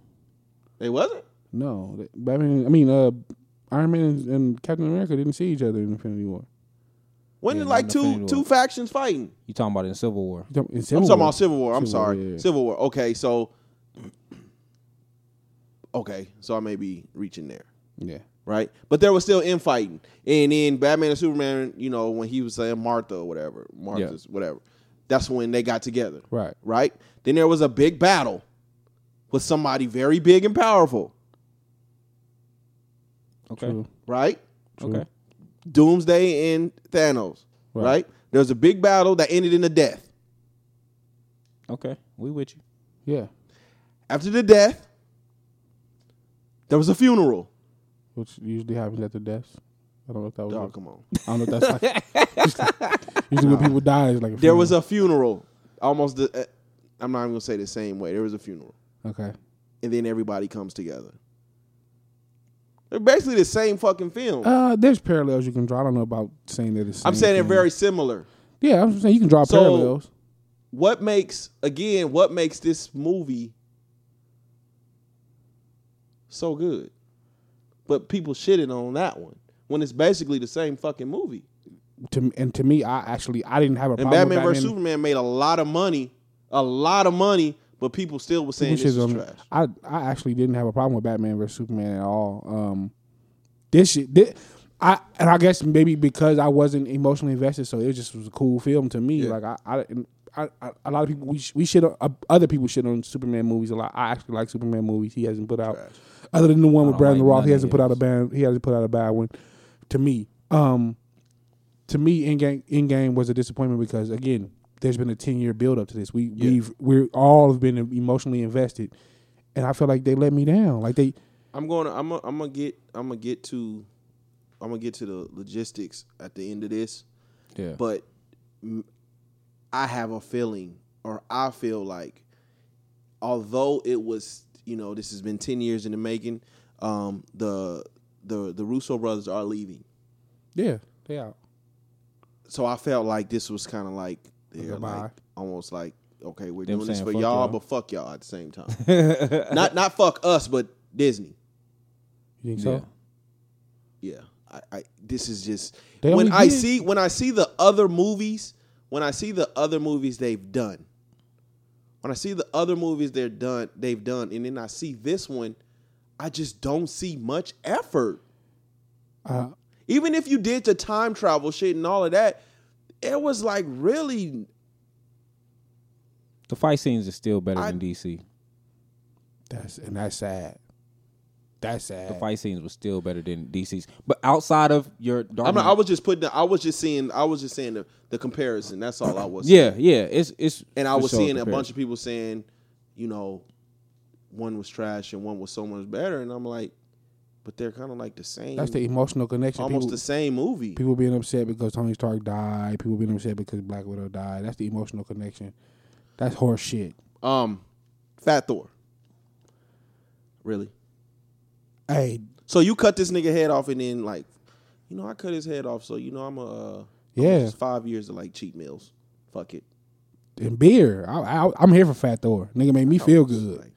Speaker 1: They wasn't.
Speaker 3: No, that- Batman. I mean, uh, Iron Man and, and Captain America didn't see each other in Infinity War.
Speaker 1: When
Speaker 4: Yeah,
Speaker 1: did
Speaker 4: not
Speaker 1: like
Speaker 4: in
Speaker 1: two
Speaker 4: Infinity
Speaker 1: two
Speaker 4: War.
Speaker 1: factions fighting?
Speaker 4: You talking about in Civil War?
Speaker 3: You talking- in
Speaker 1: I'm
Speaker 3: Civil
Speaker 1: talking
Speaker 3: War.
Speaker 1: about Civil War. I'm
Speaker 3: Civil War,
Speaker 1: sorry,
Speaker 3: yeah.
Speaker 1: Civil War. Okay, so okay, so I may be reaching there.
Speaker 3: Yeah,
Speaker 1: right? But there was still infighting. And then Batman and Superman, you know, when he was saying Martha or whatever, Martha's whatever, that's when they got together.
Speaker 3: Right.
Speaker 1: Right? Then there was a big battle with somebody very big and powerful,
Speaker 4: Okay.
Speaker 3: true.
Speaker 1: right?
Speaker 3: true.
Speaker 4: Okay.
Speaker 1: Doomsday and Thanos, right?
Speaker 3: Right.
Speaker 1: There was a big battle that ended in a death.
Speaker 4: Okay. We with you.
Speaker 3: Yeah,
Speaker 1: After the death, there was a funeral.
Speaker 3: which usually happens at the deaths. I don't know if that was.
Speaker 1: Oh, come on.
Speaker 3: I don't know if that's like. usually when people die, it's like a
Speaker 1: There was
Speaker 3: funeral.
Speaker 1: a funeral. Almost the, uh, I'm not even going to say the same way. There was a funeral.
Speaker 3: okay.
Speaker 1: and then everybody comes together. They're basically the same fucking film.
Speaker 3: Uh, there's parallels you can draw. I don't know about saying that it's.
Speaker 1: I'm saying they're very similar.
Speaker 3: Yeah, I'm saying you can draw
Speaker 1: So-
Speaker 3: parallels.
Speaker 1: What makes again? What makes this movie so good? But people shitting on that one when it's basically the same fucking movie.
Speaker 3: To m- and to me, I actually I didn't have a
Speaker 1: And
Speaker 3: problem.
Speaker 1: Batman
Speaker 3: with
Speaker 1: vs Superman made a lot of money, a lot of money, but people still were saying
Speaker 3: Which
Speaker 1: this
Speaker 3: is,
Speaker 1: is
Speaker 3: um,
Speaker 1: trash.
Speaker 3: I I actually didn't have a problem with Batman versus Superman at all. Um, this shit, thi- I and I guess maybe because I wasn't emotionally invested, so it just was a cool film to me.
Speaker 1: Yeah.
Speaker 3: Like I, I, and I, I, a lot of people we sh- we shit on, uh, other people shit on Superman movies a lot. I actually like Superman movies. He hasn't put out
Speaker 1: Trash.
Speaker 3: other than the one with
Speaker 4: don't
Speaker 3: Brandon
Speaker 4: like
Speaker 3: Roth. He
Speaker 4: none of
Speaker 3: hasn't put out a
Speaker 4: his.
Speaker 3: bad. He hasn't put out a bad one. To me, um, to me, in game, in game was a disappointment because again, there's been a ten year build up to this. We we've we're all have been emotionally invested, and I feel like they let me down. Like they,
Speaker 1: I'm going. to I'm. i I'm gonna get. I'm gonna get to. I'm gonna get to the logistics at the end of this.
Speaker 4: Yeah.
Speaker 1: but m- I have a feeling, or I feel like, although it was, you know, this has been ten years in the making, um, the the the Russo brothers are leaving,
Speaker 3: yeah, they out.
Speaker 1: so I felt like this was kind of like they're
Speaker 3: Goodbye.
Speaker 1: like almost like okay, we're
Speaker 4: Them
Speaker 1: doing this
Speaker 4: saying
Speaker 1: for
Speaker 4: fuck
Speaker 1: y'all,
Speaker 4: y'all.
Speaker 1: but fuck y'all at the same time. not not fuck us, but Disney.
Speaker 3: You think
Speaker 4: Yeah.
Speaker 3: so?
Speaker 1: Yeah, I, I this is just
Speaker 3: They
Speaker 1: when
Speaker 3: only
Speaker 1: I
Speaker 3: did-
Speaker 1: see when I see the other movies, when I see the other movies they've done, when I see the other movies they're done they've done, and then I see this one, I just don't see much effort.
Speaker 3: Uh,
Speaker 1: Even if you did the time travel shit and all of that, it was like really
Speaker 4: the fight scenes are still better
Speaker 1: I-
Speaker 4: than DC.
Speaker 3: that's and that's sad. That's sad.
Speaker 4: The fight scenes were still better than DC's. But outside of your Dark
Speaker 1: I'm not,
Speaker 4: Knight-
Speaker 1: I was just putting I was just seeing I was just seeing the, the comparison. That's all I was.
Speaker 4: yeah, yeah, it's it's
Speaker 1: And I
Speaker 4: for
Speaker 1: was
Speaker 4: sure
Speaker 1: seeing a
Speaker 4: compared.
Speaker 1: bunch of people saying, you know, one was trash and one was so much better. And I'm like, but they're kind of like the same,
Speaker 3: that's the emotional connection.
Speaker 1: almost
Speaker 3: people,
Speaker 1: the same movie.
Speaker 3: people being upset because Tony Stark died. People being upset because Black Widow died. That's the emotional connection. That's horse shit.
Speaker 1: Um, Fat Thor. Really?
Speaker 3: Hey,
Speaker 1: So you cut this nigga head off and then like, you know, I cut his head off. So you know, I'm a uh,
Speaker 3: Yeah.
Speaker 1: just five years of like cheat meals. Fuck it.
Speaker 3: and beer. I, I, I'm here for Fat Thor. Nigga made me feel good.
Speaker 1: Like,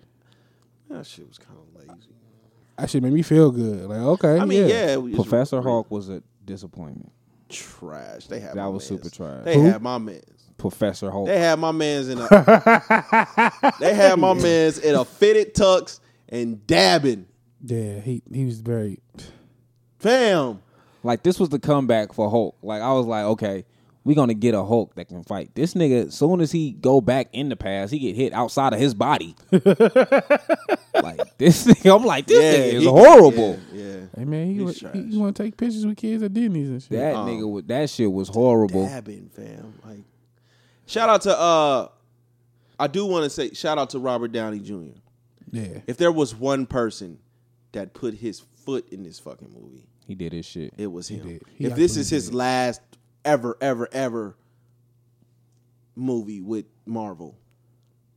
Speaker 1: that shit was kind of lazy.
Speaker 3: That shit made me feel good. Like okay,
Speaker 1: I mean,
Speaker 3: yeah.
Speaker 1: yeah, it was
Speaker 4: Professor Hulk was a disappointment.
Speaker 1: trash. They had
Speaker 4: That
Speaker 1: my
Speaker 4: was
Speaker 1: mans.
Speaker 4: super trash.
Speaker 1: They
Speaker 3: Who?
Speaker 1: had my mans.
Speaker 4: Professor Hulk.
Speaker 1: They had my man's in a They had my man's in a fitted tux and dabbing.
Speaker 3: Yeah, he he was very.
Speaker 1: Fam.
Speaker 4: Like this was the comeback for Hulk. Like I was like, okay, we gonna get a Hulk that can fight. This nigga, soon as he go back in the past, he get hit outside of his body. like this nigga, I'm like, this nigga is
Speaker 1: he-
Speaker 4: horrible.
Speaker 1: Yeah. yeah.
Speaker 3: Hey man, he,
Speaker 1: He's
Speaker 3: wa-
Speaker 1: trash.
Speaker 3: he, he want to take pictures with kids at Denny's and shit.
Speaker 4: That
Speaker 1: Um,
Speaker 4: nigga, was, that shit was horrible.
Speaker 1: Dabbing, fam. Like shout out to uh I do want to say shout out to Robert Downey Jr.
Speaker 3: yeah,
Speaker 1: If there was one person that put his foot in this fucking movie,
Speaker 4: He did his shit.
Speaker 1: it was him.
Speaker 3: did. He
Speaker 1: if this
Speaker 3: absolutely
Speaker 1: is his last ever, ever, ever movie with Marvel,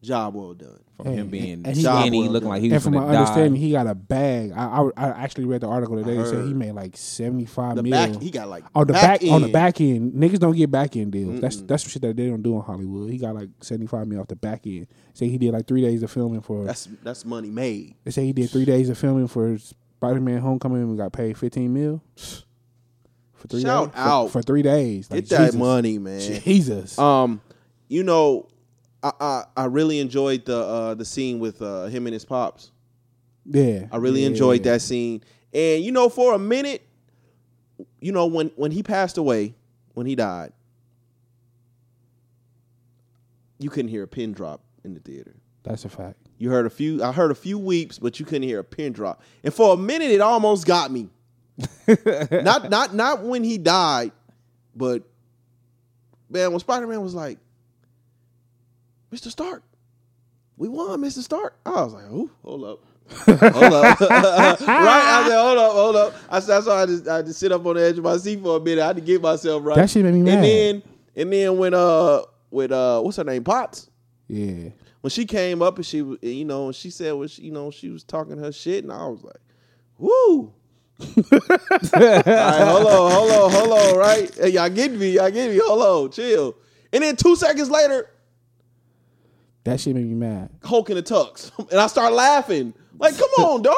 Speaker 1: job well done.
Speaker 4: From
Speaker 3: Hey,
Speaker 4: him being
Speaker 3: and he-
Speaker 4: skinny,
Speaker 1: Job well
Speaker 4: looking like he
Speaker 3: and
Speaker 4: was
Speaker 3: from my
Speaker 4: gonna die.
Speaker 3: understanding, he got a bag. I, I I actually read the article today. It said
Speaker 1: heard.
Speaker 3: he made like seventy five
Speaker 1: The
Speaker 3: mil.
Speaker 1: back, he got like
Speaker 3: on Oh, the back, on the
Speaker 1: end.
Speaker 3: back end, niggas don't get back end deals. That's that's shit that they don't do in Hollywood. He got like seventy five mil off the back end. Say he did like three days of filming for.
Speaker 1: That's that's money made.
Speaker 3: they say he did three days of filming for Spider Man Homecoming and got paid fifteen mil. For three
Speaker 1: Shout
Speaker 3: days? For-
Speaker 1: out.
Speaker 3: for, three days.
Speaker 1: Get
Speaker 3: Like,
Speaker 1: that
Speaker 3: Jesus.
Speaker 1: money, man.
Speaker 3: Jesus.
Speaker 1: Um, you know, I, I I really enjoyed the uh the scene with uh him and his pops.
Speaker 3: yeah,
Speaker 1: I really
Speaker 3: Yeah.
Speaker 1: enjoyed that scene. And you know, for a minute, you know, when when he passed away, when he died, you couldn't hear a pin drop in the theater.
Speaker 3: That's a fact.
Speaker 1: You heard a few. I heard a few weeps, but you couldn't hear a pin drop. And for a minute, it almost got me. not not not when he died, but man, when Spider Man was like, "Mr. Stark, we won, Mr. Stark." I was like, "Oh, hold up." hold up, right? I said, "Hold up, hold up." I said, "I saw." I just, I just sit up on the edge of my seat for a minute. I had to get myself right.
Speaker 3: That shit made me mad.
Speaker 1: And then, and then when uh, with uh, what's her name, Potts?
Speaker 3: Yeah,
Speaker 1: when she came up and she was- you know and she said what she, you know she was talking her shit and I was like, woo. All right, hold on, hold on, hold on, right? Hey, y'all get me, y'all get me. Hold on, chill. And then two seconds later,
Speaker 3: that shit made me mad.
Speaker 1: Hulk in the tux, and I start laughing. Like, come on, dog.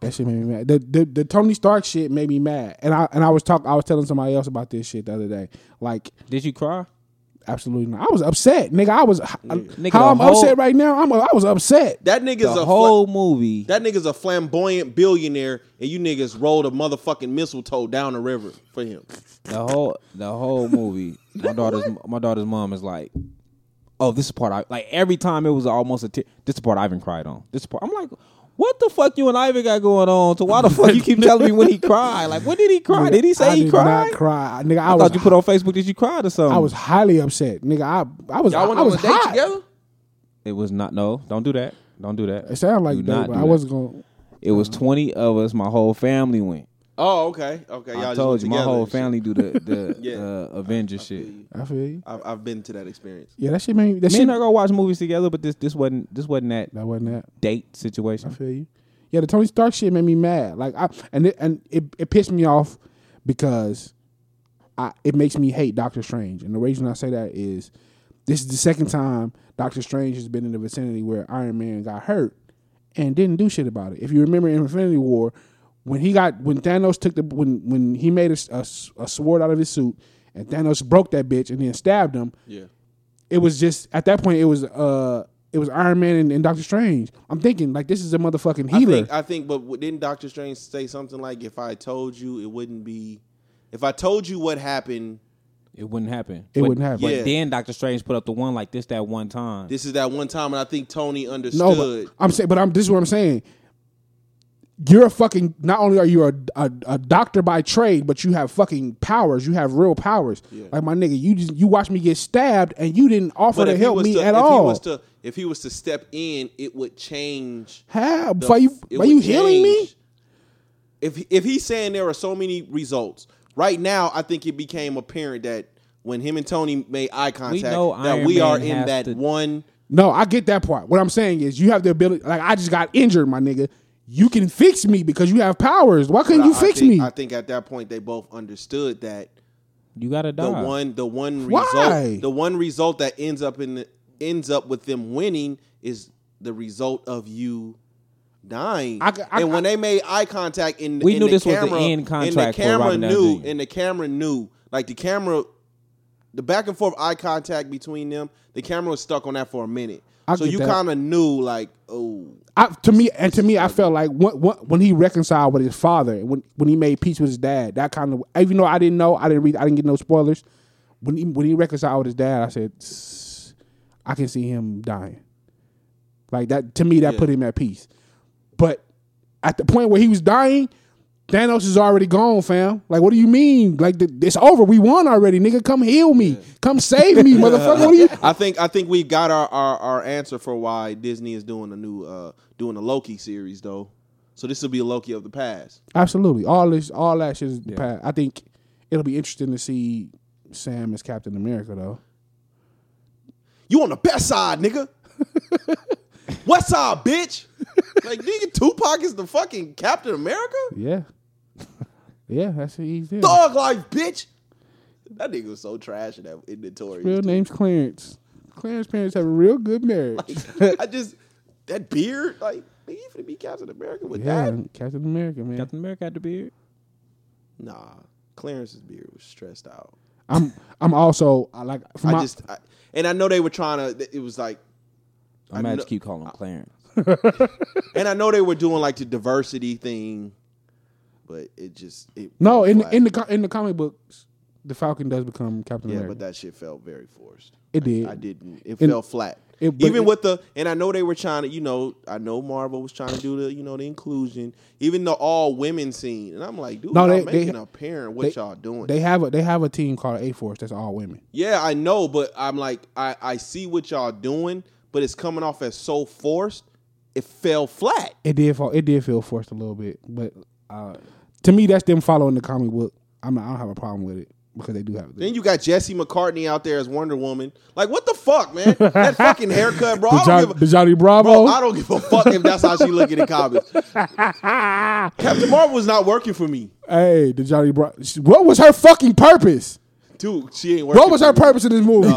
Speaker 3: That shit made me mad. The, the the Tony Stark shit made me mad, and I and I was talk I was telling somebody else about this shit the other day. Like,
Speaker 4: Did you cry?
Speaker 3: absolutely not. I was upset, nigga. I was
Speaker 4: Nigga,
Speaker 3: how I'm
Speaker 4: the whole-
Speaker 3: upset right now. I'm a, I was upset.
Speaker 1: That nigga's
Speaker 4: The
Speaker 1: a whole.
Speaker 4: whole movie.
Speaker 1: that nigga's a flamboyant billionaire, and you niggas rolled a motherfucking mistletoe down the river for him.
Speaker 4: the whole the whole movie. My daughter's my daughter's mom is like, oh, this is part I like. Every time it was almost a tear. This is the part Ivan cried on. This part I'm like, what the fuck you and Ivan got going on? So why the fuck you keep telling me when he cried? Like, when did he cry? Did he say
Speaker 3: I
Speaker 4: he
Speaker 3: did
Speaker 4: cried?
Speaker 3: Not cry, nigga. I,
Speaker 4: I,
Speaker 3: was
Speaker 4: thought you put on Facebook that you cried or something.
Speaker 3: I was highly upset, nigga. I I was
Speaker 1: Y'all went
Speaker 3: I
Speaker 1: on
Speaker 3: was
Speaker 1: a date
Speaker 3: hot.
Speaker 1: together?
Speaker 4: It was not. No, don't do that. Don't do that.
Speaker 3: It sounded
Speaker 4: Do
Speaker 3: like
Speaker 4: not
Speaker 3: that, but
Speaker 4: do
Speaker 3: I
Speaker 4: that.
Speaker 3: wasn't going.
Speaker 4: It was twenty of us. My whole family went.
Speaker 1: Oh, okay, okay. Y'all
Speaker 4: I
Speaker 1: just
Speaker 4: told
Speaker 1: went
Speaker 4: you, my
Speaker 1: together
Speaker 4: whole
Speaker 1: and shit.
Speaker 4: family do the the
Speaker 1: Yeah.
Speaker 4: uh, Avenger shit.
Speaker 3: I feel you.
Speaker 1: I've, I've been to that experience.
Speaker 3: Yeah, that shit made me. That
Speaker 4: Me
Speaker 3: shit.
Speaker 4: and her go watch movies together, but this this wasn't this wasn't that
Speaker 3: that wasn't that.
Speaker 4: date situation.
Speaker 3: I feel you. Yeah, the Tony Stark shit made me mad. Like I and it and it, it pissed me off because I it makes me hate Doctor Strange. And the reason I say that is this is the second time Doctor Strange has been in the vicinity where Iron Man got hurt and didn't do shit about it. If you remember in Infinity War, when he got when Thanos took the when when he made a, s- a s- a sword out of his suit and Thanos broke that bitch and then stabbed him,
Speaker 1: Yeah.
Speaker 3: it was just at that point it was uh it was Iron Man and, and Doctor Strange. I'm thinking like this is a motherfucking
Speaker 1: I
Speaker 3: healer.
Speaker 1: think, I think, but w- didn't Doctor Strange say something like, "If I told you, it wouldn't be. If I told you what happened,
Speaker 4: It wouldn't happen.
Speaker 3: It
Speaker 4: But-
Speaker 3: wouldn't happen.
Speaker 4: But
Speaker 1: Yeah.
Speaker 4: then Doctor Strange put up the one like this that one time.
Speaker 1: this is that one time." And I think Tony
Speaker 3: No,
Speaker 1: understood.
Speaker 3: but I'm saying, but I'm. This is what I'm saying. You're a fucking. Not only are you a, a, a doctor by trade, but you have fucking powers. You have real powers. Like my nigga, you just you watched me get stabbed, and you didn't offer to
Speaker 1: if
Speaker 3: help
Speaker 1: was
Speaker 3: me
Speaker 1: to, if
Speaker 3: at all.
Speaker 1: He was to, if he was to step in, it would change.
Speaker 3: How?
Speaker 1: the-
Speaker 3: Are you
Speaker 1: it
Speaker 3: are you
Speaker 1: would
Speaker 3: healing me?
Speaker 1: change. If if he's saying there are so many results right now, I think it became apparent that when him and Tony made eye contact,
Speaker 4: know
Speaker 1: that
Speaker 4: Iron
Speaker 1: we
Speaker 4: Man
Speaker 1: are in
Speaker 4: has
Speaker 1: that
Speaker 4: to-
Speaker 1: one.
Speaker 3: No, I get that part. What I'm saying is, you have the ability. Like I just got injured, my nigga. You can fix me because you have powers. Why couldn't
Speaker 1: But
Speaker 3: you
Speaker 1: I- I
Speaker 3: fix
Speaker 1: think-
Speaker 3: me?
Speaker 1: I think at that point they both understood that
Speaker 4: You gotta die.
Speaker 1: the one the one
Speaker 3: Why?
Speaker 1: result the one result that ends up in the, ends up with them winning is the result of you dying.
Speaker 3: I ca- I-
Speaker 1: and when they made eye contact in
Speaker 4: We
Speaker 1: in
Speaker 4: knew
Speaker 1: the
Speaker 4: this was the
Speaker 1: camera,
Speaker 4: end
Speaker 1: and the
Speaker 4: contract for
Speaker 1: camera
Speaker 4: Robert Downey
Speaker 1: knew
Speaker 4: Jr..
Speaker 1: and the camera knew like the camera the back and forth eye contact between them, the camera was stuck on that for a minute.
Speaker 3: I
Speaker 1: so
Speaker 3: get
Speaker 1: you
Speaker 3: that.
Speaker 1: kind of knew, like, oh,
Speaker 3: I, to me, and to me, I felt like when, when- when he reconciled with his father, when when he made peace with his dad, that kind of even though I didn't know, I didn't read, I didn't get no spoilers. When he when he reconciled with his dad, I said, "S- I can see him dying. Like that to me, that
Speaker 1: Yeah.
Speaker 3: put him at peace. But at the point where he was dying, Thanos is already gone, fam. Like, what do you mean? Like, th- it's over. We won already, nigga. Come heal me. Come save me, motherfucker. What do you?
Speaker 1: I think I think we got our, our, our answer for why Disney is doing a new uh doing a Loki series though. So this will be a Loki of the past.
Speaker 3: Absolutely. All this all that shit is the past. I think it'll be interesting to see Sam as Captain America though.
Speaker 1: You on the best side, nigga. West side, bitch. Like nigga, Tupac is the fucking Captain America.
Speaker 3: Yeah. yeah, that's what he's doing.
Speaker 1: Dog life, bitch. That nigga was so trash in that in Notorious.
Speaker 3: Real name's Clarence. Clarence parents have a real good marriage.
Speaker 1: dude. I just that beard, like nigga, you finna be Captain America with
Speaker 3: yeah,
Speaker 1: that?
Speaker 3: Captain America, man.
Speaker 4: Captain America had the beard.
Speaker 1: Nah, Clarence's beard was stressed out.
Speaker 3: I'm I'm also I like for my,
Speaker 1: I just I, and I know they were trying to. It was like
Speaker 4: I'm mad
Speaker 1: kno-
Speaker 4: you keep calling him Clarence.
Speaker 1: and I know they were doing like the diversity thing, but it just it
Speaker 3: No,
Speaker 1: felt
Speaker 3: in
Speaker 1: flat.
Speaker 3: in the co- in the comic books, the Falcon does become Captain
Speaker 1: yeah,
Speaker 3: America.
Speaker 1: but that shit felt very forced.
Speaker 3: It
Speaker 1: I-
Speaker 3: did.
Speaker 1: I, didn't. It
Speaker 3: And-
Speaker 1: fell flat.
Speaker 3: it- but
Speaker 1: even
Speaker 3: it-
Speaker 1: with the and I know they were trying to, you know, I know Marvel was trying to do the, you know, the inclusion, even the all women scene, and I'm like, dude,
Speaker 3: No,
Speaker 1: y'all
Speaker 3: they-
Speaker 1: making
Speaker 3: they-
Speaker 1: a parent. What
Speaker 3: they-
Speaker 1: y'all doing?
Speaker 3: they have a they have a team called A Force that's all women.
Speaker 1: yeah, I know, but I'm like, I I see what y'all doing, but it's coming off as so forced. It fell flat.
Speaker 3: It did fall. It did feel forced a little bit, but uh, to me, that's them following the comic book. I'm not, I don't have a problem with it because they do have it.
Speaker 1: Then you got Jesse McCartney out there as Wonder Woman. Like, what the fuck, man? That fucking haircut, bro. I
Speaker 3: the,
Speaker 1: don't
Speaker 3: Johnny,
Speaker 1: give a,
Speaker 3: the Johnny Bravo.
Speaker 1: bro, I don't give a fuck if that's how she look in the comments. Captain Marvel was not working for me,
Speaker 3: hey, the Johnny Bravo. What was her fucking purpose?
Speaker 1: dude. She ain't working.
Speaker 3: What was her
Speaker 1: for me.
Speaker 3: purpose in this movie?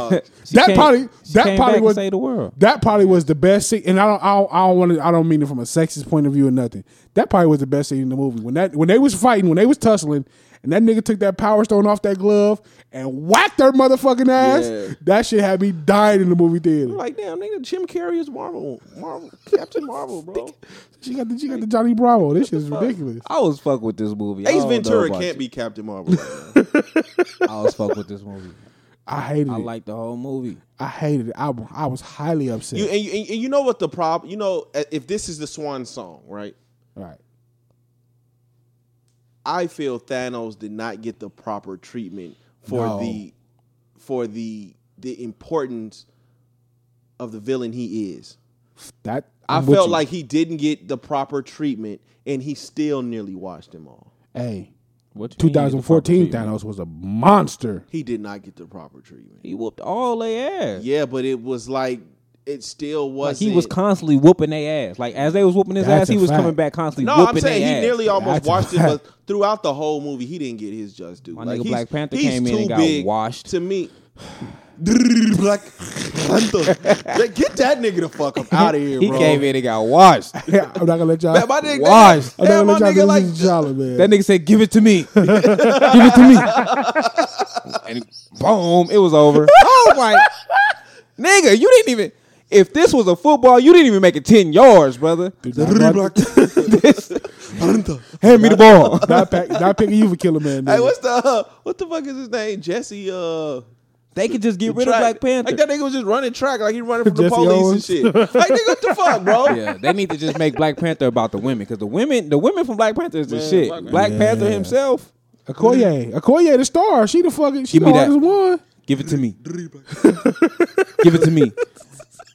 Speaker 4: She
Speaker 3: that
Speaker 4: came-
Speaker 3: probably
Speaker 4: she
Speaker 3: that
Speaker 4: came
Speaker 3: probably
Speaker 4: back
Speaker 3: was
Speaker 4: to save the world.
Speaker 3: that probably was the best scene. And I don't I don't, I don't want to I don't mean it from a sexist point of view or nothing. That probably was the best scene in the movie when that when they was fighting when they was tussling. And that nigga took that power stone off that glove and whacked her motherfucking ass.
Speaker 1: Yeah.
Speaker 3: That shit had me dying in the movie theater.
Speaker 1: Like, damn, nigga, Jim Carrey is Marvel, Marvel, Captain Marvel, bro.
Speaker 3: She got the she got the Johnny Bravo. This shit is ridiculous.
Speaker 4: I always fuck with this movie. I
Speaker 3: Oh,
Speaker 1: Ace
Speaker 4: don't know
Speaker 1: Ventura
Speaker 4: about
Speaker 1: can't
Speaker 4: you.
Speaker 1: be Captain Marvel. Right now.
Speaker 4: I always fuck with this movie.
Speaker 3: I hated it.
Speaker 4: I
Speaker 3: I,
Speaker 4: like the whole movie.
Speaker 3: hated it. I, I was highly upset.
Speaker 1: you, and, you, and you know what the problem? You know, uh, if this is the swan song, right?
Speaker 3: right.
Speaker 1: I feel Thanos did not get the proper treatment for
Speaker 3: No.
Speaker 1: the for the the importance of the villain he is.
Speaker 3: That
Speaker 1: i
Speaker 3: I'm with
Speaker 1: felt
Speaker 3: you.
Speaker 1: like he didn't get the proper treatment and he still nearly washed them all.
Speaker 3: hey,
Speaker 4: What you mean he was the proper
Speaker 3: 2014
Speaker 4: treatment?
Speaker 3: Thanos was a monster.
Speaker 1: He did not get the proper treatment.
Speaker 4: He whooped all their ass.
Speaker 1: Yeah, but it was like it still
Speaker 4: Like
Speaker 1: was
Speaker 4: he was constantly whooping their ass. Like as they was whooping his
Speaker 3: That's
Speaker 4: ass, he
Speaker 3: a
Speaker 4: was
Speaker 3: fact.
Speaker 4: coming back constantly.
Speaker 1: No, I'm
Speaker 4: whooping
Speaker 1: saying
Speaker 4: they
Speaker 1: he
Speaker 4: ass.
Speaker 1: nearly almost
Speaker 3: That's
Speaker 1: washed it,
Speaker 3: right.
Speaker 1: but throughout the whole movie, he didn't get his just due.
Speaker 4: My
Speaker 1: like
Speaker 4: nigga
Speaker 1: he's-
Speaker 4: Black Panther
Speaker 1: he's
Speaker 4: came in
Speaker 1: too
Speaker 4: and got
Speaker 1: big
Speaker 4: washed.
Speaker 1: To me, Black Panther, Like, get that nigga the fuck up out of here,
Speaker 4: He
Speaker 1: bro.
Speaker 4: came in and got washed.
Speaker 3: Yeah, I'm not gonna let y'all.
Speaker 1: Man, my nigga,
Speaker 4: Washed.
Speaker 3: I'm
Speaker 1: that- that my
Speaker 3: not gonna let
Speaker 1: nigga
Speaker 3: y'all
Speaker 1: like
Speaker 3: do this Jolly, man.
Speaker 4: That nigga said, "Give it to me."
Speaker 3: Give it to me.
Speaker 4: and boom, it was over. I was like, nigga, you didn't even. If this was a football, you didn't even make it ten yards, brother.
Speaker 3: Not- not-
Speaker 1: Panther.
Speaker 4: Hand me the ball.
Speaker 3: Not, pack, not picking you for Killer Man.
Speaker 1: Hey,
Speaker 3: nigga.
Speaker 1: what's the uh, what the fuck is his name? Jesse. Uh,
Speaker 4: They could just get rid of
Speaker 1: track.
Speaker 4: Black Panther.
Speaker 1: Like that nigga was just running track, like he running from the
Speaker 3: Jesse
Speaker 1: police
Speaker 3: Owens.
Speaker 1: and shit. Like nigga, what the fuck, bro?
Speaker 4: yeah, they need to just make Black Panther about the women because the women, the women from Black Panther is the
Speaker 1: Man,
Speaker 4: shit.
Speaker 1: Black
Speaker 4: Black,
Speaker 1: Panther.
Speaker 4: Panther
Speaker 3: Yeah.
Speaker 4: himself,
Speaker 3: Okoye, Okoye, the star. She the fucking. She
Speaker 4: Give
Speaker 3: the
Speaker 4: me that.
Speaker 3: hardest one.
Speaker 4: give it to me. give it to me.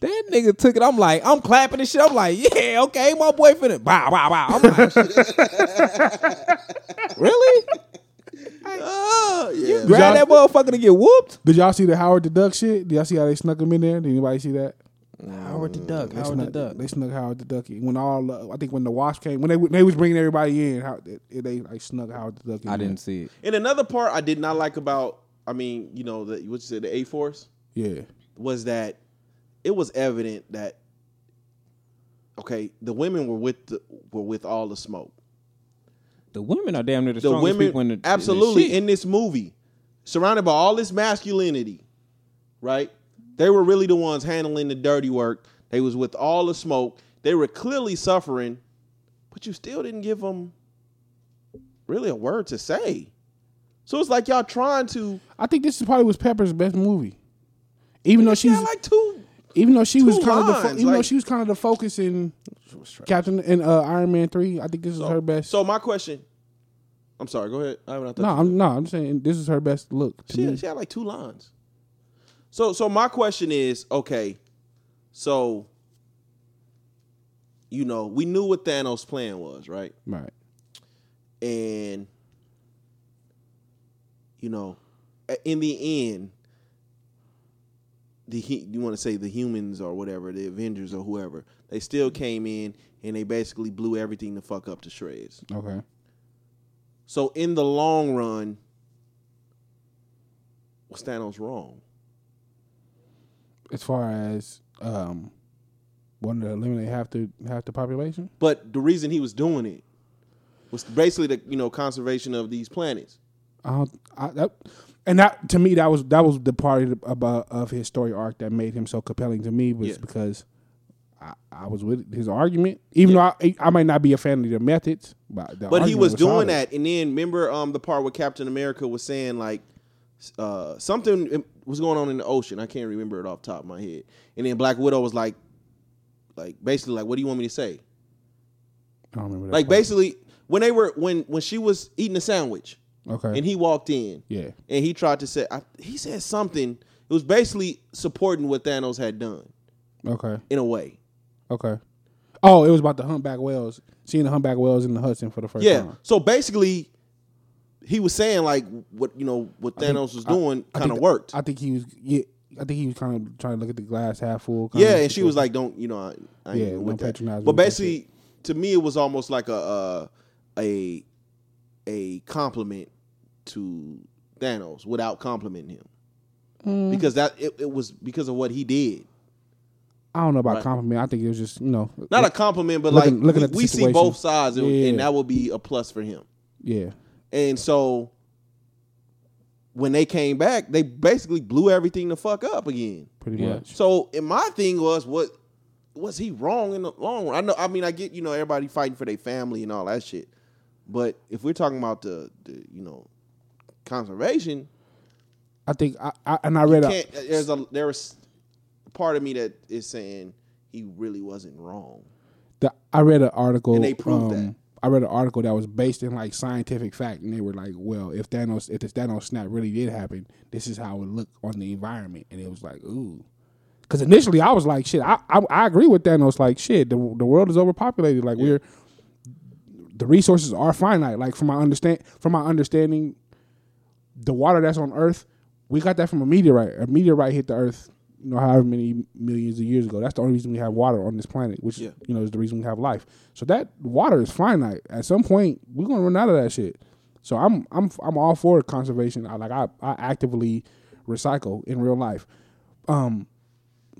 Speaker 4: That nigga took it. I'm like, I'm clapping and shit. I'm like, yeah, okay, my boyfriend. it. Wow, wow, wow. I'm like, really? Uh,
Speaker 1: Ah, yeah.
Speaker 4: You grab that motherfucker to get whooped?
Speaker 3: Did y'all see the Howard the Duck shit? Did y'all see how they snuck him in there? Did anybody see that?
Speaker 4: Howard the Duck.
Speaker 3: They snuck, They snuck Howard the Duck in. when all. Uh, I think when the Wasp came when they when they was bringing everybody in. How they, they like snuck Howard the Duck. in
Speaker 4: I
Speaker 3: there.
Speaker 4: didn't see it.
Speaker 1: And another part I did not like about, I mean, you know, the, what you said, the A Force,
Speaker 3: Yeah.
Speaker 1: was that it was evident that okay, the women were with the, were with all the smoke.
Speaker 4: The women are damn near the,
Speaker 1: The
Speaker 4: strongest
Speaker 1: women,
Speaker 4: people in the in the
Speaker 1: absolutely,
Speaker 4: shit.
Speaker 1: in this movie, surrounded by all this masculinity, right? They were really the ones handling the dirty work. They was with all the smoke. They were clearly suffering, but you still didn't give them really a word to say. So it's like y'all trying to.
Speaker 3: I think this is probably was Pepper's best movie. Even though
Speaker 1: She's
Speaker 3: she's
Speaker 1: like two.
Speaker 3: even though she was
Speaker 1: two
Speaker 3: kind of the fo-
Speaker 1: lines,
Speaker 3: even though
Speaker 1: like-
Speaker 3: she was kind of the focus in Captain in uh, Iron Man three, I think this is her best.
Speaker 1: So my question. I'm sorry. Go ahead. I haven't. I thought
Speaker 3: no,
Speaker 1: you-
Speaker 3: I'm no, I'm saying this is her best look. To
Speaker 1: She,
Speaker 3: me.
Speaker 1: she had like two lines. So so my question is, okay, so you know, we knew what Thanos' plan was, right?
Speaker 3: Right.
Speaker 1: And you know, a- in the end, the hu- you want to say the humans or whatever, the Avengers or whoever, they still came in and they basically blew everything the fuck up to shreds.
Speaker 3: Okay.
Speaker 1: So in the long run, was Thanos wrong?
Speaker 3: As far as um, wanting to eliminate half the half the population.
Speaker 1: But the reason he was doing it was basically the you know conservation of these planets.
Speaker 3: I don't. I, that, and that to me, that was that was the part of, the- about, of his story arc that made him so compelling to me was
Speaker 1: Yeah.
Speaker 3: because I, I was with his argument, even though I, I might not be a fan of the methods, but the
Speaker 1: But he
Speaker 3: argument
Speaker 1: was, doing
Speaker 3: solid.
Speaker 1: that, and then remember um the part where Captain America was saying like uh something was going on in the ocean. I can't remember it off the top of my head. And then Black Widow was like, like basically like, what do you want me to say?
Speaker 3: I don't remember that
Speaker 1: Like
Speaker 3: part.
Speaker 1: basically when they were when when she was eating a sandwich
Speaker 3: Okay.
Speaker 1: and he walked in.
Speaker 3: yeah.
Speaker 1: and he tried to say I, he said something. It was basically supporting what Thanos had done
Speaker 3: Okay.
Speaker 1: in a way.
Speaker 3: Okay. Oh, it was about the humpback whales. Seeing the humpback whales in the Hudson for the first
Speaker 1: yeah.
Speaker 3: time.
Speaker 1: So basically, he was saying like what you know what
Speaker 3: think-
Speaker 1: Thanos was
Speaker 3: I-
Speaker 1: doing
Speaker 3: I
Speaker 1: kind of
Speaker 3: think-
Speaker 1: worked.
Speaker 3: I think he was. Yeah. I think he was kind of trying to look at the glass half full. kinda
Speaker 1: yeah, and she was like, "Don't you know?" I, I ain't
Speaker 3: Yeah,
Speaker 1: even
Speaker 3: don't
Speaker 1: with that.
Speaker 3: patronize me
Speaker 1: But
Speaker 3: with that
Speaker 1: basically, to me, it was almost like a uh, a a compliment to Thanos without complimenting him
Speaker 3: Mm.
Speaker 1: because that it, it was because of what he did.
Speaker 3: "I don't know about
Speaker 1: Right.
Speaker 3: compliment. I think it was just you know,
Speaker 1: Not a compliment, but
Speaker 3: Looking-
Speaker 1: like
Speaker 3: looking
Speaker 1: we,
Speaker 3: at the
Speaker 1: we see
Speaker 3: situation.
Speaker 1: both sides, and,
Speaker 3: Yeah.
Speaker 1: and that would be a plus for him.
Speaker 3: yeah,
Speaker 1: And so when they came back, they basically blew everything the fuck up again.
Speaker 3: pretty
Speaker 4: Yeah.
Speaker 3: much.
Speaker 1: So and my thing was what was he wrong in the long run? I know I mean I get, you know, everybody fighting for their family and all that shit. But if we're talking about the, the you know, conservation,
Speaker 3: I think I, I and I read a-
Speaker 1: can't, there's a there's a part of me that is saying he really wasn't wrong.
Speaker 3: the, I read an article. um,
Speaker 1: And they proved that.
Speaker 3: I read an article that was based in like scientific fact, and they were like, "Well, if Thanos, if this Thanos snap really did happen, this is how it looked on the environment." And it was like, "Ooh," because initially I was like, "Shit, I, I I agree with Thanos. Like, shit, the the world is overpopulated. Like, we're the resources are finite. Like, from my understand from my understanding, the water that's on Earth, we got that from a meteorite. A meteorite hit the Earth, you know, however many millions of years ago. That's the only reason we have water on this planet, which
Speaker 1: Yeah.
Speaker 3: you know is the reason we have life. So that water is finite. At some point, we're gonna run out of that shit. So I'm I'm I'm all for conservation. I like I, I actively recycle in real life. Um,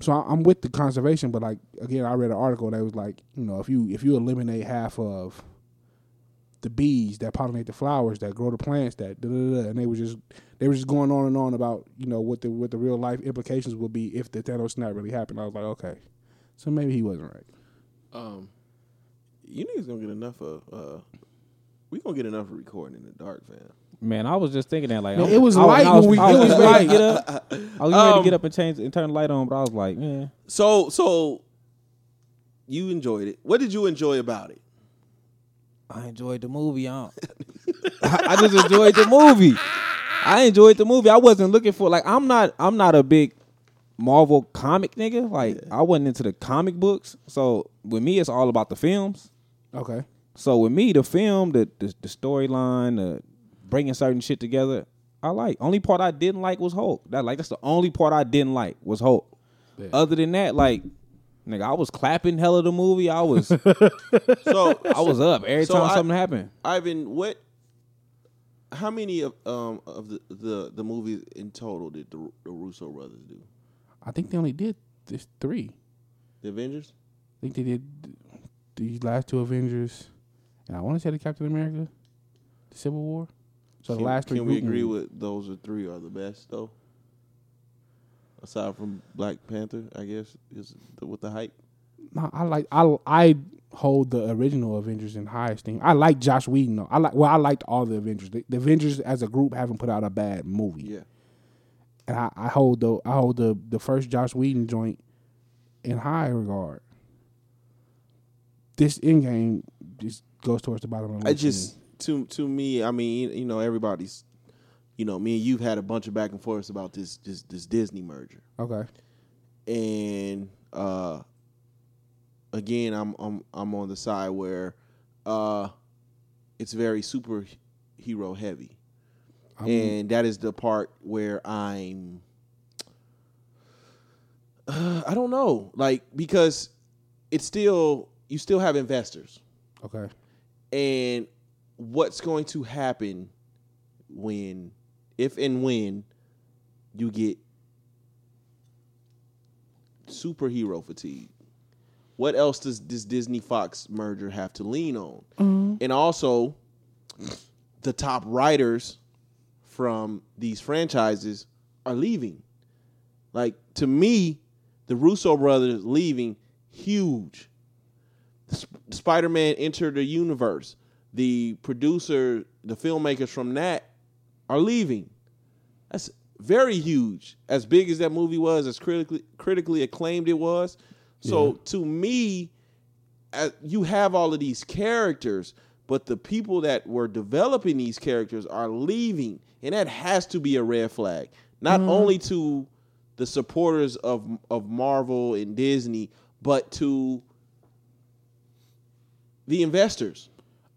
Speaker 3: so I- I'm with the conservation, but like again, I read an article that was like, you know, if you if you eliminate half of the bees that pollinate the flowers that grow the plants that da, da, da, da. and they were just they were just going on and on about you know what the what the real life implications would be if the Thanos snap really happened. I was like, okay, so maybe he wasn't right.
Speaker 1: Um, you niggas gonna get enough of uh, we gonna get enough of recording in the dark, fam.
Speaker 4: Man, I was just thinking that like
Speaker 3: Man,
Speaker 4: I-
Speaker 3: it was
Speaker 4: I
Speaker 3: light
Speaker 4: I
Speaker 3: when we-
Speaker 4: I
Speaker 3: it was
Speaker 4: ready to
Speaker 3: light.
Speaker 4: Get up. I was ready
Speaker 1: Um,
Speaker 4: to get up and change and turn the light on, but I was like, man,
Speaker 1: So, so you enjoyed it. What did you enjoy about it?
Speaker 4: I enjoyed the movie. I, I just enjoyed the movie. I enjoyed the movie. I wasn't looking for like I'm not I'm not a big Marvel comic nigga. Like I wasn't into the comic books. So with me, it's all about the films.
Speaker 3: Okay,
Speaker 4: So with me, the film, the the, the storyline, the bringing certain shit together, I like. Only part I didn't like was Hulk. That like that's the only part I didn't like was Hulk. Other than that, like nigga, I was clapping hell of the movie. I was I
Speaker 1: So,
Speaker 4: was up every
Speaker 1: So
Speaker 4: time
Speaker 1: I-
Speaker 4: something happened.
Speaker 1: Ivan, what? How many of um of the the, the movies in total did the, the Russo brothers do?
Speaker 3: I think they only did this three.
Speaker 1: The Avengers.
Speaker 3: I think they did these last two Avengers, and I want to say the Captain America, the Civil War. So
Speaker 1: Can,
Speaker 3: the last three
Speaker 1: can we
Speaker 3: Guten-
Speaker 1: agree with those are three are the best though? Aside from Black Panther, I guess is the, with the hype.
Speaker 3: No, I like I I hold the original Avengers in high esteem. I like Josh Whedon though. I like well, I liked all the Avengers. The, the Avengers as a group haven't put out a bad movie. And I, I hold the I hold the the first Josh Whedon joint in high regard. This in game just goes towards the bottom of the
Speaker 1: I
Speaker 3: list for
Speaker 1: just to to me, I mean, you know, everybody's, you know, me and you've had a bunch of back and forths about this this this Disney merger,
Speaker 3: me. okay.
Speaker 1: and uh, again, I'm I'm I'm on the side where, uh, it's very superhero heavy,
Speaker 3: I'm-
Speaker 1: and that is the part where I'm. Uh, I don't know, like because it's still you still have investors
Speaker 3: okay.
Speaker 1: and what's going to happen when if and when you get superhero fatigue what else does this disney fox merger have to lean on and also the top writers from these franchises are leaving like to me the russo brothers leaving huge Sp- Spider-Man entered the universe. The producer, the filmmakers from that are leaving. That's very huge. As big as that movie was, as critically critically acclaimed it was. So to me, uh, you have all of these characters, but the people that were developing these characters are leaving, and that has to be a red flag. Not only to the supporters of of Marvel and Disney, but to the investors.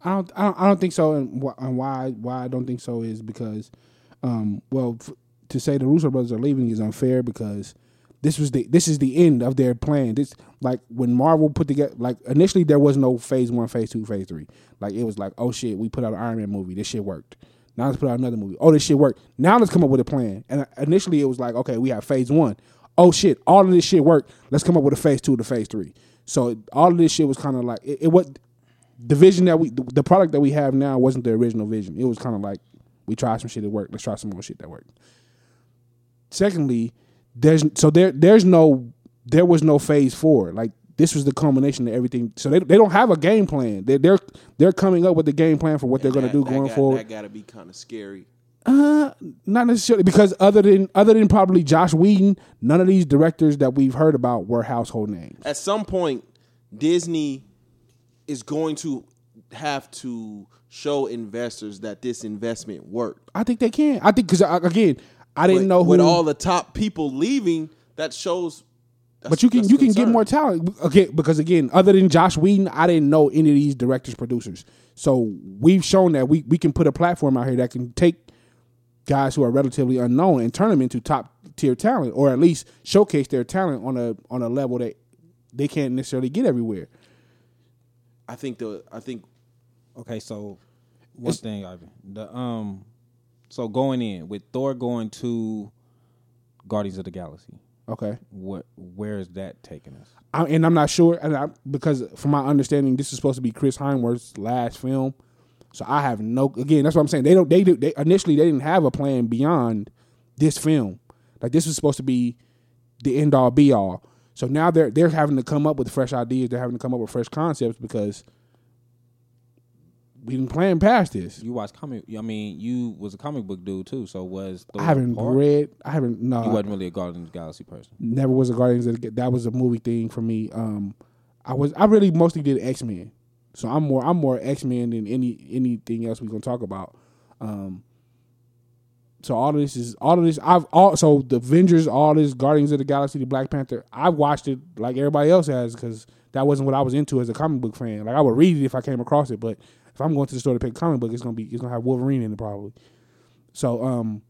Speaker 3: I don't, I don't, I don't think so. And, wh- and why, why I don't think so is because, um, well, f- to say the Russo brothers are leaving is unfair because this was the, this is the end of their plan. This like when Marvel put together, like initially there was no phase one, phase two, phase three. Like it was like, oh shit, we put out an Iron Man movie. This shit worked. Now let's put out another movie. Oh, this shit worked. Now let's come up with a plan. And uh, initially it was like, okay, we have phase one. Oh shit, all of this shit worked. Let's come up with a phase two to phase three. So it- all of this shit was kind of like it, it was the vision that we the, the product that we have now wasn't the original vision. It was kind of like we tried some shit that worked. Let's try some more shit that worked. Secondly, there's so there there's no there was no phase four. Like this was the culmination of everything. So they, they don't have a game plan. They they're they're coming up with the game plan for what they're going to do going forward.
Speaker 1: That got to be kind of scary.
Speaker 3: Uh, not necessarily because other than other than probably Josh Whedon, none of these directors that we've heard about were household names.
Speaker 1: At some point, Disney is going to have to show investors that this investment worked.
Speaker 3: I think they can. I think because again, I didn't
Speaker 1: But
Speaker 3: know who
Speaker 1: with all the top people leaving, that shows. that's-
Speaker 3: But you can
Speaker 1: that's
Speaker 3: you can get
Speaker 1: concerning.
Speaker 3: more talent again because again, other than Josh Whedon, I didn't know any of these directors producers. So we've shown that we we can put a platform out here that can take guys who are relatively unknown and turn them into top tier talent, or at least showcase their talent on a on a level that they can't necessarily get everywhere.
Speaker 1: I think the I think
Speaker 4: Okay, so one thing, Ivan. The um, so going in with Thor going to Guardians of the Galaxy.
Speaker 3: Okay,
Speaker 4: What? Where is that taking us?
Speaker 3: I, and I'm not sure, and I, because from my understanding, this is supposed to be Chris Hemsworth's last film. So I have no. Again, that's what I'm saying. They don't. They, do, they initially they didn't have a plan beyond this film. Like this was supposed to be the end all be all. So now they're they're having to come up with fresh ideas. They're having to come up with fresh concepts because we didn't plan past this.
Speaker 4: You watch comic. I mean, you was a comic book dude too. So was Thor
Speaker 3: I haven't
Speaker 4: part-
Speaker 3: read. I haven't. No,
Speaker 4: You wasn't really a Guardians of the Galaxy person.
Speaker 3: never was a Guardians of the Ga- that was a movie thing for me. Um, I was I really mostly did X Men, so I'm more I'm more X Men than any anything else we're gonna talk about. Um, so all of this is all of this I've all so the Avengers, all this Guardians of the Galaxy, the Black Panther. I watched it like everybody else has because that wasn't what I was into as a comic book fan. Like I would read it if I came across it, but if I'm going to the store to pick a comic book, it's gonna be it's gonna have Wolverine in it probably. So um,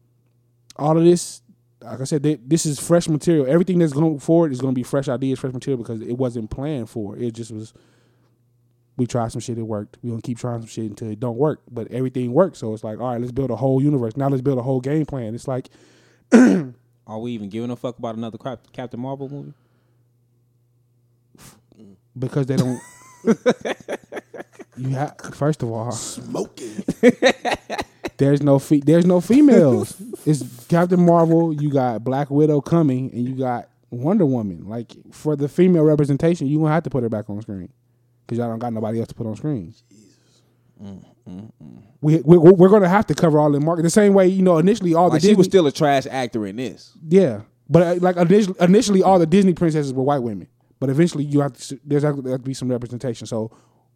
Speaker 3: all of this, like I said, th- this is fresh material. Everything that's going forward is going to be fresh ideas, fresh material because it wasn't planned for. It just was. We tried some shit, it worked. We gonna keep trying some shit until it don't work, but everything works. So it's like, all right, let's build a whole universe. Now let's build a whole game plan. It's like,
Speaker 4: Are we even giving a fuck about another crap Captain Marvel movie?
Speaker 3: because they don't. you have first of all,
Speaker 1: smoking.
Speaker 3: There's no fe- there's no females. it's Captain Marvel. You got Black Widow coming, and you got Wonder Woman. Like for the female representation, you gonna have to put her back on screen because y'all don't got nobody else to put on screen.
Speaker 4: Mm,
Speaker 3: We, we we're gonna have to cover all the market the same way you know initially all
Speaker 4: Like
Speaker 3: the
Speaker 4: she was
Speaker 3: Disney
Speaker 4: still a trash actor in this.
Speaker 3: yeah, but uh, like initially, initially, all the Disney princesses were white women. But eventually, you have to, there's have to there's have to be some representation. So,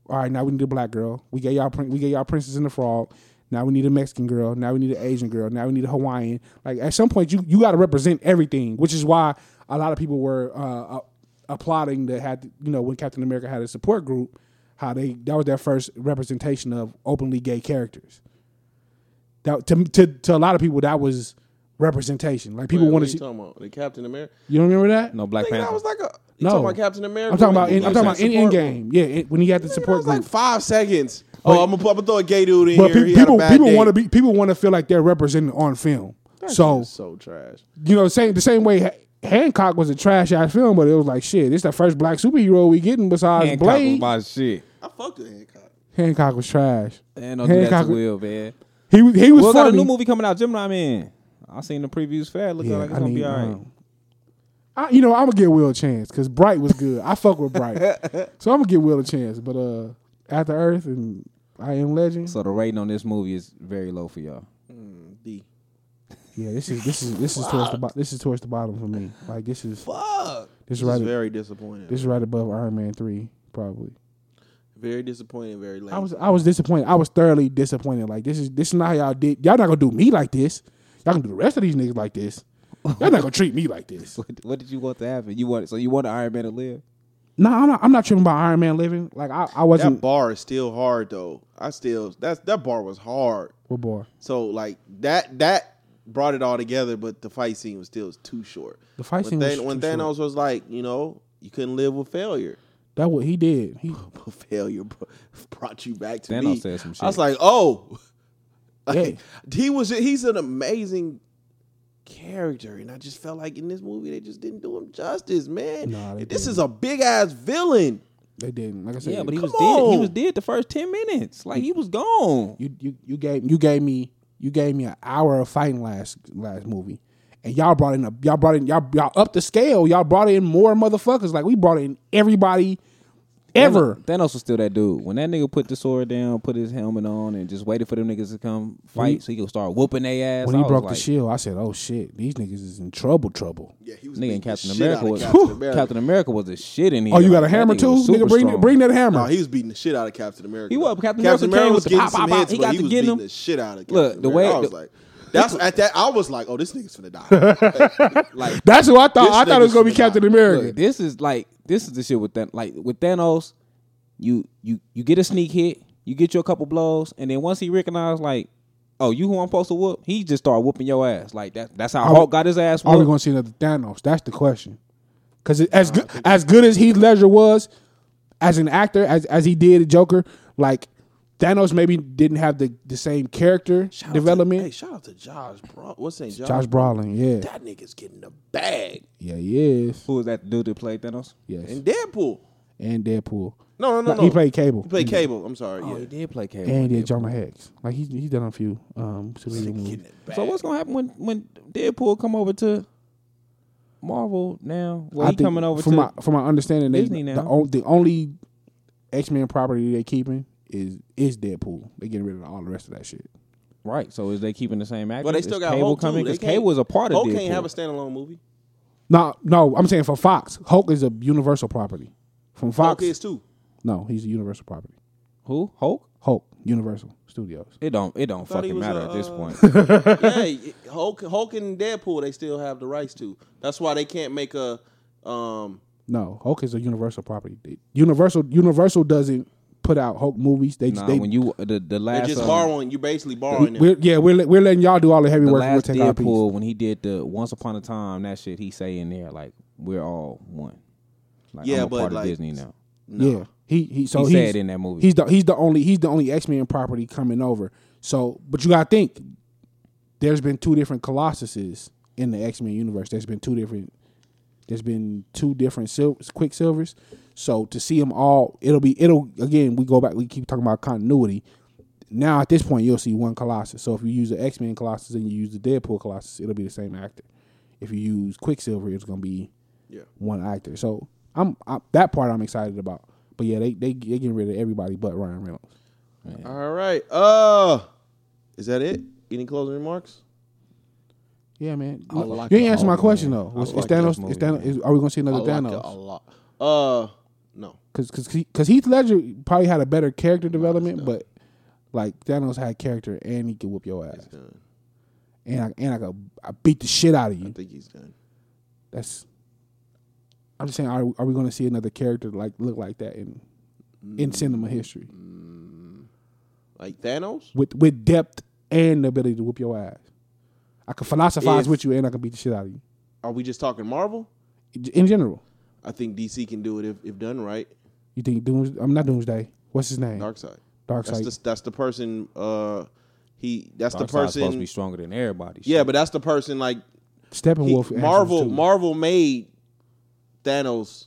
Speaker 3: all right, now we need a black girl. We get y'all prin- we get y'all princess in the frog. Now we need a Mexican girl. Now we need an Asian girl. Now we need a Hawaiian. Like at some point, you you got to represent everything, which is why a lot of people were uh, uh, applauding that had you know when Captain America had a support group, how they that was their first representation of openly gay characters that to to, to a lot of people that was representation. Like people
Speaker 1: Wait,
Speaker 3: want
Speaker 1: what you
Speaker 3: to see.
Speaker 1: talking about? The Captain America?
Speaker 3: You don't remember that?
Speaker 4: No Black
Speaker 1: Nigga, that
Speaker 4: Panther.
Speaker 1: was like a. You
Speaker 3: No.
Speaker 1: talking about Captain America?
Speaker 3: I'm talking about.
Speaker 1: When he
Speaker 3: In, I'm
Speaker 1: was
Speaker 3: talking
Speaker 1: in
Speaker 3: about in
Speaker 1: support
Speaker 3: Endgame. Yeah, it- when he had the
Speaker 1: Nigga,
Speaker 3: support
Speaker 1: that was
Speaker 3: group.
Speaker 1: like five seconds. oh, I'm gonna, put- I'm gonna throw a gay dude in
Speaker 3: but
Speaker 1: here.
Speaker 3: pe-
Speaker 1: He had a
Speaker 3: people
Speaker 1: bad
Speaker 3: people
Speaker 1: day.
Speaker 3: want to be oh. people want to feel like they're represented on film. so
Speaker 1: so trash.
Speaker 3: you know, same the same way. Ha- Hancock was a trash ass film, but it was like shit. This the first black superhero we getting besides
Speaker 4: Hancock was
Speaker 3: Blade.
Speaker 4: my shit.
Speaker 1: I fucked with Hancock.
Speaker 3: Hancock was trash.
Speaker 4: Man, don't do that
Speaker 3: Hancock-
Speaker 4: to Will, man.
Speaker 3: He was- he was
Speaker 4: Will got a
Speaker 3: funny.
Speaker 4: new movie coming out, Gemini Man. I seen the previews. Fair, look
Speaker 3: Yeah,
Speaker 4: like it's
Speaker 3: I
Speaker 4: gonna
Speaker 3: need,
Speaker 4: be all right.
Speaker 3: um, I, you know, I'm gonna give Will a chance because Bright was good. I fuck with Bright, so I'm gonna give Will a chance. But uh, After Earth and I Am Legend,
Speaker 4: So the rating on this movie is very low for y'all.
Speaker 1: D.
Speaker 3: yeah, this is this is this is towards the bo- this is towards the bottom for me. Like this is
Speaker 1: Fuck. This
Speaker 3: this is
Speaker 1: is
Speaker 3: right
Speaker 1: very disappointing.
Speaker 3: this is right above Iron Man three probably.
Speaker 1: very disappointing. Very lame.
Speaker 3: I was I was disappointed. I was thoroughly disappointed. Like this is this is not how y'all did. Y'all not gonna do me like this. Y'all gonna do the rest of these niggas like this. Y'all not gonna treat me like this.
Speaker 4: What, what did you want to happen? You want so you want Iron Man to live?
Speaker 3: Nah, I'm not, I'm not tripping about Iron Man living. Like I, I
Speaker 1: that
Speaker 3: wasn't.
Speaker 1: bar is still hard though. I still that's that bar was hard.
Speaker 3: What bar?
Speaker 1: So like that that brought it all together, but the fight scene was still too short.
Speaker 3: The fight
Speaker 1: when
Speaker 3: scene was
Speaker 1: Than- when
Speaker 3: too short.
Speaker 1: Thanos was like, you know, you couldn't live with failure.
Speaker 3: That what he did. He,
Speaker 1: But failure br- brought you back to
Speaker 4: Thanos
Speaker 1: me.
Speaker 4: said some
Speaker 1: I was
Speaker 4: shit.
Speaker 1: like, oh, like,
Speaker 3: Yeah.
Speaker 1: he was he's an amazing character, and I just felt like in this movie they just didn't do him justice, man.
Speaker 3: Nah, they
Speaker 1: this
Speaker 3: didn't.
Speaker 1: is a big ass villain.
Speaker 3: they didn't. Like I said,
Speaker 4: Yeah, but he
Speaker 1: Come
Speaker 4: was dead. He
Speaker 1: on.
Speaker 4: was dead the first ten minutes. Like he was gone.
Speaker 3: you, you you gave you gave me you gave me an hour of fighting last last movie, and y'all brought in a y'all brought in y'all y'all up the scale. Y'all brought in more motherfuckers. Like we brought in everybody ever.
Speaker 4: Thanos, Thanos was still that dude. When that nigga put the sword down, put his helmet on, and just waited for them niggas to come fight, so he could start whooping their ass.
Speaker 3: When he
Speaker 4: I was
Speaker 3: broke
Speaker 4: like,
Speaker 3: the shield, I said, "Oh shit, these niggas is in trouble, trouble."
Speaker 1: Yeah, he was
Speaker 4: nigga,
Speaker 1: beating
Speaker 4: and Captain
Speaker 1: the shit
Speaker 4: America
Speaker 1: out of
Speaker 4: was
Speaker 1: Captain
Speaker 4: Whew.
Speaker 1: America.
Speaker 4: Captain America was a shit in here.
Speaker 3: Oh, you got a
Speaker 4: Like, that
Speaker 3: hammer too,
Speaker 4: was super
Speaker 3: nigga. Bring
Speaker 4: strong.
Speaker 3: bring that hammer.
Speaker 1: No, he was beating the shit out of Captain America.
Speaker 4: He was, but Captain America came
Speaker 1: America was
Speaker 4: with the
Speaker 1: getting
Speaker 4: pop,
Speaker 1: some
Speaker 4: pop, pop.
Speaker 1: hits,
Speaker 4: He
Speaker 1: but
Speaker 4: got
Speaker 1: he
Speaker 4: to
Speaker 1: was
Speaker 4: get
Speaker 1: beating
Speaker 4: him.
Speaker 1: the shit out of Captain
Speaker 4: Look,
Speaker 1: America.
Speaker 4: the way-
Speaker 1: I was
Speaker 4: the-
Speaker 1: like, that's at that. I was like, oh, this nigga's finna die. Like, like
Speaker 3: That's who I thought.
Speaker 1: This
Speaker 3: I thought it was
Speaker 1: nigga's
Speaker 3: gonna be
Speaker 1: finna
Speaker 3: Captain
Speaker 1: die.
Speaker 3: America.
Speaker 4: Look, this is like this is the shit with that. Like with Thanos, you you you get a sneak hit, you get you a couple blows, and then once he recognized like, oh, you who I'm supposed to whoop, he just started whooping your ass. Like that. That's how
Speaker 3: Are we-
Speaker 4: Hulk got his ass.
Speaker 3: Are we
Speaker 4: whooped.
Speaker 3: gonna see another Thanos? That's the question. Because as good as good as Heath Ledger was as an actor, as as he did Joker, like Thanos maybe didn't have the, the same character
Speaker 1: shout out to-
Speaker 3: development.
Speaker 1: hey, shout out to Josh Bro. What's his name?
Speaker 3: Josh Brolin, yeah,
Speaker 1: That nigga's getting the bag
Speaker 3: yeah, he is,
Speaker 4: Who is that dude that played Thanos?
Speaker 3: yes,
Speaker 1: in
Speaker 3: and,
Speaker 1: Deadpool.
Speaker 3: Deadpool.
Speaker 1: No, no, no, no.
Speaker 3: he played Cable.
Speaker 1: He played Cable. I'm sorry.
Speaker 4: Oh,
Speaker 1: yeah.
Speaker 4: he did play Cable.
Speaker 3: and he did Jonah Hex. Like he's he's done a few um superhero movies.
Speaker 1: Getting it back.
Speaker 4: So what's gonna happen when when Deadpool come over to Marvel now? Well,
Speaker 3: I
Speaker 4: he coming over to
Speaker 3: from my from my understanding, they,
Speaker 4: Disney now.
Speaker 3: The, on, the only X Men property they keeping is is Deadpool. They getting rid of all the rest of that shit.
Speaker 4: right. So is they keeping the same actor?
Speaker 1: Well, they
Speaker 4: Is
Speaker 1: still got
Speaker 4: Cable
Speaker 1: Hulk
Speaker 4: coming
Speaker 1: too. They
Speaker 4: because
Speaker 1: can't-
Speaker 4: Cable was a part of
Speaker 1: Hulk
Speaker 4: Deadpool.
Speaker 1: can't have a standalone movie.
Speaker 3: No, no, I'm saying for Fox, Hulk is a universal property. From Fox,
Speaker 1: Hulk is too.
Speaker 3: no, he's a universal property.
Speaker 4: Who Hulk?
Speaker 3: Hulk, Universal Studios.
Speaker 4: It don't it don't
Speaker 1: Thought he
Speaker 4: fucking
Speaker 1: was,
Speaker 4: matter at this
Speaker 1: uh,
Speaker 4: point.
Speaker 1: yeah, Hulk, Hulk and Deadpool they still have the rights to. That's why they can't make a. Um,
Speaker 3: No, Hulk is a universal property. They- Universal, Universal doesn't put out Hulk movies. They
Speaker 4: Nah,
Speaker 3: they,
Speaker 4: when you the the
Speaker 1: they're
Speaker 4: last
Speaker 1: just
Speaker 4: um,
Speaker 1: borrowing. You're basically borrowing them.
Speaker 3: we're, yeah, we're let- we're letting y'all do all the heavy
Speaker 4: the
Speaker 3: work. and We'll
Speaker 4: last
Speaker 3: take our piece.
Speaker 4: Deadpool when he did the Once Upon a Time that shit he say in there like we're all one. Like,
Speaker 1: Yeah,
Speaker 4: I'm a
Speaker 1: but,
Speaker 4: part
Speaker 1: like,
Speaker 4: of Disney now.
Speaker 3: Yeah, he he. So
Speaker 4: He
Speaker 3: he's,
Speaker 4: said in that movie.
Speaker 3: he's the he's the only he's the only X Men property coming over. So, but you gotta think, there's been two different Colossuses in the X Men universe. There's been two different. There's been two different sil- Quicksilvers. So to see them all, it'll be it'll again. We go back. We keep talking about continuity. now at this point you'll see one Colossus. So if you use the X Men Colossus and you use the Deadpool Colossus, it'll be the same actor. If you use Quicksilver, it's gonna be
Speaker 1: Yeah.
Speaker 3: one actor. So I'm I, that part I'm excited about. But yeah, they they they getting rid of everybody but Ryan Reynolds.
Speaker 1: All right. Uh, is that it? Any closing remarks?
Speaker 3: Yeah, man.
Speaker 6: I
Speaker 3: No,
Speaker 6: like
Speaker 3: you ain't
Speaker 6: that
Speaker 3: answering my
Speaker 4: movie,
Speaker 3: question
Speaker 4: man.
Speaker 3: though.
Speaker 4: I
Speaker 3: Was, is
Speaker 4: like that
Speaker 3: Thanos?
Speaker 4: movie,
Speaker 3: Is Thanos?
Speaker 4: man.
Speaker 3: Is, are we gonna see another
Speaker 6: I like it a
Speaker 3: Thanos?
Speaker 6: lot.
Speaker 1: Uh, no.
Speaker 3: Because because Heath Ledger probably had a better character development, but like Thanos had character and he could whoop your ass,
Speaker 1: Done.
Speaker 3: and I and I could I beat the shit out of
Speaker 1: I
Speaker 3: you.
Speaker 1: think he's done.
Speaker 3: That's I'm just saying, are, are we going to see another character like look like that in in cinema history
Speaker 1: Like Thanos?
Speaker 3: with with depth and the ability to whoop your ass? I could philosophize
Speaker 1: If-
Speaker 3: with you and I could beat the shit out of you.
Speaker 1: Are we just talking Marvel?
Speaker 3: In general,
Speaker 1: I think DC can do it if, if done right.
Speaker 3: you think Dooms? I'm not Doomsday. What's his name? Dark,
Speaker 1: Darkseid. That's
Speaker 3: Darkseid.
Speaker 1: the that's the person. Uh, he that's the
Speaker 4: Darkseid's supposed to
Speaker 1: person.
Speaker 4: be stronger than everybody.
Speaker 1: Yeah,
Speaker 4: Shit.
Speaker 1: but that's the person like he-
Speaker 3: Steppenwolf. answers
Speaker 1: Marvel.
Speaker 3: too.
Speaker 1: Marvel made Thanos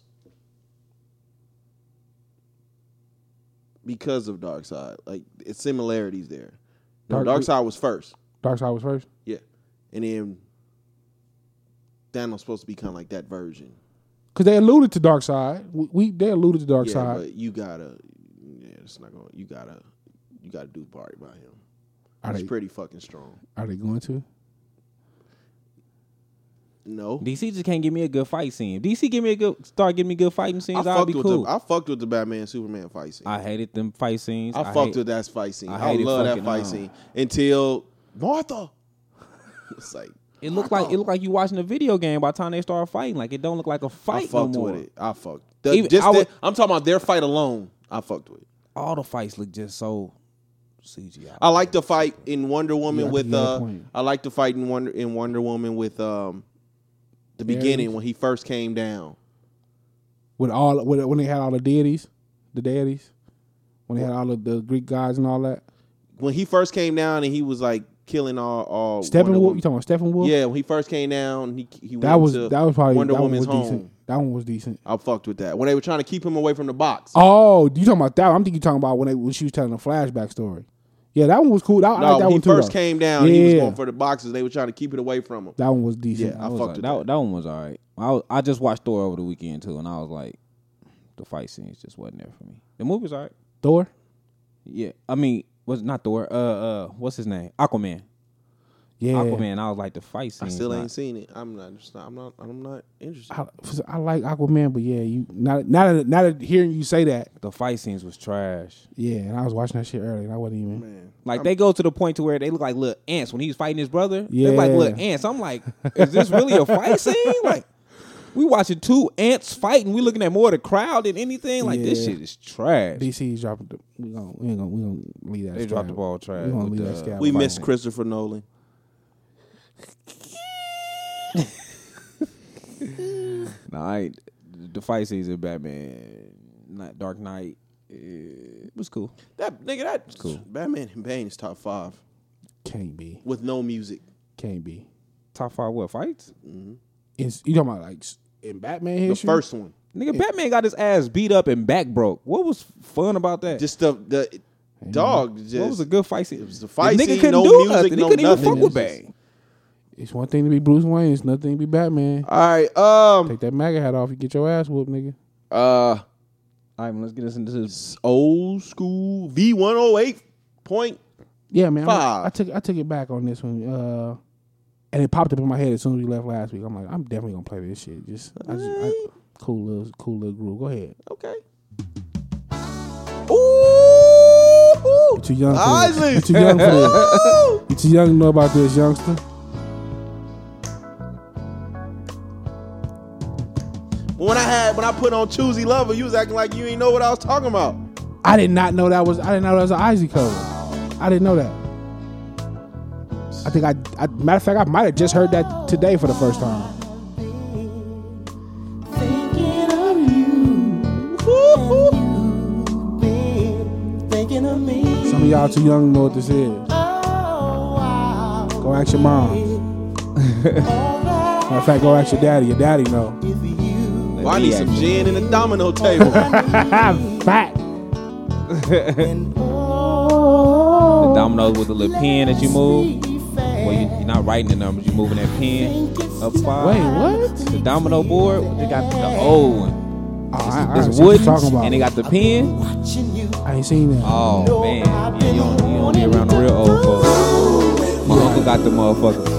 Speaker 1: because of Darkseid. Like it's similarities there. No,
Speaker 3: Dark-
Speaker 1: Darkseid was first.
Speaker 3: Darkseid was first.
Speaker 1: Yeah, and then Thanos supposed to be kind of like that version.
Speaker 3: Because they alluded to Dark Side. We, we they alluded to Dark
Speaker 1: Yeah,
Speaker 3: Side.
Speaker 1: but you gotta. Yeah, it's not gonna. You gotta. You gotta do part by him.
Speaker 3: Are
Speaker 1: He's
Speaker 3: they,
Speaker 1: pretty fucking strong.
Speaker 3: are they going to?
Speaker 1: No,
Speaker 4: DC just can't give me a good fight scene. DC give me a good start giving me good fighting
Speaker 1: I
Speaker 4: scenes. I'll
Speaker 1: fucked
Speaker 4: be
Speaker 1: with
Speaker 4: cool.
Speaker 1: the I fucked with the Batman Superman fight scene. I,
Speaker 4: I hated them fight scenes.
Speaker 1: fucked
Speaker 4: hate-
Speaker 1: with that fight scene.
Speaker 4: I
Speaker 1: I,
Speaker 4: hated
Speaker 1: love that
Speaker 4: fucking,
Speaker 1: fight
Speaker 3: uh,
Speaker 4: um,
Speaker 1: scene until Martha. It's like
Speaker 4: It looked like it looked like you watching a video game by the time they start fighting. Like it don't look like a
Speaker 1: I
Speaker 4: fight no
Speaker 1: fucked
Speaker 4: more.
Speaker 1: with it. I fucked. The-
Speaker 4: Even-
Speaker 1: just
Speaker 4: I
Speaker 1: the-
Speaker 4: would-
Speaker 1: I'm talking about their fight alone. I fucked with. it.
Speaker 4: All the fights look just so CGI.
Speaker 1: I like the fight in Wonder Woman
Speaker 3: Yeah, I
Speaker 1: with
Speaker 3: think you had a
Speaker 1: uh.
Speaker 3: point.
Speaker 1: I like the fight in Wonder in Wonder Woman with um. The beginning
Speaker 3: Ares?
Speaker 1: when he first came down.
Speaker 3: with all with, when they had all the deities, the deities, when they had all of the Greek gods and all that.
Speaker 1: when he first came down and he was like killing all all Wonder
Speaker 3: Steppenwolf,
Speaker 1: Woman-
Speaker 3: you talking about Steppenwolf?
Speaker 1: Yeah, when he first came down, he he
Speaker 3: that
Speaker 1: went
Speaker 3: was
Speaker 1: to
Speaker 3: that was probably
Speaker 1: Wonder
Speaker 3: that one
Speaker 1: Woman's
Speaker 3: was
Speaker 1: home.
Speaker 3: decent. That one was decent.
Speaker 1: I fucked with that when they were trying to keep him away from the box.
Speaker 3: Oh, you talking about that? I'm thinking you talking about when, they, when she was telling the flashback story. Yeah, that one was cool. I,
Speaker 1: no,
Speaker 3: I like that
Speaker 1: when he
Speaker 3: one too.
Speaker 1: first
Speaker 3: though.
Speaker 1: came down, he was
Speaker 3: Yeah.
Speaker 1: going for the boxes. They were trying to keep it away from him.
Speaker 3: That one was decent.
Speaker 1: Yeah, I
Speaker 4: was
Speaker 1: fucked
Speaker 4: like-
Speaker 1: with
Speaker 4: that,
Speaker 1: that.
Speaker 4: that one was all right. I was, I just watched Thor over the weekend too, and I was like, the fight scenes just wasn't there for me. The movie was all right.
Speaker 3: Thor.
Speaker 4: Yeah, I mean, was not Thor. Uh, uh, what's his name? Aquaman.
Speaker 3: Yeah,
Speaker 4: Aquaman. I was like the fight
Speaker 1: I
Speaker 4: scenes.
Speaker 1: still ain't
Speaker 4: not-
Speaker 1: seen it. I'm not. Just not I'm not. I'm not interested.
Speaker 3: I, I like Aquaman, but yeah, you not now that now that hearing you say that,
Speaker 4: the fight scenes was trash.
Speaker 3: yeah, and I was watching that shit earlier, and I wasn't even.
Speaker 1: Man,
Speaker 4: Like they go to the point to where they look like little ants when he was fighting his brother.
Speaker 3: Yeah.
Speaker 4: They look like little ants. I'm like, is this really a fight scene? Like, we watching two ants fighting. We looking at more of the crowd than anything. Like this
Speaker 3: Yeah.
Speaker 4: shit is trash.
Speaker 3: DC's dropping the we gonna we ain't gonna we gonna leave that.
Speaker 4: They
Speaker 3: scab.
Speaker 4: dropped the ball trash
Speaker 3: We gonna
Speaker 4: with
Speaker 3: leave
Speaker 4: the-
Speaker 3: that scab.
Speaker 1: we
Speaker 3: alone.
Speaker 1: missed Christopher Nolan.
Speaker 4: Nah, I ain't, the fight scenes in Batman, not Dark Knight, eh, it was cool.
Speaker 1: That nigga. That cool. Batman and Bane is top five
Speaker 3: Can't be.
Speaker 1: with no music.
Speaker 3: Can't be.
Speaker 4: Top five what fights?
Speaker 3: It's, you talking about like s- in Batman
Speaker 1: The
Speaker 3: history?
Speaker 1: first one,
Speaker 4: Nigga, Batman got his ass beat up and back broke. What was fun about that?
Speaker 1: just the the dog. Just
Speaker 4: what was a good fight scene? It
Speaker 1: was a fight
Speaker 4: the nigga
Speaker 1: scene,
Speaker 4: couldn't
Speaker 1: no
Speaker 4: do
Speaker 1: music,
Speaker 4: nothing.
Speaker 1: no
Speaker 4: he couldn't
Speaker 1: nothing.
Speaker 4: even fuck with
Speaker 1: It's just-
Speaker 4: Bang.
Speaker 3: It's one thing to be Bruce Wayne. It's nothing to be Batman.
Speaker 1: all right. Um.
Speaker 3: Take that MAGA hat off. You get your ass whooped, nigga.
Speaker 1: Uh.
Speaker 4: All right, man, let's get us into this
Speaker 1: old school V one oh eight point.
Speaker 3: Yeah, man. I'm-
Speaker 1: Five.
Speaker 3: I took I took it back on this one. Uh, and it popped up in my head as soon as we left last week. I'm like, I'm definitely gonna play this shit. Just, I just I, cool little cool little groove. Go ahead.
Speaker 1: Okay. Ooh.
Speaker 3: You too young for this.
Speaker 1: Isaac.
Speaker 3: You too young for this. You too young to know about this, youngster.
Speaker 1: when I had when I put on Choosy Lover, you was acting like you ain't know what I was talking about.
Speaker 3: I did not know that was I didn't know that was an Isaac cover. I didn't know that. I think I, I matter of fact I might have just heard that today for the first time.
Speaker 7: Thinking of you. You've been thinking of me.
Speaker 3: Some of y'all too young to know what this is.
Speaker 7: Oh, wow.
Speaker 3: Go ask your mom. Matter of fact, go ask your daddy. Your daddy know.
Speaker 7: If you
Speaker 1: Well, I need some gin and a domino table.
Speaker 3: Fact.
Speaker 7: oh,
Speaker 4: dominoes with the little pen that you move. Well, you, you're not writing the numbers. You're moving that pen up five.
Speaker 3: Wait, what?
Speaker 4: The domino board. They got the old one.
Speaker 3: Oh, I, I
Speaker 4: It's
Speaker 3: see what
Speaker 4: wooden,
Speaker 3: you're talking about.
Speaker 4: and they got the pen.
Speaker 3: I ain't seen that.
Speaker 4: Oh man, yeah, you don't, you don't be around the real old folks. My uncle got the motherfuckers.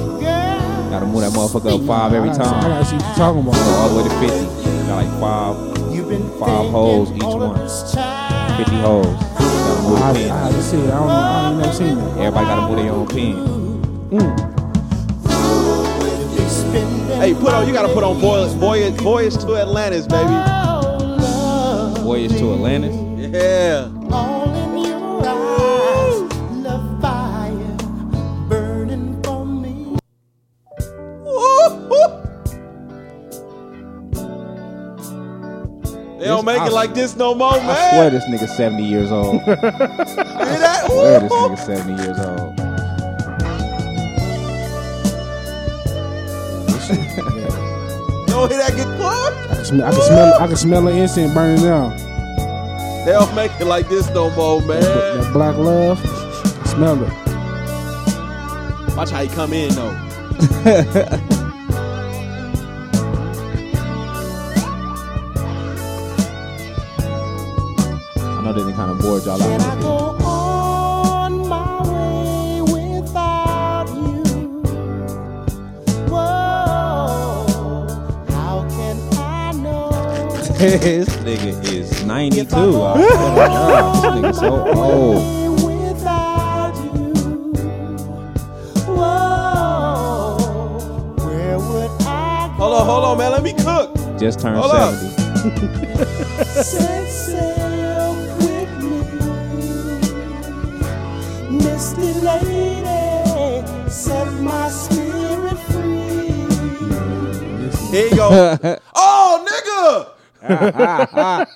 Speaker 4: Gotta move that motherfucker up five every
Speaker 3: I gotta- I
Speaker 4: time.
Speaker 3: gotta see what you're talking
Speaker 4: Go
Speaker 3: about.
Speaker 4: all the way to fifty. Got like five, five holes each one. Fifty holes. Gotta move
Speaker 3: I, I
Speaker 4: the pen.
Speaker 3: have to see it. I don't know. I ain't never seen that.
Speaker 4: Everybody gotta move their own pen.
Speaker 1: Hey, put on. You gotta put on voyage, voyage, voyage to Atlantis, baby.
Speaker 4: Voyage to Atlantis.
Speaker 1: Yeah.
Speaker 7: All in your eyes, love fire burning for me.
Speaker 1: They don't
Speaker 4: This-
Speaker 1: make
Speaker 4: I-
Speaker 1: it like this no more, man.
Speaker 4: I swear this nigga 70 years old. I
Speaker 1: Hear that?
Speaker 4: swear this nigga 70 years old.
Speaker 1: Don't hear that get what?
Speaker 3: I can smell. I can smell, I can smell the incense burning now.
Speaker 1: They don't make it like this no more,
Speaker 3: That,
Speaker 1: man.
Speaker 3: that black love. I smell it.
Speaker 1: Watch how he come in though.
Speaker 4: I know they didn't kind of bored y'all
Speaker 7: Can I
Speaker 4: out.
Speaker 7: go on my way without you? Whoa, how can I know?
Speaker 4: this nigga is 92. I swear to God, this nigga so old.
Speaker 7: Without you, whoa, where would I go?
Speaker 1: Hold on, hold on, man. Let me cook.
Speaker 4: Just turned
Speaker 1: Hold up.
Speaker 4: 70.
Speaker 7: Set sail quickly, misty lady, set my spirit free.
Speaker 1: Here you go. oh, nigga.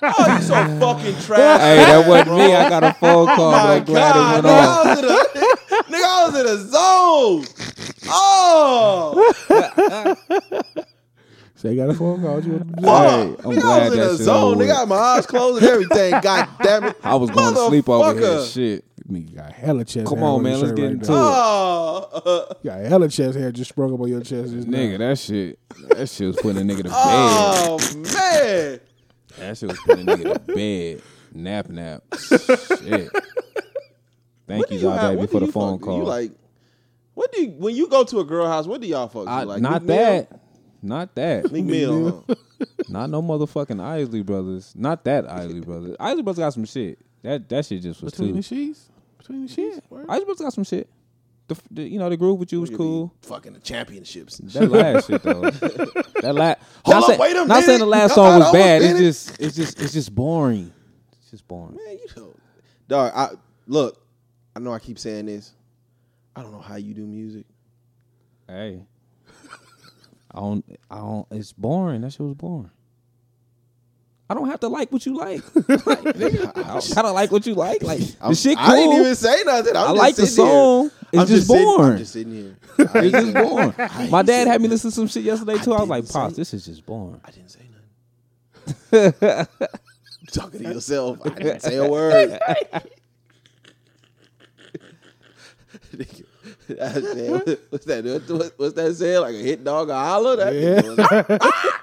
Speaker 1: oh, you so fucking trash.
Speaker 4: Hey, that wasn't me. I got a phone call.
Speaker 1: My
Speaker 4: I'm glad
Speaker 1: God,
Speaker 4: it went
Speaker 1: nigga,
Speaker 4: off.
Speaker 1: I was in a, nigga, I was in a zone. Oh,
Speaker 3: So you got a phone call. What You want to do?
Speaker 1: fuck.
Speaker 4: Hey, I'm
Speaker 1: nigga, I was
Speaker 4: glad
Speaker 1: in
Speaker 4: that
Speaker 1: a
Speaker 4: shit
Speaker 1: zone.
Speaker 4: over
Speaker 1: Nigga, I had my eyes closed and everything. God damn it.
Speaker 4: I was going to sleep over here.
Speaker 1: Motherfucker.
Speaker 4: Shit.
Speaker 3: Nigga got hella chest.
Speaker 4: Come
Speaker 3: hair
Speaker 4: on,
Speaker 3: on
Speaker 4: man,
Speaker 3: your
Speaker 4: let's
Speaker 3: shirt
Speaker 4: get
Speaker 3: right
Speaker 4: into
Speaker 3: there.
Speaker 4: it.
Speaker 1: Ah. Oh,
Speaker 3: You got hella chest hair just sprung up on your chest. Just now.
Speaker 4: Nigga, that shit. That shit was putting a nigga to bed.
Speaker 1: oh man.
Speaker 4: That shit was putting a nigga to bed. Nap, nap. Shit. Thank you,
Speaker 1: do
Speaker 4: y'all,
Speaker 1: have-
Speaker 4: baby,
Speaker 1: what do
Speaker 4: for the
Speaker 1: you
Speaker 4: phone
Speaker 1: fuck?
Speaker 4: call.
Speaker 1: You like, what do you, when you go to a girl house? What do y'all fuck?
Speaker 4: I,
Speaker 1: do? like
Speaker 4: not
Speaker 1: Meek Mill?
Speaker 4: that. Not that.
Speaker 1: Meek Mill. huh?
Speaker 4: not no motherfucking Isley brothers. Not that Isley brothers. Isley brothers got some shit. That that shit just was
Speaker 3: Between
Speaker 4: too.
Speaker 3: the sheets. Between the sheets. word.
Speaker 4: Isley brothers got some shit. The, f- the you know the groove with you was cool.
Speaker 1: Fucking the championships.
Speaker 4: That last shit though. That last.
Speaker 1: Hold
Speaker 4: not
Speaker 1: up,
Speaker 4: saying-
Speaker 1: wait a
Speaker 4: Not saying the
Speaker 1: minute.
Speaker 4: last
Speaker 1: I
Speaker 4: song
Speaker 1: thought I
Speaker 4: was
Speaker 1: was
Speaker 4: bad.
Speaker 1: in
Speaker 4: It's
Speaker 1: it.
Speaker 4: just it's just it's just boring. It's just boring.
Speaker 1: Man, you know, dog. I look. I know I keep saying this. I don't know how you do music.
Speaker 4: Hey. I don't. I don't. It's boring. That shit was boring. I don't have to like what you like. I don't, I don't like what you like. Like the shit cool.
Speaker 1: I didn't even say nothing. I'm
Speaker 4: I
Speaker 1: just
Speaker 4: like the
Speaker 1: sitting here.
Speaker 4: song. It's
Speaker 1: I'm
Speaker 4: just
Speaker 1: sitting-
Speaker 4: boring.
Speaker 1: I'm just sitting here.
Speaker 4: It's just boring. My dad had me listen to some shit yesterday too. I, was like, "Pops, this is just boring."
Speaker 1: I didn't say nothing. Talking to yourself. I didn't say a word. Nigga, I said, what's that? What, what's that saying? Like a hit dog a holler? That nigga was-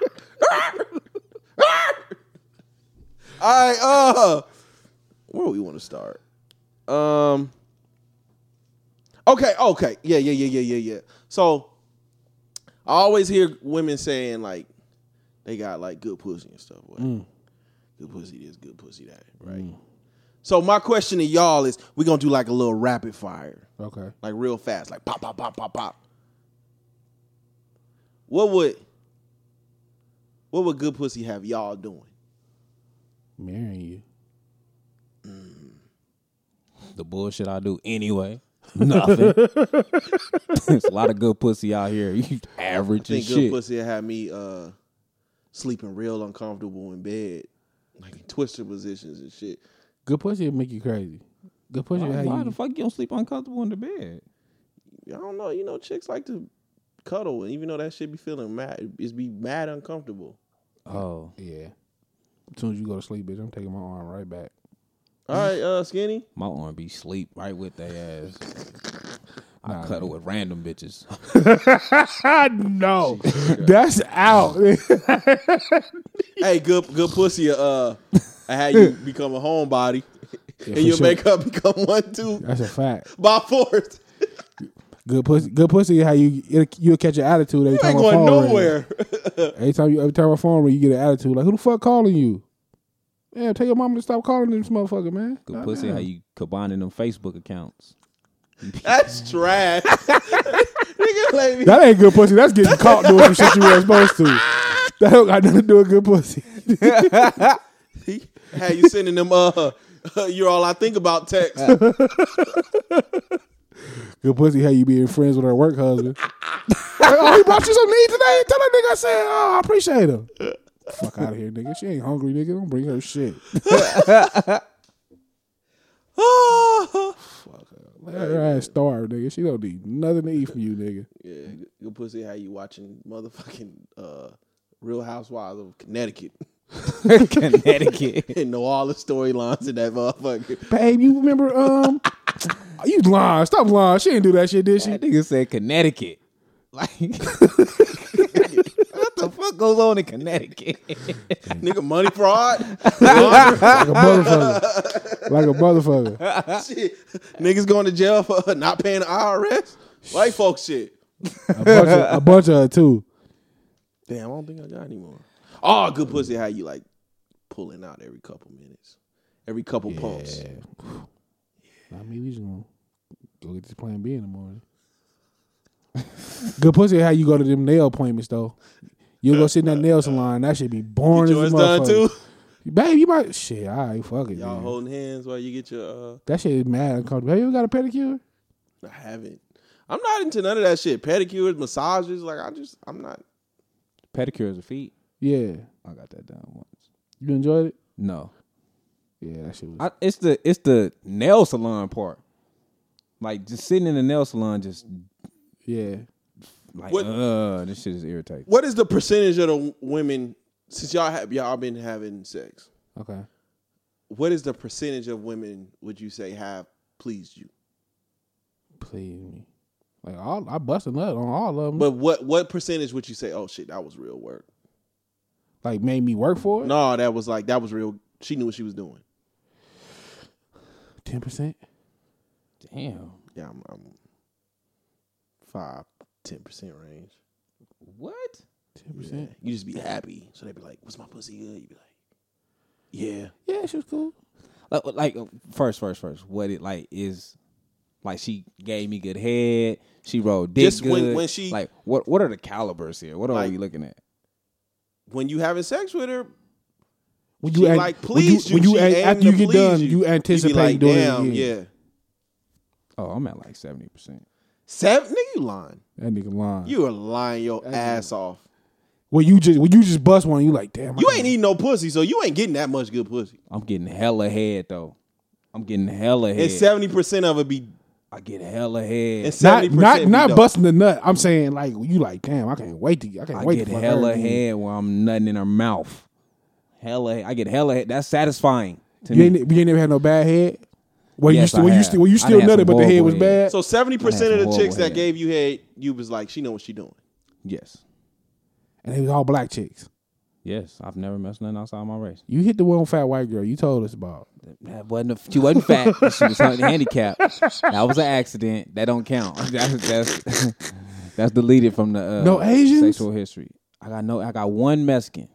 Speaker 1: All right, uh, where we want to start? Um, okay, okay, yeah, yeah, yeah, yeah, yeah, yeah. So, I always hear women saying like, they got like good pussy and stuff. What? Good pussy this, good pussy that, right? So my question to y'all is, we gonna do like a little rapid fire,
Speaker 3: Okay.
Speaker 1: like real fast, like pop, pop, pop, pop, pop. What would, what would good pussy have y'all doing?
Speaker 3: Marrying you.
Speaker 4: The bullshit I do anyway. Nothing. There's a lot of good pussy out here. You average
Speaker 1: I
Speaker 4: as
Speaker 1: think good
Speaker 4: shit.
Speaker 1: pussy had me uh, sleeping real uncomfortable in bed, like in twisted positions and shit.
Speaker 3: Good pussy will make you crazy. Good pussy will
Speaker 4: Why,
Speaker 3: have
Speaker 4: why the
Speaker 3: you.
Speaker 4: fuck you don't sleep uncomfortable in the bed?
Speaker 1: I don't know, you know, chicks like to cuddle, and even though that shit be feeling mad, it's be mad uncomfortable.
Speaker 4: Oh,
Speaker 3: Yeah. As soon as you go to sleep, bitch, I'm taking my arm right back.
Speaker 1: All right, uh, skinny.
Speaker 4: My arm be sleep right with their ass. I cuddle with random bitches.
Speaker 3: no, that's out.
Speaker 1: Hey, good good pussy. Uh, I had you become a homebody, and
Speaker 3: for
Speaker 1: your
Speaker 3: sure.
Speaker 1: makeup become one too
Speaker 3: that's a fact.
Speaker 1: by force.
Speaker 3: Good pussy. Good pussy. is How you it'll- you'll catch an attitude every
Speaker 1: You
Speaker 3: time
Speaker 1: ain't
Speaker 3: a
Speaker 1: going
Speaker 3: phone ring.
Speaker 1: nowhere.
Speaker 3: Every time you every time a phone ring, you get an attitude like, "Who the fuck calling you?" Yeah, tell your mama to stop calling this motherfucker, man.
Speaker 4: Good pussy, how you combining them Facebook accounts?
Speaker 1: That's trash. Nigga, like me.
Speaker 3: That ain't good pussy. That's getting caught doing some shit you weren't supposed to. That don't got nothing to do with good pussy.
Speaker 1: Had you sending them uh, you're all I think about text.
Speaker 3: Good pussy, how you being friends with her work husband. Like, oh, he brought you some need today. Tell that nigga I said, oh, I appreciate him. Fuck out of here, nigga. She ain't hungry, nigga. Don't bring her shit.
Speaker 1: Ah.
Speaker 3: Let her ass starve, nigga. She don't need nothing to eat from you, nigga.
Speaker 1: yeah, good pussy. How you watching motherfucking uh, Real Housewives of Connecticut
Speaker 4: Connecticut.
Speaker 1: and know all the storylines in that motherfucker.
Speaker 3: Babe, you remember, um, you lying. Stop lying. She didn't do that shit, did she?
Speaker 4: That nigga said Connecticut. Like, what the fuck goes on in Connecticut?
Speaker 1: Nigga, money fraud.
Speaker 3: Like a motherfucker. Like a motherfucker.
Speaker 1: shit. Niggas going to jail for not paying the IRS. White folks shit.
Speaker 3: A bunch of, a bunch of it, too.
Speaker 1: Damn, I don't think I got any more. Oh, good pussy. How you like pulling out every couple minutes, every couple pumps.
Speaker 3: I mean, we just gonna go get this plan B in the morning. Good pussy, how you go to them nail appointments though? You go sit in that nail salon. That should be
Speaker 1: Get
Speaker 3: boring as
Speaker 1: yours
Speaker 3: a
Speaker 1: done
Speaker 3: motherfucker.
Speaker 1: too.
Speaker 3: Babe, you might shit. All right, fuck it.
Speaker 1: Y'all
Speaker 3: then.
Speaker 1: holding hands while you get your. Uh,
Speaker 3: that shit is mad uncomfortable. Have you ever got a pedicure?
Speaker 1: I haven't. I'm not into none of that shit. Pedicures, massages. Like I just, I'm not.
Speaker 4: Pedicures of feet.
Speaker 3: Yeah,
Speaker 4: I got that done once.
Speaker 3: you enjoyed it.
Speaker 4: No,
Speaker 3: Yeah, that shit was.
Speaker 4: I, it's the it's the nail salon part. Like just sitting in the nail salon, just
Speaker 3: yeah,
Speaker 4: like,
Speaker 1: What-
Speaker 4: uh, this shit is irritating.
Speaker 1: What is the percentage of the women since y'all have y'all been having sex?
Speaker 3: okay.
Speaker 1: What is the percentage of women would you say have pleased you?
Speaker 3: Please me. Like all, I bust a nut on all of them.
Speaker 1: But what what percentage would you say? Oh shit, that was real work.
Speaker 3: like made me work for it.
Speaker 1: No, that was like that was real. She knew what she was doing.
Speaker 3: Ten percent.
Speaker 4: Damn.
Speaker 1: Yeah, I'm, I'm five ten percent range.
Speaker 4: What?
Speaker 3: Ten
Speaker 1: Yeah,
Speaker 3: percent.
Speaker 1: you just be happy. So they'd be like, "What's my pussy good?" You be like, "Yeah."
Speaker 3: Yeah, she was cool.
Speaker 4: Like, like uh, first, first, first. What it like is like she gave me good head. She rolled dick
Speaker 1: Just when-
Speaker 4: good.
Speaker 1: when she-
Speaker 4: like what? What are the calibers here? What are
Speaker 1: Like-
Speaker 4: we looking at?
Speaker 1: When you having sex with her,
Speaker 3: When
Speaker 1: She, like, pleased
Speaker 3: when
Speaker 1: you.
Speaker 3: you,
Speaker 1: She
Speaker 3: an-
Speaker 1: aimed
Speaker 3: after
Speaker 1: to
Speaker 3: you get
Speaker 1: please
Speaker 3: done,
Speaker 1: you.
Speaker 3: you,
Speaker 1: You be
Speaker 3: anticipate
Speaker 1: you be like,
Speaker 3: doing
Speaker 1: "Damn,
Speaker 3: it again.
Speaker 1: yeah."
Speaker 4: Oh, I'm at like seventy percent.
Speaker 1: Seven, nigga, you lying.
Speaker 3: That nigga lying.
Speaker 1: You are lying your ass off.
Speaker 3: when you just when you just bust one, you like, damn. I
Speaker 1: You
Speaker 3: got-
Speaker 1: ain't eating no pussy, so you ain't getting that much good pussy.
Speaker 4: I'm getting hella head though. I'm getting hella head.
Speaker 1: And seventy percent of it be
Speaker 4: I get hella
Speaker 1: and
Speaker 4: head.
Speaker 3: not
Speaker 1: seventy
Speaker 3: not
Speaker 1: percent
Speaker 3: not
Speaker 1: be dope.
Speaker 3: busting the nut. I'm saying like you like, damn. I can't wait to I can't
Speaker 4: I
Speaker 3: wait
Speaker 4: get
Speaker 3: to fuck
Speaker 4: hella
Speaker 3: her again.
Speaker 4: head where I'm nutting in her mouth. Hella, I get hella head. That's satisfying to
Speaker 3: You
Speaker 4: me.
Speaker 3: ain't, you ain't never had no bad head. Where you
Speaker 4: Yes,
Speaker 3: still
Speaker 4: I
Speaker 3: where you
Speaker 4: have.
Speaker 3: still where you
Speaker 4: I
Speaker 3: still
Speaker 4: done had
Speaker 3: nutted,
Speaker 4: some
Speaker 3: but the head
Speaker 4: horrible
Speaker 3: was bad.
Speaker 4: heads.
Speaker 1: So seventy percent
Speaker 4: I had
Speaker 1: of
Speaker 4: some
Speaker 1: the chicks
Speaker 4: horrible
Speaker 1: that
Speaker 4: head.
Speaker 1: gave you head, you was like, she know what she doing.
Speaker 4: Yes,
Speaker 3: and it was all black chicks.
Speaker 4: yes. I've never messed nothing outside my race.
Speaker 3: You hit the one fat white girl. You told us about.
Speaker 4: That wasn't. A, she wasn't fat. she was handicapped. That was an accident. That don't count. That's that's that's deleted from the uh,
Speaker 3: No Asians?
Speaker 4: sexual history. I got no. I got one Mexican.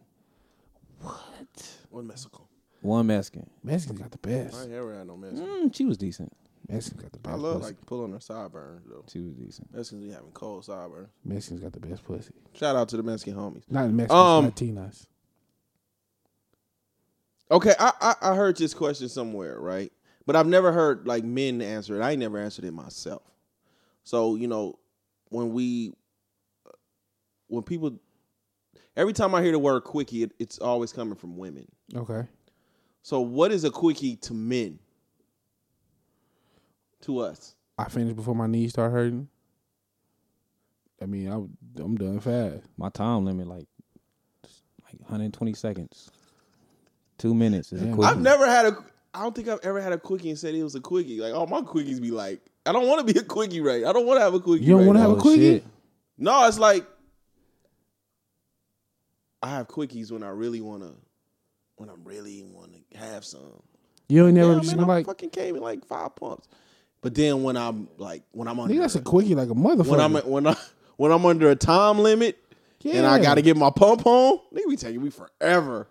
Speaker 1: One Mexico.
Speaker 4: One Mexican.
Speaker 3: Mexicans got the
Speaker 1: I
Speaker 3: best.
Speaker 1: ain't ever had no Mexico.
Speaker 4: Mm, she was decent.
Speaker 3: Mexicans got the
Speaker 1: I
Speaker 3: best.
Speaker 1: love
Speaker 3: pussy.
Speaker 1: like pull on her sideburns though.
Speaker 4: She was decent.
Speaker 1: Mexicans be having cold sideburns.
Speaker 3: Mexicans got the best pussy.
Speaker 1: Shout out to the Mexican homies.
Speaker 3: Not Mexicans,
Speaker 1: Um,
Speaker 3: Latinas.
Speaker 1: Okay, I, I I heard this question somewhere, right? But I've never heard like men answer it. I ain't never answered it myself. So you know, when we, uh, when people, every time I hear the word quickie, it, it's always coming from women.
Speaker 3: Okay.
Speaker 1: So what is a quickie to men? To us,
Speaker 3: I finished before my knees start hurting. I mean, I'm, I'm done fast.
Speaker 4: My time limit like like 120 seconds. Two minutes is a
Speaker 3: Damn.
Speaker 4: quick.
Speaker 1: I've
Speaker 4: one.
Speaker 1: never had a. I don't think I've ever had a quickie and said it was a quickie. Like all my quickies be like, I don't want to be a quickie right. I don't want to have a quickie.
Speaker 3: You don't
Speaker 1: right
Speaker 3: wanna
Speaker 1: now.
Speaker 3: have a quickie?
Speaker 1: No, it's like I have quickies when I really wanna, when I really wanna have some.
Speaker 3: You ain't
Speaker 1: Yeah,
Speaker 3: never
Speaker 1: man,
Speaker 3: just
Speaker 1: I
Speaker 3: been like,
Speaker 1: fucking came in like five pumps. But then when I'm like, when I'm
Speaker 3: nigga,
Speaker 1: under,
Speaker 3: that's a quickie like a motherfucker.
Speaker 1: when I'm when I when I'm under a time limit, and I
Speaker 3: Yeah.
Speaker 1: gotta get my pump on, nigga, we taking me forever.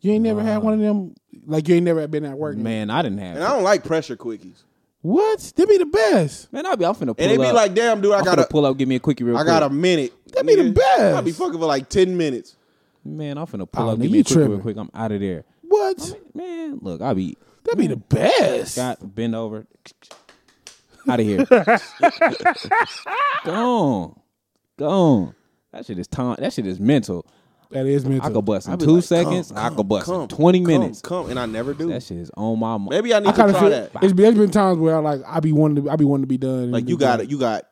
Speaker 3: you ain't never had one of them. Like you ain't never been at work.
Speaker 4: Man, I didn't have.
Speaker 1: And I
Speaker 4: it.
Speaker 1: don't like pressure quickies.
Speaker 3: What? They be the best.
Speaker 4: Man, I'll be. I'm finna pull
Speaker 1: And they be
Speaker 4: up.
Speaker 1: like, damn, dude, I
Speaker 4: I'm
Speaker 1: got
Speaker 4: finna
Speaker 1: a,
Speaker 4: pull up. Give me a quickie real
Speaker 1: I
Speaker 4: quick.
Speaker 1: got a minute.
Speaker 3: That be the
Speaker 1: nigga.
Speaker 3: best.
Speaker 1: I be fucking for like ten minutes.
Speaker 4: Man, I'm finna pull
Speaker 3: Oh,
Speaker 4: up.
Speaker 3: nigga,
Speaker 4: Give me
Speaker 3: you
Speaker 4: a quickie real
Speaker 3: tripping.
Speaker 4: quick. I'm out of there.
Speaker 3: What?
Speaker 4: Man, look, I be
Speaker 3: that be the best.
Speaker 4: got bend over. Out of here. gone, gone. That shit is time. That shit is mental.
Speaker 3: That is mental.
Speaker 4: I could bust
Speaker 1: I
Speaker 4: in
Speaker 1: be
Speaker 4: two
Speaker 1: like, come,
Speaker 4: seconds. I
Speaker 1: come,
Speaker 4: could bust in
Speaker 1: come,
Speaker 4: twenty
Speaker 1: come,
Speaker 4: minutes.
Speaker 1: Come, and I never do.
Speaker 4: That shit is on my mind.
Speaker 1: Maybe I need
Speaker 3: I
Speaker 1: to
Speaker 3: kind
Speaker 1: try
Speaker 3: of feel.
Speaker 1: that.
Speaker 3: It's, there's been times where I like I be wanting to I be wanting to be done. and
Speaker 1: Like
Speaker 3: be
Speaker 1: you got
Speaker 3: done.
Speaker 1: it. You got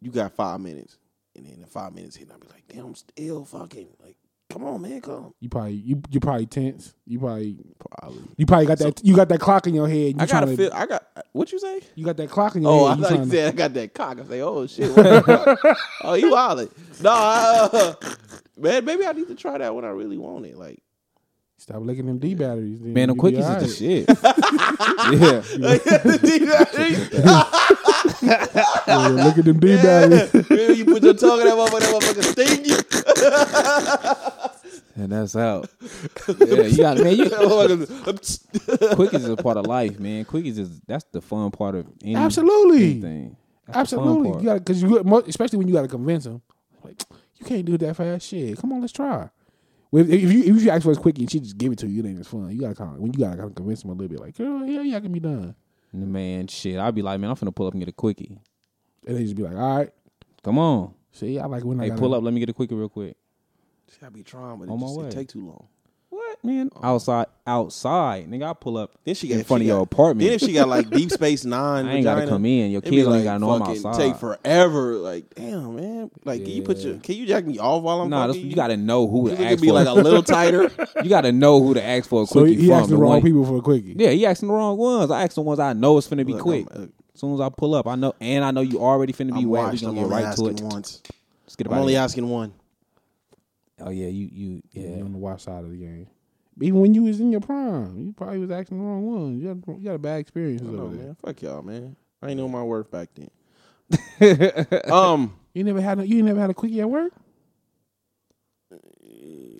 Speaker 1: you got five minutes, and then the five minutes hit, and I be like, damn, I'm still fucking. Like, come on, man, come.
Speaker 3: You probably you you probably tense. You probably probably you probably got that you got that clock in your head. You
Speaker 1: I gotta
Speaker 3: tryna-
Speaker 1: feel. I got. What you say?
Speaker 3: You got that clock in your
Speaker 1: Oh,
Speaker 3: head.
Speaker 1: I
Speaker 3: you
Speaker 1: thought you
Speaker 3: tryna-
Speaker 1: said I got that cock. I say, oh shit. what the fuck? oh, you wildin'. No, I, uh, man, maybe I need to try that when I really want it. Like,
Speaker 3: Stop licking them D batteries. Then
Speaker 4: Man, them
Speaker 3: you be
Speaker 4: quickies
Speaker 3: all
Speaker 4: is
Speaker 3: right.
Speaker 4: the shit. yeah,
Speaker 3: Yeah, look at them D
Speaker 1: Yeah.
Speaker 3: batteries.
Speaker 1: Yeah, you put your tongue in that motherfucker, that motherfucker sting you.
Speaker 4: and that's out. Yeah, you got man. You,
Speaker 1: That motherfucker-
Speaker 4: quickies is a part of life, man. Quickies is that's the fun part of any,
Speaker 3: Absolutely.
Speaker 4: anything. That's the fun
Speaker 3: Absolutely,
Speaker 4: part.
Speaker 3: you got because you got- mo- especially when you got to convince them. Like you can't do that fast shit. Come on, let's try. Well, If, if you if you ask for it quick and she just give it to you, it ain't as fun. You gotta kind of when you gotta kind of convince them a little bit. Like girl, yeah, yeah, I can be done.
Speaker 4: man, shit. I'd be like, man, I'm finna pull up and get a quickie.
Speaker 3: And they just be like, all right,
Speaker 4: Come on.
Speaker 3: see, I like when I
Speaker 4: Hey,
Speaker 3: gotta,
Speaker 4: pull up. Let me get a quickie real quick.
Speaker 1: I be trying, but it
Speaker 4: On my
Speaker 1: just
Speaker 4: way.
Speaker 1: it take too long.
Speaker 4: What man? Outside, outside, nigga. I pull up.
Speaker 1: Then she
Speaker 4: in
Speaker 1: got
Speaker 4: front
Speaker 1: she
Speaker 4: of your
Speaker 1: got-
Speaker 4: apartment.
Speaker 1: Then if she got like Deep Space Nine,
Speaker 4: I ain't gotta
Speaker 1: vagina,
Speaker 4: come in. Your
Speaker 1: it'd
Speaker 4: kids
Speaker 1: be,
Speaker 4: ain't
Speaker 1: like,
Speaker 4: gotta know I'm
Speaker 1: fucking
Speaker 4: outside.
Speaker 1: Take forever. Like, damn, man. Like, can you put your? Can you jack me off while I'm?
Speaker 4: nah, that's,
Speaker 1: fucking
Speaker 4: you gotta know who
Speaker 1: You
Speaker 4: to
Speaker 1: think
Speaker 4: ask
Speaker 1: it'd be
Speaker 4: for.
Speaker 1: like a little tighter.
Speaker 4: you gotta know who to ask for a
Speaker 3: So
Speaker 4: quickie
Speaker 3: he, he
Speaker 4: from.
Speaker 3: asked the
Speaker 4: the
Speaker 3: wrong
Speaker 4: one-
Speaker 3: people for a quickie.
Speaker 4: Yeah, he asked the wrong ones. I asked the ones I know is finna be
Speaker 1: Look,
Speaker 4: quick.
Speaker 1: I'm- look.
Speaker 4: as soon as I pull up, I know, and I know you already finna be
Speaker 1: I'm
Speaker 4: wet. We
Speaker 1: washed,
Speaker 4: gonna
Speaker 1: I'm
Speaker 4: get
Speaker 1: only
Speaker 4: right to
Speaker 1: asking
Speaker 4: it.
Speaker 1: once.
Speaker 4: Let's get
Speaker 1: I'm
Speaker 4: about
Speaker 1: only
Speaker 4: it.
Speaker 1: asking one.
Speaker 4: Oh yeah, you you
Speaker 3: You
Speaker 4: yeah.
Speaker 3: on the watch side of the game. Even when you was in your prime, you probably was acting the wrong ones. You got, you got a bad experience
Speaker 1: I know,
Speaker 3: over there.
Speaker 1: Oh, man. Fuck y'all, man. I ain't know my worth back then. um,
Speaker 3: You never had a, you never had a quickie at work.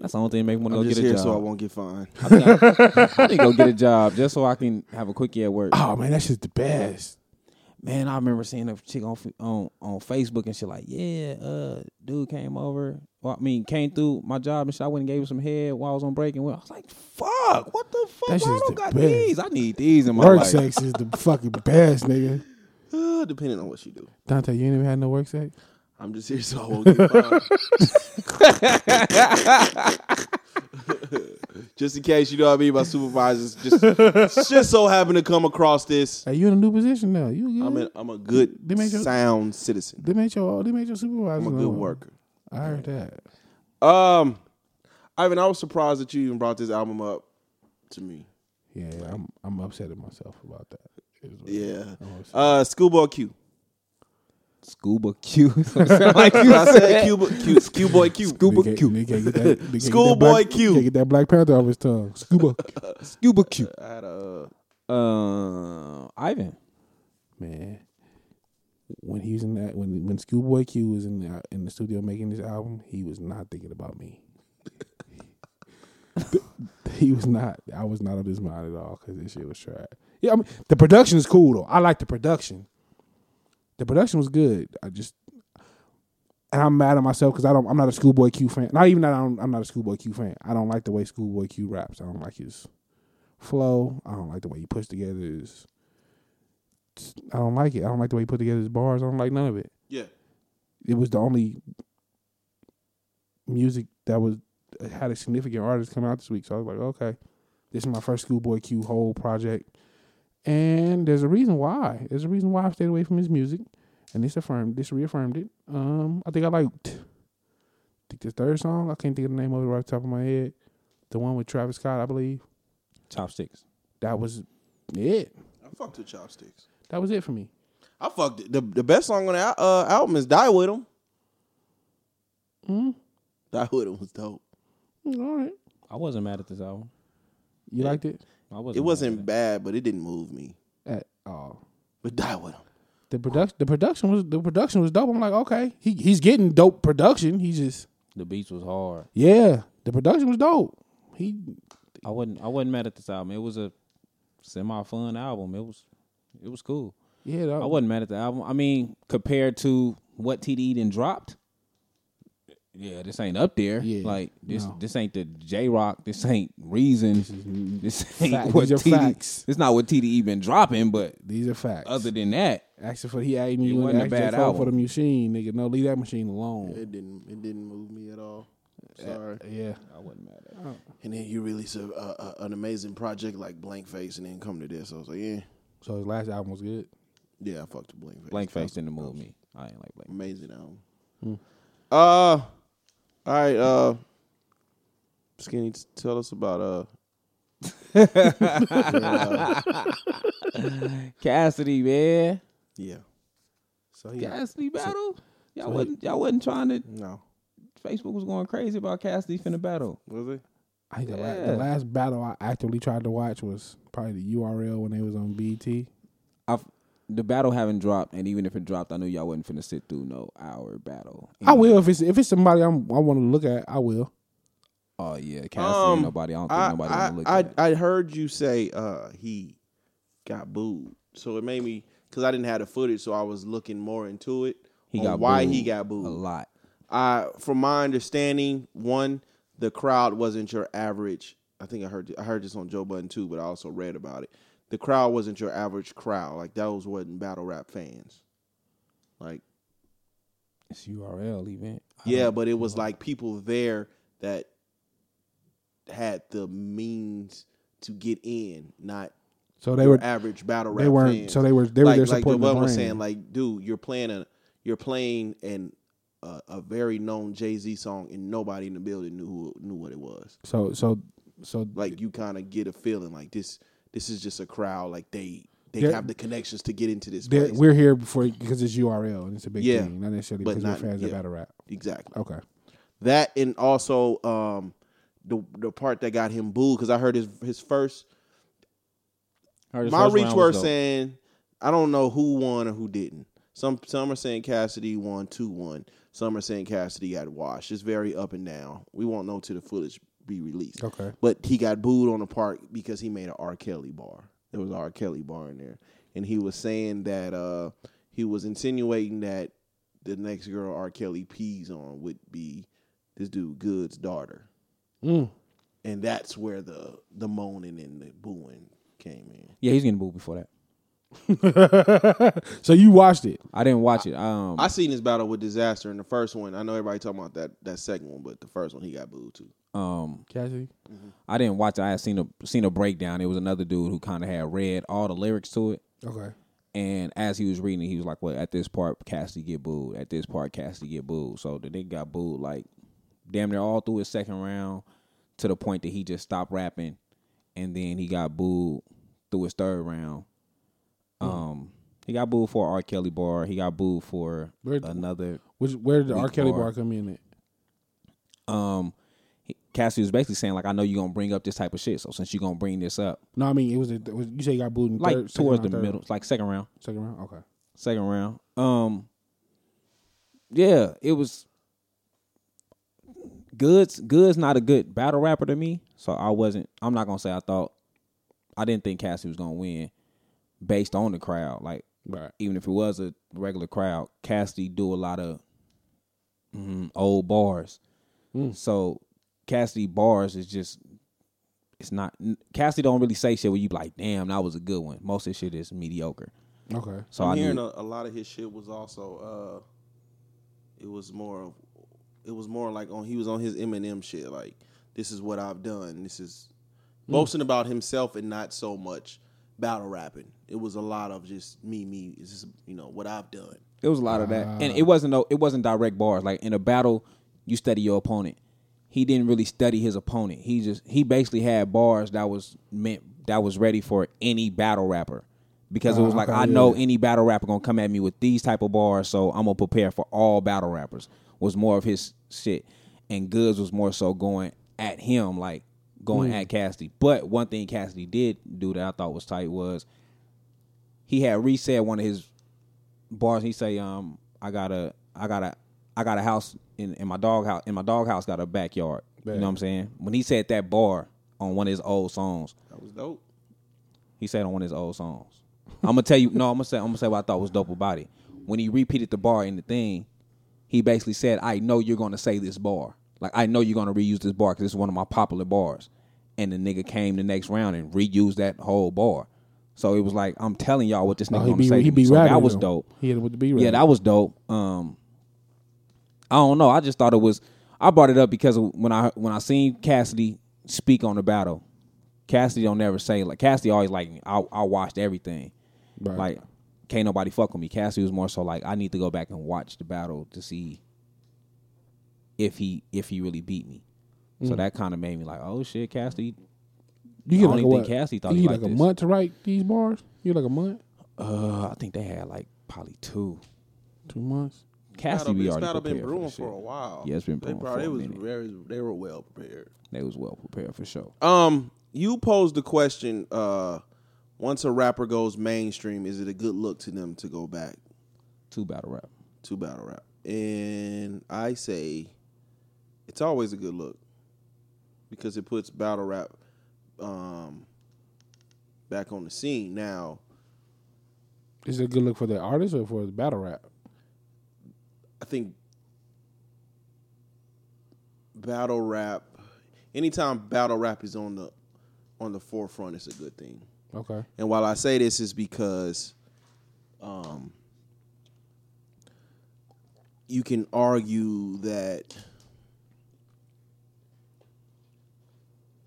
Speaker 4: That's the only thing that make me wanna
Speaker 1: I'm
Speaker 4: go
Speaker 1: just
Speaker 4: get a
Speaker 1: here
Speaker 4: job.
Speaker 1: so I won't get fined.
Speaker 4: I think I, I need to go get a job just so I can have a quickie at work.
Speaker 3: Oh man, that's just the best.
Speaker 4: Man, I remember seeing a chick on on on Facebook and shit like, yeah, uh, dude came over. Well, I mean, came through my job and shit. I went and gave him some head while I was on break and went. I was like, fuck, what the
Speaker 3: That
Speaker 4: fuck? Why I
Speaker 3: shit's
Speaker 4: don't
Speaker 3: the
Speaker 4: got
Speaker 3: best.
Speaker 4: these? I need these in my
Speaker 3: Work
Speaker 4: life.
Speaker 3: sex is the fucking best, nigga.
Speaker 1: Uh, depending on what you do.
Speaker 3: Dante, you ain't never had no work sex.
Speaker 1: I'm just here so I won't get fined. just in case you know what I mean, my supervisors just just so happen to come across this.
Speaker 3: Hey, you in a new position now. You good?
Speaker 1: I'm a, I'm a good
Speaker 3: They made your-
Speaker 1: sound citizen.
Speaker 3: they made your they made your supervisor.
Speaker 1: I'm a
Speaker 3: know.
Speaker 1: good worker.
Speaker 3: I heard that.
Speaker 1: Um, Ivan, I was surprised that you even brought this album up to me.
Speaker 3: Yeah, I'm I'm upset at myself about that. It's like-
Speaker 1: Yeah.
Speaker 3: Oh, I'm upset.
Speaker 1: Uh, Schoolboy Q.
Speaker 4: Scuba Q. Sound like you
Speaker 1: I said Cuba, Q, Q boy Q.
Speaker 4: Scuba
Speaker 3: Nigga-
Speaker 4: Q.
Speaker 3: nigga get that- nigga get that
Speaker 1: Schoolboy
Speaker 3: black-
Speaker 1: Q.
Speaker 3: nigga Get that Black Panther off his tongue. Scuba.
Speaker 4: Scuba Q.
Speaker 1: I had a,
Speaker 4: Uh, Ivan.
Speaker 3: man. When he was in that, when when Schoolboy Q was in the in the studio making this album, he was not thinking about me. he was not. I was not of his mind at all because this shit was trash. Yeah, I mean the production is cool though. I like the production. The production was good. I just and I'm mad at myself because I don't. I'm not a Schoolboy Q fan. Not even that. I'm, I'm not a Schoolboy Q fan. I don't like the way Schoolboy Q raps. I don't like his flow. I don't like the way he puts together his I don't like it. I don't like the way he put together his bars. I don't like none of it.
Speaker 1: yeah.
Speaker 3: It was the only music that was had a significant artist come out this week. So I was like, okay, this is my first Schoolboy Q whole project, and there's a reason why. There's a reason why I've stayed away from his music, and this affirmed, this reaffirmed it. Um, I think I liked, I think this third song. I can't think of the name of it right off the top of my head. The one with Travis Scott, I believe
Speaker 4: Chopsticks.
Speaker 3: that was it.
Speaker 1: I fucked with chopsticks.
Speaker 3: That was it for me.
Speaker 1: I fucked it. The, the best song on the al- uh, album is Die With 'Em. Die With 'Em was dope.
Speaker 3: Mm, All right.
Speaker 4: I wasn't mad at this album.
Speaker 3: You liked it?
Speaker 4: I wasn't.
Speaker 1: It
Speaker 4: mad at
Speaker 1: wasn't bad, but it didn't move me.
Speaker 3: At all.
Speaker 1: But Die With 'Em.
Speaker 3: The production the production was the production was dope. I'm like, okay. He he's getting dope production. He just
Speaker 4: The beats was hard.
Speaker 3: Yeah. The production was dope. He
Speaker 4: I wasn't. I wasn't mad at this album. It was a semi fun album. It was. It was cool.
Speaker 3: yeah, that,
Speaker 4: I wasn't mad at the album. I mean, compared to what TDE then dropped, yeah, this ain't up there.
Speaker 3: Yeah,
Speaker 4: like this,
Speaker 3: no.
Speaker 4: this ain't the J Rock. This ain't Reason. This ain't
Speaker 3: fact-
Speaker 4: what
Speaker 3: these are
Speaker 4: TDE.
Speaker 3: facts.
Speaker 4: It's not what TDE been dropping. But
Speaker 3: these are facts.
Speaker 4: other than that,
Speaker 3: asking for he ain't you
Speaker 4: wasn't a
Speaker 3: wasn't
Speaker 4: bad
Speaker 3: bad
Speaker 4: album.
Speaker 3: for the machine, nigga. No, leave that machine alone.
Speaker 1: It didn't. It didn't move me at all. Sorry.
Speaker 3: Yeah.
Speaker 4: I wasn't mad at.
Speaker 1: And then you release a, a, a- an amazing project like Blank Face, and then come to this. I was like, yeah,
Speaker 3: So his last album was good.
Speaker 1: yeah, I fucked with Blank Face.
Speaker 4: Blank face didn't move me. I ain't like blank.
Speaker 1: amazing album. Uh, all right. Uh, Skinny, t- tell us about uh.
Speaker 4: Cassidy, man.
Speaker 1: Yeah. So he
Speaker 4: Cassidy battle. Y'all wasn't. Y'all wasn't trying to.
Speaker 1: no
Speaker 4: Facebook was going crazy about Cassidy finna battle.
Speaker 1: was he?
Speaker 3: I think the, la-
Speaker 4: Yeah.
Speaker 3: the last battle I actively tried to watch was probably the URL when they was on BT.
Speaker 4: I've, the battle haven't dropped, and even if it dropped, I knew y'all wasn't finna sit through no hour battle.
Speaker 3: I will if it's if it's somebody I'm, I want to look at. I will.
Speaker 4: Oh yeah, Cassidy. ain't nobody. I don't think
Speaker 1: Um, I
Speaker 4: nobody
Speaker 1: I,
Speaker 4: wanna look
Speaker 1: I,
Speaker 4: at. it.
Speaker 1: I heard you say uh he got booed, so it made me because I didn't have the footage, so I was looking more into it.
Speaker 4: He
Speaker 1: on
Speaker 4: got
Speaker 1: why
Speaker 4: booed
Speaker 1: he got booed
Speaker 4: a lot.
Speaker 1: I, from my understanding, one, the crowd wasn't your average. I think I heard I heard this on Joe Budden too, but I also read about it. The crowd wasn't your average crowd. Like those wasn't battle rap fans. Like
Speaker 4: It's URL event. I
Speaker 1: yeah, but it was like people there that had the means to get in, not
Speaker 3: So they were
Speaker 1: average battle rap.
Speaker 3: They weren't-
Speaker 1: fans.
Speaker 3: so they were- they were
Speaker 1: like,
Speaker 3: there
Speaker 1: like
Speaker 3: supporting the
Speaker 1: Joel was
Speaker 3: brand.
Speaker 1: saying, like, dude, you're playing a you're playing an a, a very known Jay Z song, and nobody in the building knew who, knew what it was.
Speaker 3: so so so
Speaker 1: Like, you kind of get a feeling like this this is just a crowd. Like they they
Speaker 3: They're-
Speaker 1: have the connections to get into this
Speaker 3: they're-
Speaker 1: place.
Speaker 3: we're here before because it's URL and it's a big
Speaker 1: Yeah.
Speaker 3: thing, not necessarily
Speaker 1: But
Speaker 3: because we're
Speaker 1: not-
Speaker 3: fans of
Speaker 1: yeah.
Speaker 3: battle rap.
Speaker 1: exactly
Speaker 3: Okay,
Speaker 1: that, and also um the the part that got him booed because I heard his his first
Speaker 4: heard his
Speaker 1: my
Speaker 4: first
Speaker 1: reach
Speaker 4: round
Speaker 1: were
Speaker 4: was dope.
Speaker 1: saying I don't know who won or who didn't. Some some are saying Cassidy won two one. Some are saying Cassidy got washed. It's very up and down. We won't know till the footage be released.
Speaker 3: Okay.
Speaker 1: But he got booed on the park because he made an R. Kelly bar. There was an R. Kelly bar in there. And he was saying that uh he was insinuating that the next girl R. Kelly pees on would be this dude Good's daughter. And that's where the the moaning and the booing came in.
Speaker 4: Yeah, he's getting booed before that.
Speaker 3: so you watched it.
Speaker 4: I didn't watch it. Um,
Speaker 1: I seen this battle with disaster in the first one. I know everybody talking about that that second one, but the first one he got booed too.
Speaker 4: um,
Speaker 3: Cassidy.
Speaker 4: I didn't watch. it. I had seen a seen a breakdown. It was another dude who kind of had read all the lyrics to it.
Speaker 3: Okay.
Speaker 4: And as he was reading, it, he was like, "Well, at this part, Cassidy get booed. At this part, Cassidy get booed." So the nigga got booed like damn near all through his second round, to the point that he just stopped rapping, and then he got booed through his third round.
Speaker 3: Hmm.
Speaker 4: Um, he got booed for R. Kelly bar. He got booed for
Speaker 3: Where-
Speaker 4: another.
Speaker 3: Which where did the R.
Speaker 4: Weak
Speaker 3: Kelly
Speaker 4: bar.
Speaker 3: bar come in? It.
Speaker 4: Um, he, Cassidy was basically saying like, "I know you gonna bring up this type of shit. So since you gonna bring this up,
Speaker 3: No, I mean it was, a, it was you say you got booed in
Speaker 4: like
Speaker 3: third, second
Speaker 4: towards
Speaker 3: round,
Speaker 4: the
Speaker 3: third-
Speaker 4: middle, like second round,
Speaker 3: second round. Okay.
Speaker 4: second round. Um, yeah, it was. Goods, Goods, not a good battle rapper to me, so I wasn't. I'm not gonna say I thought, I didn't think Cassie was gonna win, based on the crowd. Like
Speaker 3: Right.
Speaker 4: even if it was a regular crowd, Cassidy do a lot of mm, old bars.
Speaker 1: Hmm.
Speaker 4: So Cassidy bars is just it's not Cassidy don't really say shit where you be like, damn, that was a good one. Most of his shit is mediocre.
Speaker 3: Okay.
Speaker 4: So
Speaker 1: I'm
Speaker 4: I
Speaker 1: hearing
Speaker 4: knew,
Speaker 1: a, a lot of his shit was also uh it was more of it was more like on he was on his Eminem shit like this is what I've done. This is
Speaker 4: Hmm.
Speaker 1: boasting about himself and not so much battle rapping. It was a lot of just me me is this you know what I've done.
Speaker 4: it was a lot of that, and
Speaker 3: Ah.
Speaker 4: it wasn't no, it wasn't direct bars. Like in a battle, you study your opponent. He didn't really study his opponent. He just he basically had bars that was meant that was ready for any battle rapper because it was
Speaker 3: Ah,
Speaker 4: like
Speaker 3: okay,
Speaker 4: I
Speaker 3: yeah.
Speaker 4: know any battle rapper gonna come at me with these type of bars, so I'm gonna prepare for all battle rappers. Was more of his shit, and Goods was more so going at him, like going
Speaker 3: Hmm.
Speaker 4: at Cassidy. But one thing Cassidy did do that I thought was tight was he had reset one of his bars. He say, um, I got a, I got a, I got a house in, in my dog house. In my dog house, got a backyard. You know what I'm saying? When he said that bar on one of his old songs,
Speaker 1: That was dope.
Speaker 4: he said on one of his old songs. I'm gonna tell you. No, I'm gonna say. I'm gonna say what I thought was dope about it. When he repeated the bar in the thing, he basically said, "I know you're gonna say this bar. Like I know you're gonna reuse this bar because it's one of my popular bars." And the nigga came the next round and reused that whole bar. So it was like I'm telling y'all what this nigga
Speaker 3: Oh,
Speaker 4: gonna say. to me. so that
Speaker 3: rapping,
Speaker 4: was
Speaker 3: though.
Speaker 4: dope.
Speaker 3: He hit it with the B
Speaker 4: Yeah, that was dope. Um, I don't know. I just thought it was. I brought it up because when I when I seen Cassidy speak on the battle, Cassidy don't never say like Cassidy always like I I watched everything.
Speaker 3: Right.
Speaker 4: Like can't nobody fuck with me. Cassidy was more so like I need to go back and watch the battle to see if he if he really beat me.
Speaker 3: Mm.
Speaker 4: So that kind of made me like, oh shit, Cassidy.
Speaker 3: You get
Speaker 4: I don't
Speaker 3: like a
Speaker 4: even
Speaker 3: what?
Speaker 4: think Cassie thought
Speaker 3: you
Speaker 4: he
Speaker 3: get like,
Speaker 4: liked
Speaker 3: a
Speaker 4: this.
Speaker 3: month to write these bars. You get like a month,
Speaker 4: Uh, I think they had like probably two.
Speaker 3: two months.
Speaker 4: Cassidy,
Speaker 1: Battle-
Speaker 4: we
Speaker 1: this
Speaker 4: already
Speaker 1: battle been
Speaker 4: prepared for
Speaker 1: brewing
Speaker 4: this
Speaker 1: for,
Speaker 4: shit.
Speaker 1: a while.
Speaker 4: Yeah, it's been
Speaker 1: they
Speaker 4: brewing
Speaker 1: probably-
Speaker 4: for a
Speaker 1: it was
Speaker 4: minute.
Speaker 1: very they were well prepared.
Speaker 4: They was well prepared for sure.
Speaker 1: Um, you posed the question: uh, Once a rapper goes mainstream, is it a good look to them to go back
Speaker 4: Two battle rap.
Speaker 1: to battle rap? And I say, it's always a good look because it puts battle rap um, back on the scene. Now,
Speaker 3: Is it a good look for the artist or for the battle rap?
Speaker 1: I think battle rap, anytime battle rap is on the on the forefront, it's a good thing.
Speaker 3: Okay.
Speaker 1: And while I say this is because um you can argue that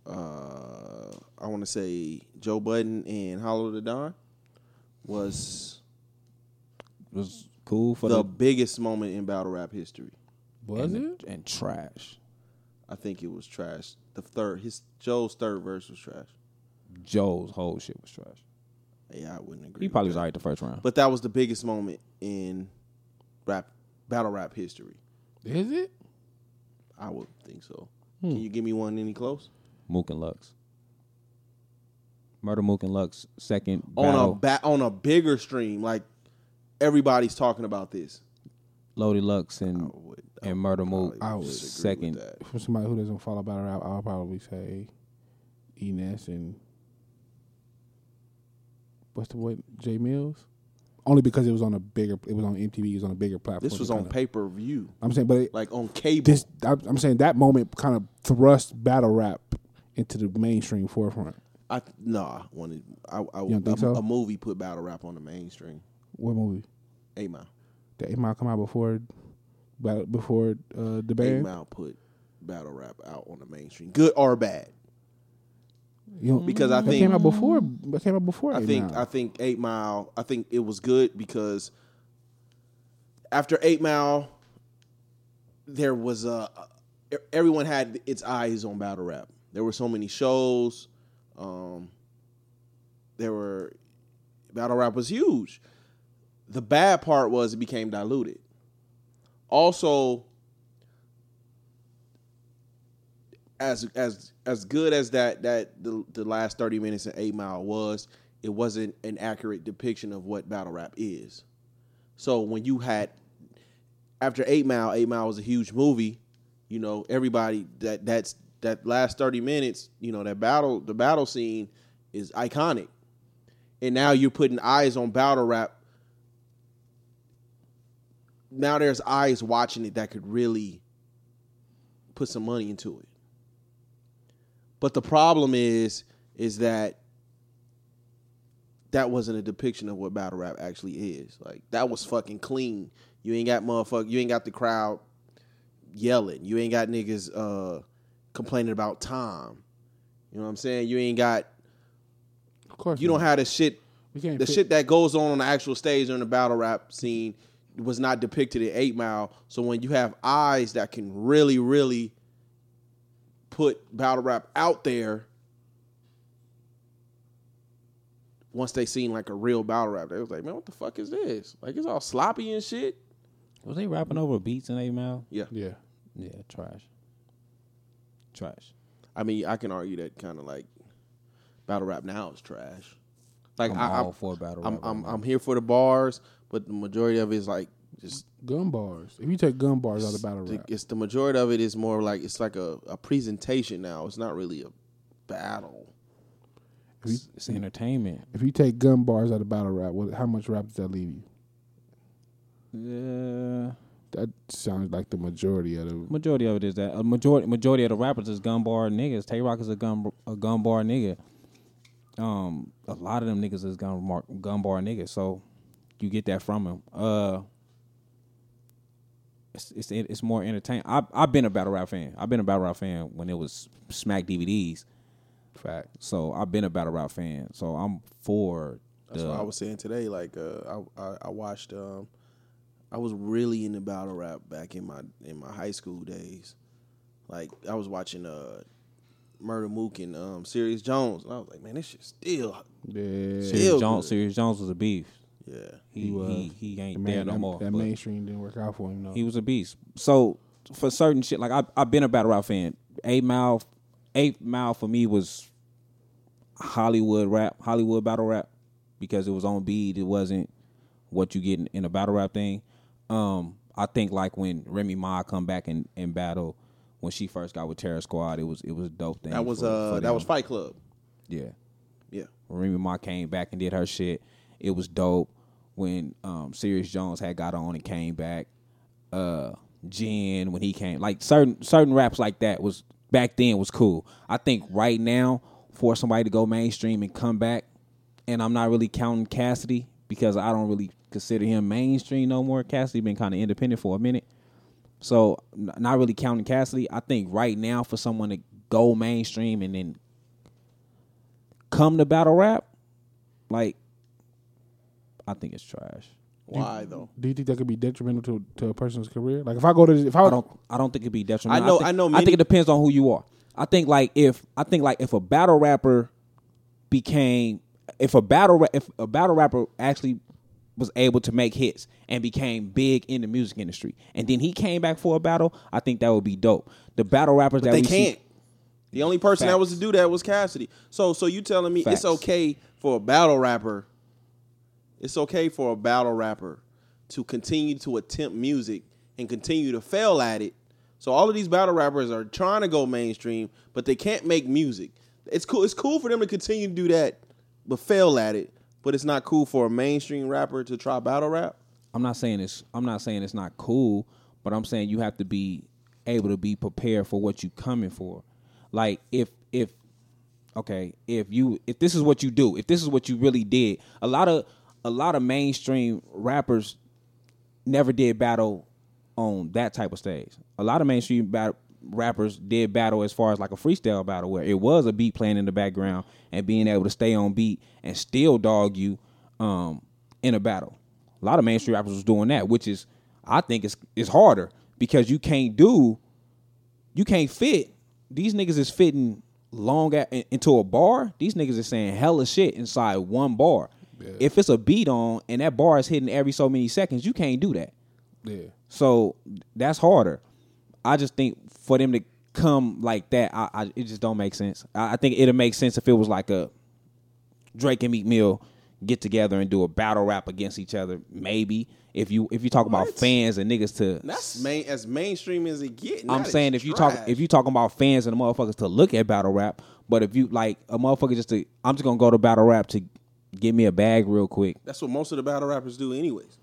Speaker 1: uh I want to say Joe Budden and Hollow the Don was
Speaker 4: was cool for
Speaker 1: the
Speaker 4: the,
Speaker 1: biggest moment in battle rap history.
Speaker 3: Was
Speaker 4: and,
Speaker 3: it?
Speaker 4: and trash.
Speaker 1: I think it was trash. The third his Joe's third verse was trash.
Speaker 4: Joe's whole shit was trash.
Speaker 1: Yeah, I wouldn't agree.
Speaker 4: He
Speaker 1: with
Speaker 4: probably
Speaker 1: that.
Speaker 4: was alright the first round.
Speaker 1: But that was the biggest moment in rap battle rap history.
Speaker 3: Is it?
Speaker 1: I would think so. Can you give me one any close?
Speaker 4: Mook and Lux. Murder Mook and Lux second
Speaker 1: On
Speaker 4: battle.
Speaker 1: a ba- on a bigger stream, like everybody's talking about this.
Speaker 4: Lodi Lux and
Speaker 1: would- Oh, I
Speaker 4: and Murder Mook
Speaker 1: probably
Speaker 3: would
Speaker 1: disagree with
Speaker 4: second.
Speaker 1: that.
Speaker 3: For somebody who doesn't follow battle rap, I'll probably say Enes and what's the boy J Mills. Only because it was on a bigger, it was on MTV, it was on a bigger platform.
Speaker 1: This was
Speaker 3: It
Speaker 1: on
Speaker 3: kinda-
Speaker 1: pay per view,
Speaker 3: I'm saying, but it,
Speaker 1: like on cable.
Speaker 3: this, I'm I'm saying that moment kind of thrust battle rap into the mainstream forefront.
Speaker 1: I nah, wanted I, I,
Speaker 3: don't think
Speaker 1: a,
Speaker 3: so?
Speaker 1: a movie put battle rap on the mainstream.
Speaker 3: What movie?
Speaker 1: Eight Mile,
Speaker 3: The Eight Mile come out before, battle- before uh, the
Speaker 1: Eight
Speaker 3: band.
Speaker 1: Mile put battle rap out on the mainstream, good or bad.
Speaker 3: You know,
Speaker 1: Because I
Speaker 3: Mm-hmm. that
Speaker 1: think-
Speaker 3: came out before. That came out before.
Speaker 1: I
Speaker 3: Eight
Speaker 1: think
Speaker 3: Mile.
Speaker 1: I think Eight Mile. I think it was good because after Eight Mile, there was a e, everyone had its eyes on battle rap. There were so many shows. Um, there were battle rap was huge. The bad part was it became diluted. Also, as as as good as that that the, the last 30 minutes in 8 mile was it wasn't an accurate depiction of what battle rap is so when you had after 8 mile 8 mile was a huge movie you know everybody that that's that last 30 minutes you know that battle the battle scene is iconic and now you're putting eyes on battle rap now there's eyes watching it that could really put some money into it but the problem is, is that that wasn't a depiction of what battle rap actually is. Like that was fucking clean. You ain't got motherfucker. You ain't got the crowd yelling. You ain't got niggas uh, complaining about time. You know what I'm saying? You ain't got.
Speaker 3: of course
Speaker 1: You don't
Speaker 3: not.
Speaker 1: have the shit.
Speaker 3: We can't
Speaker 1: The
Speaker 3: pick-
Speaker 1: shit that goes on on the actual stage during the battle rap scene was not depicted in Eight Mile. So when you have eyes that can really, really put battle rap out there, once they seen like a real battle rap, they was like, man, what the fuck is this? Like it's all sloppy and shit.
Speaker 4: Was they rapping over beats in their mouth?
Speaker 1: Yeah,
Speaker 3: Yeah.
Speaker 4: Yeah, trash. Trash.
Speaker 1: I mean, I can argue that kind of like battle rap now is trash. Like
Speaker 4: I'm
Speaker 1: I,
Speaker 4: all for battle
Speaker 1: I'm,
Speaker 4: rap right
Speaker 1: I'm
Speaker 4: now.
Speaker 1: I'm here for the bars, but the majority of it is like just
Speaker 3: Gun bars. If you take gun bars out of battle
Speaker 1: the,
Speaker 3: rap,
Speaker 1: it's the majority of it is more like it's like a, a presentation now. It's not really a battle.
Speaker 4: It's, it's entertainment.
Speaker 3: if you take gun bars out of battle rap, what, how much rap does that leave you?
Speaker 4: Yeah.
Speaker 3: That sounds like the majority of the.
Speaker 4: Majority of it is that a majority majority of the rappers is gun bar niggas. Tay Rock is a gun a gun bar nigga. Um, a lot of them niggas is gun mar- gun bar niggas. So you get that from him. Uh, it's it's, it's more entertaining. I I've been a battle rap fan. I've been a battle rap fan when it was Smack DVDs. Fact. So I've been a battle rap fan. So I'm for
Speaker 1: That's
Speaker 4: the
Speaker 1: what I was saying today. Like uh, I, I I watched um I was really into battle rap back in my in my high school days. Like I was watching uh Murder Mook and um Sirius Jones and I was like, man, this shit still Still
Speaker 3: Yeah.
Speaker 4: Sirius Jones.
Speaker 1: good.
Speaker 4: Serious Jones was a beef.
Speaker 1: yeah.
Speaker 4: He
Speaker 3: He
Speaker 4: he,
Speaker 3: was.
Speaker 4: he, ain't
Speaker 3: Man,
Speaker 4: there no
Speaker 3: that,
Speaker 4: more.
Speaker 3: that
Speaker 4: but-
Speaker 3: mainstream didn't work out for him though.
Speaker 4: He was a beast. So for certain shit, like I I've been a battle rap fan. Eight Mile, Eight Mile for me was Hollywood rap, Hollywood battle rap, because it was on beat. It wasn't what you get in, in a battle rap thing. Um, I think like when Remy Ma come back in, in battle, when she first got with Terror Squad, it was it was a dope thing.
Speaker 1: That was
Speaker 4: for-
Speaker 1: uh
Speaker 4: for
Speaker 1: that was
Speaker 4: them.
Speaker 1: Fight Club.
Speaker 4: yeah.
Speaker 1: Yeah.
Speaker 4: When Remy Ma came back and did her shit, it was dope. When um, Sirius Jones had got on and came back, uh, Jen when he came, like certain certain raps like that was back then was cool. I think right now for somebody to go mainstream and come back, and I'm not really counting Cassidy because I don't really consider him mainstream no more. Cassidy been kind of independent for a minute. So n- not really counting Cassidy. I think right now for someone to go mainstream and then come to battle rap, like I think it's trash.
Speaker 1: Why though?
Speaker 3: Do you think that could be detrimental to to a person's career? Like if I go to if I,
Speaker 4: I don't I don't think it'd be detrimental.
Speaker 1: I know-
Speaker 4: think,
Speaker 1: I know
Speaker 4: I
Speaker 1: many-
Speaker 4: think it depends on who you are. I think like if I think like if a battle rapper became if a battle ra- if a battle rapper actually was able to make hits and became big in the music industry, and then he came back for a battle. I think that would be dope. The battle rappers that
Speaker 1: They
Speaker 4: we see-
Speaker 1: can't. The only person that was to
Speaker 4: Facts.
Speaker 1: do that was Cassidy. So so you telling me
Speaker 4: Facts.
Speaker 1: it's okay for a battle rapper? It's okay for a battle rapper to continue to attempt music and continue to fail at it. So all of these battle rappers are trying to go mainstream, but they can't make music. It's cool. It's cool for them to continue to do that, but fail at it. But it's not cool for a mainstream rapper to try battle rap.
Speaker 4: I'm not saying it's I'm not saying it's not cool, but I'm saying you have to be able to be prepared for what you coming for. Like if if okay, if you if this is what you do, if this is what you really did, a lot of a lot of mainstream rappers never did battle on that type of stage. A lot of mainstream bat- rappers did battle as far as like a freestyle battle where it was a beat playing in the background and being able to stay on beat and still dog you um, in a battle. A lot of mainstream rappers was doing that, which is I think is is harder because you can't do you can't fit. These niggas is fitting long at, in- into a bar. These niggas is saying hella shit inside one bar. If it's a beat on and that bar is hitting every so many seconds, you can't do that.
Speaker 3: yeah.
Speaker 4: So that's harder. I just think for them to come like that, I, I it just don't make sense. I, I think it'll make sense if it was like a Drake and Meek Mill get together and do a battle rap against each other. Maybe if you if you talk about fans and niggas to
Speaker 1: That's main as mainstream as it gets.
Speaker 4: I'm saying if you talk if you talking about fans and the motherfuckers to look at battle rap, but if you like a motherfucker just to I'm just gonna go to battle rap to get me a bag real quick.
Speaker 1: that's what most of the battle rappers do, anyways.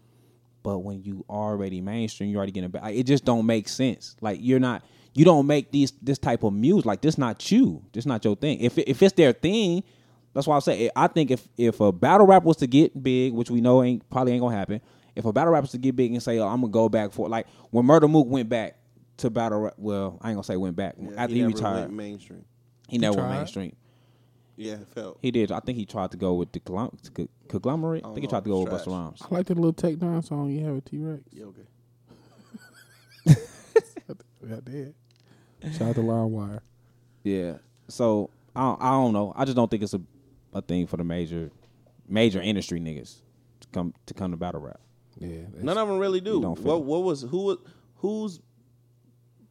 Speaker 4: But when you already mainstream, you already getting a bag. Like, it just don't make sense. Like you're not you don't make these this type of music. Like this not you. This not your thing. If it- if it's their thing, that's why I say I think if if a battle rap was to get big, which we know ain't probably ain't gonna happen. If a battle rap was to get big and say, oh, I'm gonna go back for like when Murder Mook went back to battle rap. Well, I ain't gonna say went back after he,
Speaker 1: never
Speaker 4: retired.
Speaker 1: went mainstream.
Speaker 4: He never went
Speaker 3: tried?
Speaker 4: mainstream.
Speaker 1: Yeah, it felt.
Speaker 4: He did. I think he tried to go with the glom- c- conglomerate. I, think he
Speaker 1: know.
Speaker 4: tried to go with
Speaker 1: Trash.
Speaker 4: Busta Rhymes.
Speaker 3: I like that little Tech Nine song you have with T Rex.
Speaker 1: Yeah, okay.
Speaker 3: Yeah, I did. Shout out to Wire.
Speaker 4: Yeah. So I don't, I don't know. I just don't think it's a, a thing for the major major industry niggas to come to come to battle rap. Yeah,
Speaker 1: None of them really do.
Speaker 4: You don't fit.
Speaker 1: What what was who was who's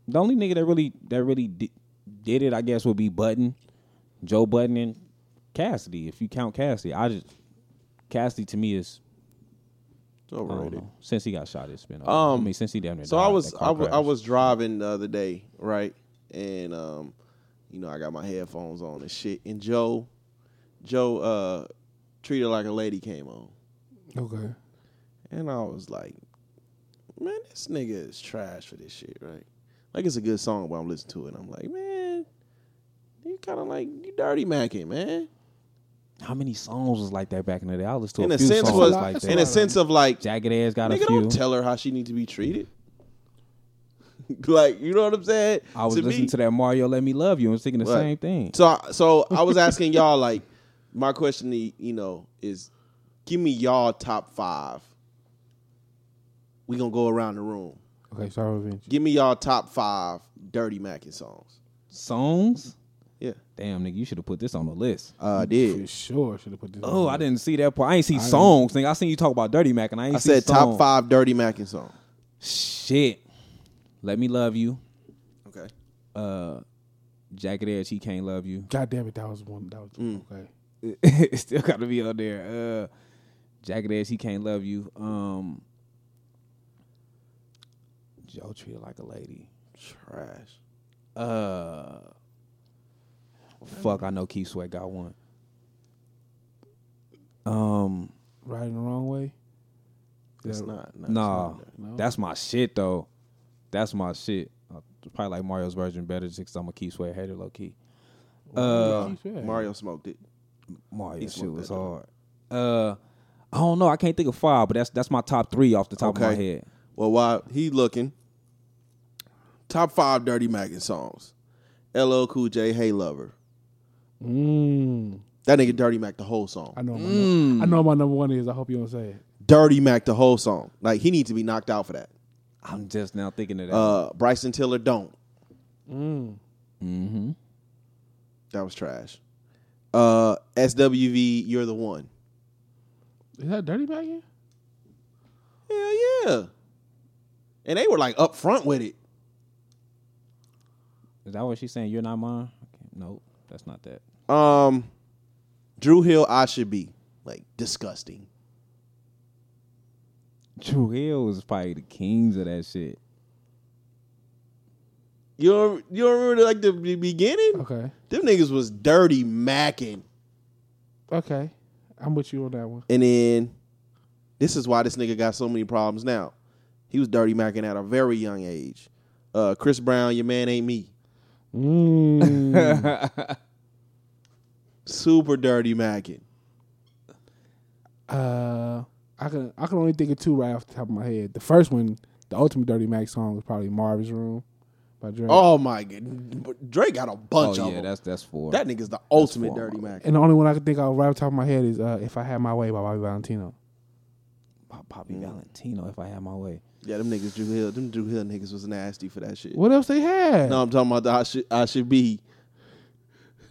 Speaker 4: the only nigga that really that really di- did it, I guess, would be Button, Joe Button, and Cassidy. If you count Cassidy, I just Cassidy to me is
Speaker 1: it's
Speaker 4: I don't
Speaker 1: overrated.
Speaker 4: know. Since he got shot, it's been.
Speaker 1: Um,
Speaker 4: I mean, since he damn near
Speaker 1: So
Speaker 4: died,
Speaker 1: I was
Speaker 4: that car
Speaker 1: I wa- I
Speaker 4: crash.
Speaker 1: was driving the other day, right? And um, you know, I got my headphones on and shit. And Joe, Joe, uh, treated like a lady came on,
Speaker 3: Okay.
Speaker 1: and I was like, man, this nigga is trash for this shit, right? Like it's a good song, but I'm listening to it. and I'm like, man, you kind of like you dirty macking, man.
Speaker 4: How many songs was like that back in the day? I listened to
Speaker 1: In
Speaker 4: a,
Speaker 1: a
Speaker 4: few
Speaker 1: sense
Speaker 4: songs
Speaker 1: was
Speaker 4: like that.
Speaker 1: in a sense of like
Speaker 4: Jagged ass got a
Speaker 1: Nigga,
Speaker 4: few.
Speaker 1: don't tell her how she needs to be treated. like, you know what I'm saying?
Speaker 4: I was listening to that Mario "Let Me Love You" and thinking the
Speaker 1: Right.
Speaker 4: same thing.
Speaker 1: So, I- so I was asking y'all, like, my question, to y- you know, is give me y'all top five. We gonna go around the room.
Speaker 3: Okay. Sorry, revenge.
Speaker 1: Give me y'all top five Dirty Mackin songs.
Speaker 4: Songs,
Speaker 1: Yeah,
Speaker 4: damn nigga, you should have put this on the list.
Speaker 1: uh, I
Speaker 3: For
Speaker 1: did.
Speaker 3: sure, should have put this.
Speaker 4: Oh,
Speaker 1: Uh,
Speaker 3: on.
Speaker 4: I didn't see that part. I ain't see songs, nigga. I seen you talk about Dirty Mac, and I ain't
Speaker 1: I
Speaker 4: see
Speaker 1: said
Speaker 4: songs.
Speaker 1: top five Dirty Mackin songs.
Speaker 4: Shit, "Let Me Love You,"
Speaker 1: Okay.
Speaker 4: uh, "Jagged Edge," he can't love you.
Speaker 3: God damn it! That was one. That was
Speaker 4: Mm.
Speaker 3: okay.
Speaker 4: it still got to be on there. Uh, Jagged Edge, he can't love you. Um, Joe treated like a lady.
Speaker 1: Trash.
Speaker 4: Uh, fuck, I know Keith Sweat got one. Um,
Speaker 3: Riding the wrong way.
Speaker 1: It's
Speaker 3: Yeah.
Speaker 1: not. No.
Speaker 4: nah,
Speaker 3: No?
Speaker 4: that's my shit though. That's my shit. I probably like Mario's version better just because I'm a Keith Sweat hater, low key. Uh,
Speaker 3: Keith Sweat.
Speaker 1: Mario smoked it.
Speaker 4: Mario
Speaker 1: He
Speaker 4: shit
Speaker 1: smoked
Speaker 4: was
Speaker 1: that
Speaker 4: hard. Uh, I don't know. I can't think of five, but that's that's my top three off the top of my
Speaker 1: Okay.
Speaker 4: head.
Speaker 1: Well, while he looking, top five Dirty Mackin songs. LL Cool J, Hey Lover.
Speaker 3: Mm.
Speaker 1: That nigga Dirty Mac the whole song.
Speaker 3: I know. My num-
Speaker 1: Mm.
Speaker 3: I know what my number one is. I hope you don't say it.
Speaker 1: Dirty Mac the whole song. Like he needs to be knocked out for that.
Speaker 4: I'm just now thinking of that.
Speaker 1: Uh, Bryson Tiller don't.
Speaker 4: Mm.
Speaker 1: That was trash. Uh, SWV, you're the one.
Speaker 3: Is that dirty back here?
Speaker 1: Hell yeah. And they were like up front with it.
Speaker 4: Is that what she's saying? You're not mine. Okay. Nope, that's not that.
Speaker 1: Um, Drew Hill, I should be like disgusting.
Speaker 4: Drew Hill was probably the kings of that shit.
Speaker 1: You don't, you don't remember like the be- beginning?
Speaker 3: Okay.
Speaker 1: Them niggas was dirty macking.
Speaker 3: Okay. I'm with you on that one.
Speaker 1: And then this is why this nigga got so many problems now. He was dirty macking at a very young age. Uh, Chris Brown, your man ain't me.
Speaker 3: Mm.
Speaker 1: Super dirty macking.
Speaker 3: uh, I can I can only think of two right off the top of my head. The first one, the ultimate Dirty Mac song, was probably Marvin's Room by Drake.
Speaker 1: Oh my god, Drake got a bunch
Speaker 4: oh
Speaker 1: of
Speaker 4: yeah,
Speaker 1: them.
Speaker 4: that's that's four.
Speaker 1: That nigga's the ultimate
Speaker 4: four,
Speaker 1: dirty
Speaker 4: my
Speaker 1: macking.
Speaker 3: And the only one I can think of right off the top of my head is uh, "If I Had My Way" by Bobby Valentino.
Speaker 4: Pop- Poppy Valentino. If I had my way,
Speaker 1: Yeah, them niggas Drew Hill. Them Drew Hill niggas was nasty for that shit.
Speaker 3: What else they had?
Speaker 1: No, I'm talking about the I should I should be.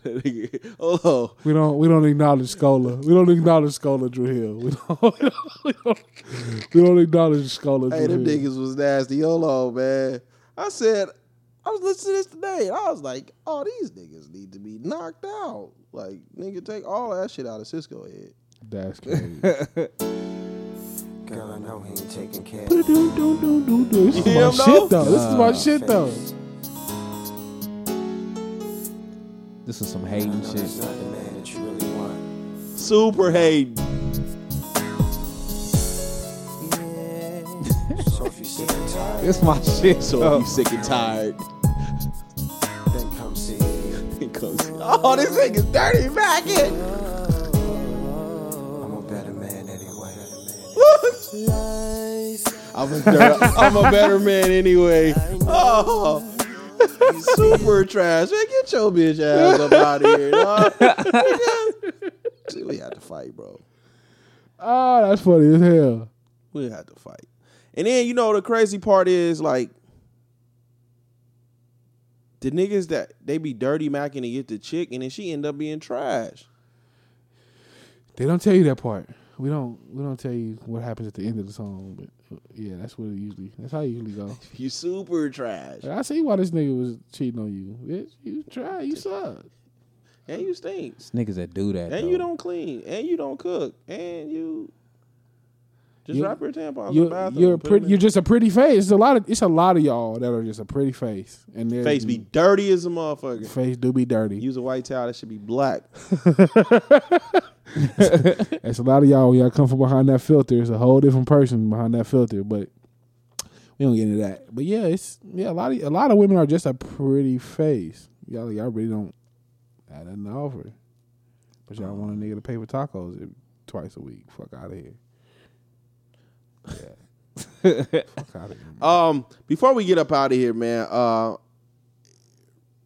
Speaker 1: oh,
Speaker 3: We don't we don't acknowledge Scola. We don't acknowledge Scola Drew Hill. We don't we don't, we don't, we don't acknowledge Scola
Speaker 1: hey, them
Speaker 3: Drew Hill.
Speaker 1: niggas was nasty. Hold on, man. I said I was listening to this today, and I was like, oh, these niggas need to be knocked out. Like, nigga, take all that shit out of Cisco head.
Speaker 3: That's crazy.
Speaker 6: Girl, I know he ain't taking care.
Speaker 3: do, do, do, do, do. This
Speaker 1: You hear him,
Speaker 3: is my shit
Speaker 1: though?
Speaker 3: though. This is my shit though.
Speaker 4: this is some hating
Speaker 6: No,
Speaker 4: shit.
Speaker 6: that's not the man that you really want.
Speaker 1: Super hating.
Speaker 6: So if you're sick and tired,
Speaker 4: It's my shit.
Speaker 1: So
Speaker 4: So
Speaker 3: Oh.
Speaker 1: if you sick and tired.
Speaker 6: then come see me.
Speaker 1: it goes, Oh, this nigga's dirty macking.
Speaker 6: I'm a better man anyway.
Speaker 1: I'm a, dirt, I'm a better man anyway. Oh, super trash. Man, get your bitch ass up out of here, dog. Dude, we had to fight, bro.
Speaker 3: Ah, that's funny as hell.
Speaker 1: We had to fight. And then, you know, the crazy part is, like, the niggas that they be dirty macking to get the chick, and then she end up being trash.
Speaker 3: They don't tell you that part. We don't. We don't tell you what happens at the end of the song. But uh, yeah, that's what it usually. That's how it usually go.
Speaker 1: You super trash.
Speaker 3: Like, I see why this nigga was cheating on you. Bitch, you try. You suck.
Speaker 1: And you stink.
Speaker 4: It's niggas that do that.
Speaker 1: And
Speaker 4: though.
Speaker 1: you don't clean. And you don't cook. And you just
Speaker 3: You-
Speaker 1: wrap your tampons in the
Speaker 3: You're,
Speaker 1: bathroom.
Speaker 3: you're a
Speaker 1: put 'em
Speaker 3: pretty.
Speaker 1: in.
Speaker 3: You're just a pretty face. It's a lot of. It's a lot of y'all that are just a pretty face. And they're-
Speaker 1: face be dirty as a motherfucker.
Speaker 3: face do be dirty.
Speaker 1: Use a white towel that should be black.
Speaker 3: That's a lot of y'all. When y'all come from behind that filter, it's a whole different person behind that filter. But we don't get into that. But yeah, it's yeah. A lot of a lot of women are just a pretty face. Y'all y'all really don't add nothing to offer. But y'all want a nigga to pay for tacos if- twice a week. Fuck out of here. Yeah. Fuck out of here. man.
Speaker 1: Um, before we get up out of here, man, uh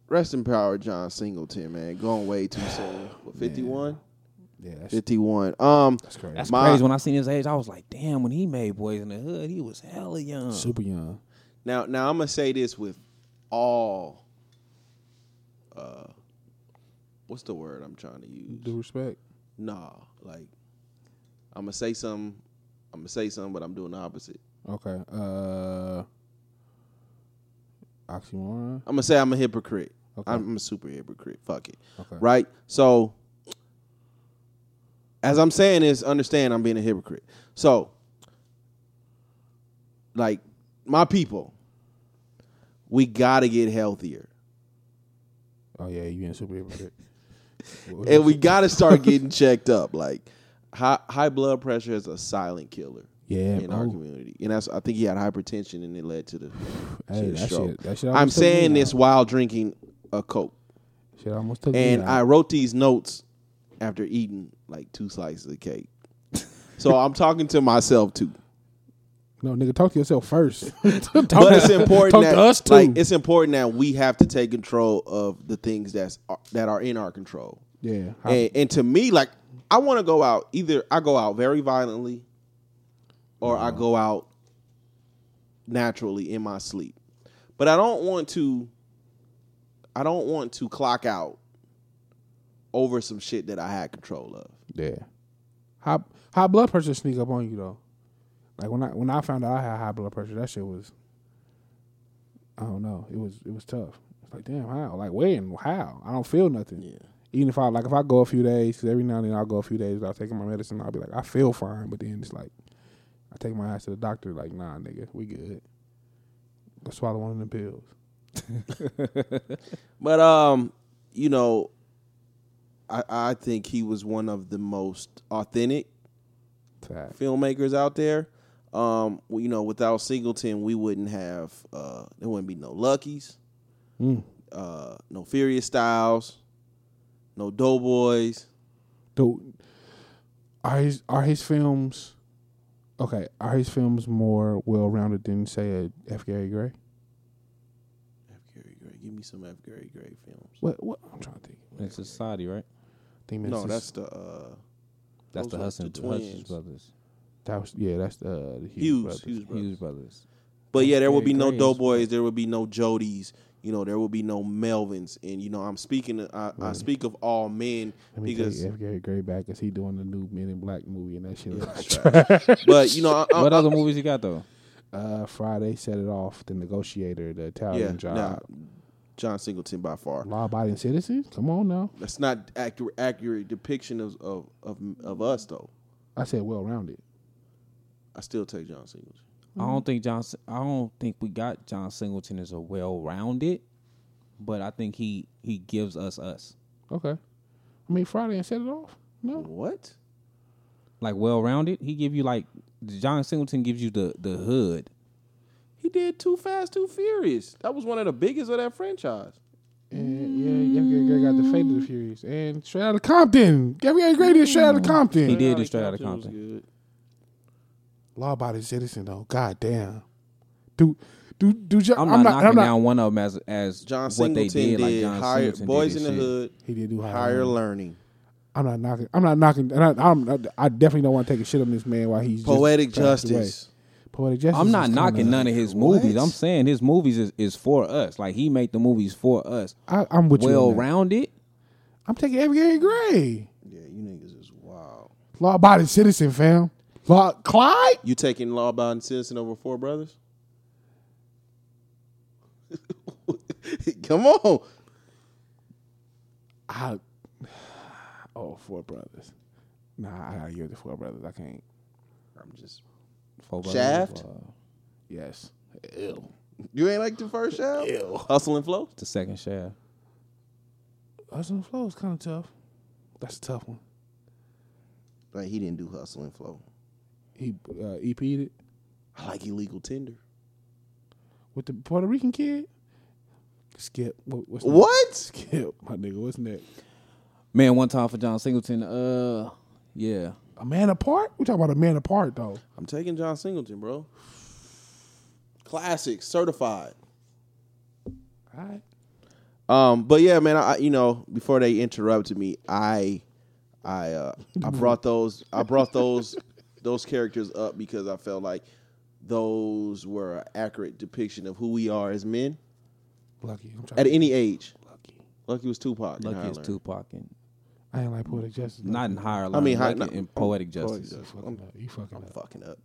Speaker 1: rest in power, John Singleton, man. Going way too soon. What, 51?
Speaker 3: Yeah, that's,
Speaker 1: 51. Um
Speaker 3: that's crazy.
Speaker 4: That's
Speaker 1: My-
Speaker 4: crazy. When I seen his age, I was like, damn. When he made Boys in the Hood, he was hella young.
Speaker 3: super young.
Speaker 1: now now I'm gonna say this with all uh what's the word I'm trying to use?
Speaker 3: Due respect.
Speaker 1: nah, like I'm gonna say something. I'm gonna say something, but I'm doing the opposite.
Speaker 3: Okay. Uh,
Speaker 1: I'm
Speaker 3: oxymoron.
Speaker 1: gonna say I'm a hypocrite.
Speaker 3: Okay.
Speaker 1: I'm, I'm a super hypocrite. Fuck it.
Speaker 3: Okay.
Speaker 1: Right. So as I'm saying this, understand I'm being a hypocrite. So like my people, we gotta get healthier.
Speaker 3: Oh yeah, you being super hypocrite. What-
Speaker 1: And we gotta start getting checked up. Like high high blood pressure is a silent killer.
Speaker 3: Yeah,
Speaker 1: in our
Speaker 3: bro.
Speaker 1: community, and that's I think he had hypertension, and it led to the
Speaker 3: Hey,
Speaker 1: to the
Speaker 3: that
Speaker 1: stroke.
Speaker 3: shit- that shit
Speaker 1: I'm
Speaker 3: almost took me
Speaker 1: saying
Speaker 3: out.
Speaker 1: this while drinking a coke,
Speaker 3: Shit almost took uh,
Speaker 1: and
Speaker 3: me
Speaker 1: I
Speaker 3: out.
Speaker 1: wrote these notes after eating like two slices of cake. so I'm talking to myself too.
Speaker 3: no nigga talk to yourself first.
Speaker 1: but it's important
Speaker 3: talk
Speaker 1: that
Speaker 3: to us too.
Speaker 1: like it's important that we have to take control of the things that's uh, that are in our control.
Speaker 3: yeah, I-
Speaker 1: And, and to me, like I want to go out. Either I go out very violently, or
Speaker 3: Uh-huh.
Speaker 1: I go out naturally in my sleep. But I don't want to. I don't want to clock out over some shit that I had control of.
Speaker 3: yeah. High high blood pressure sneak up on you though. Like when I when I found out I had high blood pressure, that shit was. I don't know. It was it was tough. It's like damn how like when how I don't feel nothing. Yeah. Even if I like if I go a few days, 'cause every now and then I'll go a few days without taking my medicine, I'll be like I feel fine, but then it's like I take my ass to the doctor. Like nah, nigga, we good. Go swallow one of them pills.
Speaker 1: But um, you know, I I think he was one of the most authentic
Speaker 3: Fact.
Speaker 1: filmmakers out there. Um, well, you know, without Singleton, we wouldn't have uh, there wouldn't be no Luckies,
Speaker 3: Mm.
Speaker 1: uh, no Furious Styles, no Doughboys.
Speaker 3: Do are his are his films okay? Are his films more well rounded than say a F Gary Gray?
Speaker 1: F. Gary Gray, give me some F. Gary Gray films.
Speaker 3: What what I'm trying to think.
Speaker 4: In society, right?
Speaker 3: think
Speaker 1: No,
Speaker 3: Memphis-
Speaker 1: that's the uh,
Speaker 4: That's
Speaker 1: Those
Speaker 4: the
Speaker 1: are
Speaker 4: Hudson,
Speaker 1: the
Speaker 4: the Hudson
Speaker 1: twins.
Speaker 4: brothers,
Speaker 3: that was yeah that's the, uh, the Hughes,
Speaker 1: Hughes.
Speaker 3: brothers.
Speaker 1: Hughes brothers.
Speaker 4: Hughes brothers.
Speaker 1: But yeah, there
Speaker 4: F.
Speaker 1: will be
Speaker 4: Gary
Speaker 1: no
Speaker 4: Gray is-
Speaker 1: Doughboys. There will be no Jodies. You know, there will be no Melvins. And you know, I'm speaking. I, I speak of all men
Speaker 3: Let me
Speaker 1: because.
Speaker 3: take F Gary Gray back because he doing the new Men in Black movie and that shit.
Speaker 1: That's trash. but you know, I, I,
Speaker 4: What other movies he got though?
Speaker 3: Uh, Friday set it off. The Negotiator, the
Speaker 1: yeah,
Speaker 3: Italian Job,
Speaker 1: nah, John Singleton by far.
Speaker 3: Law Abiding Citizens. Come on now,
Speaker 1: That's not accurate accurate depiction of of of, of us though.
Speaker 3: I said well rounded.
Speaker 1: I still take John Singleton.
Speaker 4: I
Speaker 1: mm-hmm.
Speaker 4: don't think John. S- I don't think we got John Singleton as a well-rounded, but I think he he gives us us
Speaker 3: Okay, I mean Friday and set it off. No,
Speaker 1: What?
Speaker 4: like well-rounded. He give you like John Singleton gives you the the hood.
Speaker 1: He did Too Fast, Too Furious. That was one of the biggest of that franchise.
Speaker 3: And yeah, F. Gary Gray got the Fate of the Furious and Straight Outta Compton. F. Gary Gray did Straight Outta Compton.
Speaker 4: Mm. He did it straight out of Compton.
Speaker 1: Good.
Speaker 3: Law Abiding Citizen though. God damn. Do do do. you
Speaker 4: I'm not knocking down one of them as as
Speaker 1: John
Speaker 4: what
Speaker 1: Singleton
Speaker 4: they did.
Speaker 1: did,
Speaker 4: like John
Speaker 1: higher,
Speaker 4: Singleton
Speaker 1: Boys
Speaker 4: did
Speaker 1: in
Speaker 4: his
Speaker 1: the Hood,
Speaker 4: shit.
Speaker 3: He did do
Speaker 1: Higher
Speaker 3: higher.
Speaker 1: Learning,
Speaker 3: I'm not knocking. I'm not knocking. And I, I'm. not- I definitely don't want to take a shit on this man while he's just
Speaker 1: Poetic
Speaker 3: passed away.
Speaker 1: Justice.
Speaker 3: Poetic justice.
Speaker 4: I'm not
Speaker 3: is kinda-
Speaker 4: knocking none of his
Speaker 1: What?
Speaker 4: movies. I'm saying his movies is, is for us. Like he made the movies for us.
Speaker 3: I, I'm with you. on that.
Speaker 4: Well rounded.
Speaker 3: I'm taking F. Gary Gray.
Speaker 1: Yeah, you niggas is wild.
Speaker 3: Law abiding citizen, fam. Law Clyde?
Speaker 1: You taking law abiding citizen over four brothers? Come on.
Speaker 3: I, oh, four brothers. Nah, I gotta give it to four brothers. I can't.
Speaker 1: I'm just.
Speaker 4: Four brothers,
Speaker 1: Shaft?
Speaker 4: uh,
Speaker 3: Yes. Ew.
Speaker 1: You ain't like the first shout? Hustle and flow?
Speaker 4: the second shaft.
Speaker 3: Hustle and flow is kind of tough. That's a tough one.
Speaker 1: Like he didn't do hustle and flow.
Speaker 3: He uh, EP'd it
Speaker 1: I like illegal tender.
Speaker 3: with the Puerto Rican kid. Skip. What? What's next?
Speaker 1: What?
Speaker 3: Skip, my nigga. What's next?
Speaker 4: Man, one time for John Singleton. Uh, yeah.
Speaker 3: A man apart? We talking about a man apart though.
Speaker 1: I'm taking John Singleton, bro. Classic, certified.
Speaker 3: All right.
Speaker 1: Um, but yeah, man, I you know before they interrupted me, I, I, uh, I brought those, I brought those, those characters up because I felt like those were an accurate depiction of who we are as men
Speaker 3: Lucky. I'm trying.
Speaker 1: at
Speaker 3: to-
Speaker 1: any age.
Speaker 3: Lucky.
Speaker 1: Lucky was Tupac. in
Speaker 4: Lucky is
Speaker 1: Highlander.
Speaker 4: Tupac and
Speaker 3: I ain't like poetic justice.
Speaker 4: not in higher.
Speaker 1: I mean,
Speaker 4: Learning,
Speaker 1: high-
Speaker 4: Lucky
Speaker 1: no,
Speaker 4: in
Speaker 3: Poetic
Speaker 4: poetic justice.
Speaker 3: Justice. Fucking up. You fucking up.
Speaker 1: fucking up.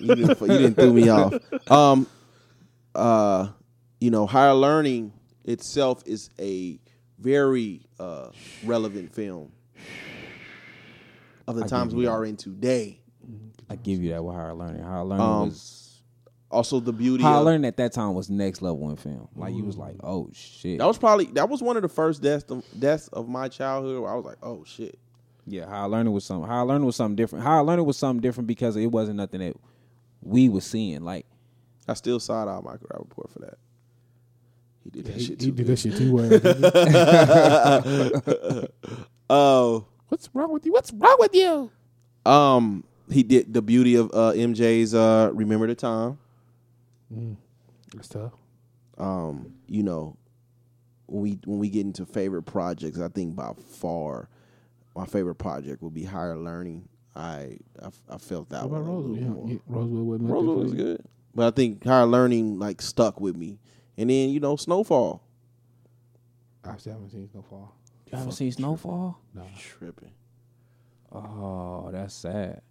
Speaker 1: You didn't, you didn't threw me off. Um, uh, you know, higher learning itself is a very uh, relevant film of the
Speaker 4: I
Speaker 1: times
Speaker 4: give you
Speaker 1: we
Speaker 4: that.
Speaker 1: are in today.
Speaker 4: I give you that with higher learning. Higher learning
Speaker 1: Um,
Speaker 4: was
Speaker 1: Also, the beauty.
Speaker 4: higher
Speaker 1: of,
Speaker 4: learning at that time was next level in film. Like you was like, oh shit.
Speaker 1: That was probably that was one of the first deaths of, deaths of my childhood. Where I was like, oh shit.
Speaker 4: Yeah, higher learning was something. Higher learning was something different. Higher learning was something different because it wasn't nothing that we was seeing. Like
Speaker 1: I still side eye Michael Rappaport for that. He did that
Speaker 3: He,
Speaker 1: shit
Speaker 3: he
Speaker 1: too.
Speaker 3: did that shit too well. nigga.
Speaker 1: Oh.
Speaker 3: What's wrong with you? What's wrong with you?
Speaker 1: Um, he did the beauty of uh, MJ's uh, "Remember the Time."
Speaker 3: That's tough.
Speaker 1: Um, you know, when we when we get into favorite projects, I think by far my favorite project would be Higher Learning. I I, I felt that one
Speaker 3: What about
Speaker 1: a
Speaker 3: Rosewood?
Speaker 1: little more.
Speaker 3: Yeah, yeah, Rosewood wasn't. up
Speaker 1: Rosewood
Speaker 3: there
Speaker 1: was
Speaker 3: for you.
Speaker 1: good, but I think Higher Learning like stuck with me. And then you know, Snowfall.
Speaker 3: I still haven't seen Snowfall.
Speaker 4: you haven't seen Snowfall?
Speaker 3: No,
Speaker 1: Tripping.
Speaker 4: Oh, that's sad.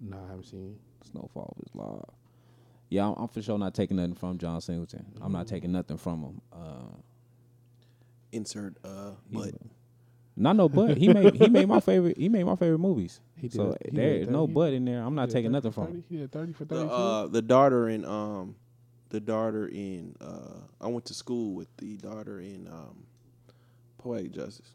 Speaker 3: no, I haven't seen.
Speaker 4: Snowfall was live. Yeah, I'm, I'm for sure not taking nothing from John Singleton. I'm not taking nothing from him. Uh,
Speaker 1: Insert uh, but
Speaker 4: not no but. He made he made my favorite. He made my favorite movies.
Speaker 3: He did-
Speaker 4: so
Speaker 3: he did
Speaker 4: there's no
Speaker 3: 30.
Speaker 4: but in there. I'm not
Speaker 3: Yeah,
Speaker 4: taking
Speaker 3: 30
Speaker 4: nothing
Speaker 3: for
Speaker 4: from him.
Speaker 3: 30? He did thirty for
Speaker 1: the
Speaker 3: thirty.
Speaker 1: uh, the daughter in um, the daughter in uh, I went to school with the daughter in um, Poetic Justice.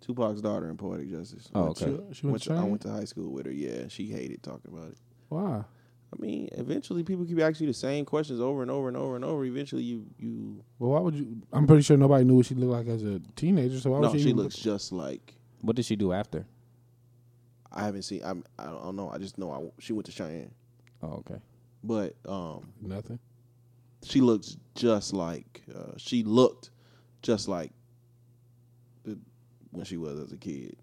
Speaker 1: Tupac's daughter in Poetic Justice.
Speaker 4: Oh,
Speaker 1: Went
Speaker 4: okay.
Speaker 1: to-
Speaker 3: She went
Speaker 1: went
Speaker 3: to
Speaker 1: to- I
Speaker 3: China?
Speaker 1: went to high school with her. Yeah, she hated talking about it.
Speaker 3: Why?
Speaker 1: I mean, eventually people keep asking you the same questions over and over and over and over. Eventually, you you
Speaker 3: Well, why would you? I'm pretty sure nobody knew what she looked like as a teenager. So why
Speaker 1: no,
Speaker 3: would
Speaker 1: she
Speaker 3: even-
Speaker 1: looks just like
Speaker 4: What did she do after?
Speaker 1: I haven't seen. I'm, I don't know. I just know I, she went to Cheyenne,
Speaker 4: Oh, okay.
Speaker 1: but um,
Speaker 3: nothing.
Speaker 1: she looks just like uh, she looked just like the, when she was as a kid.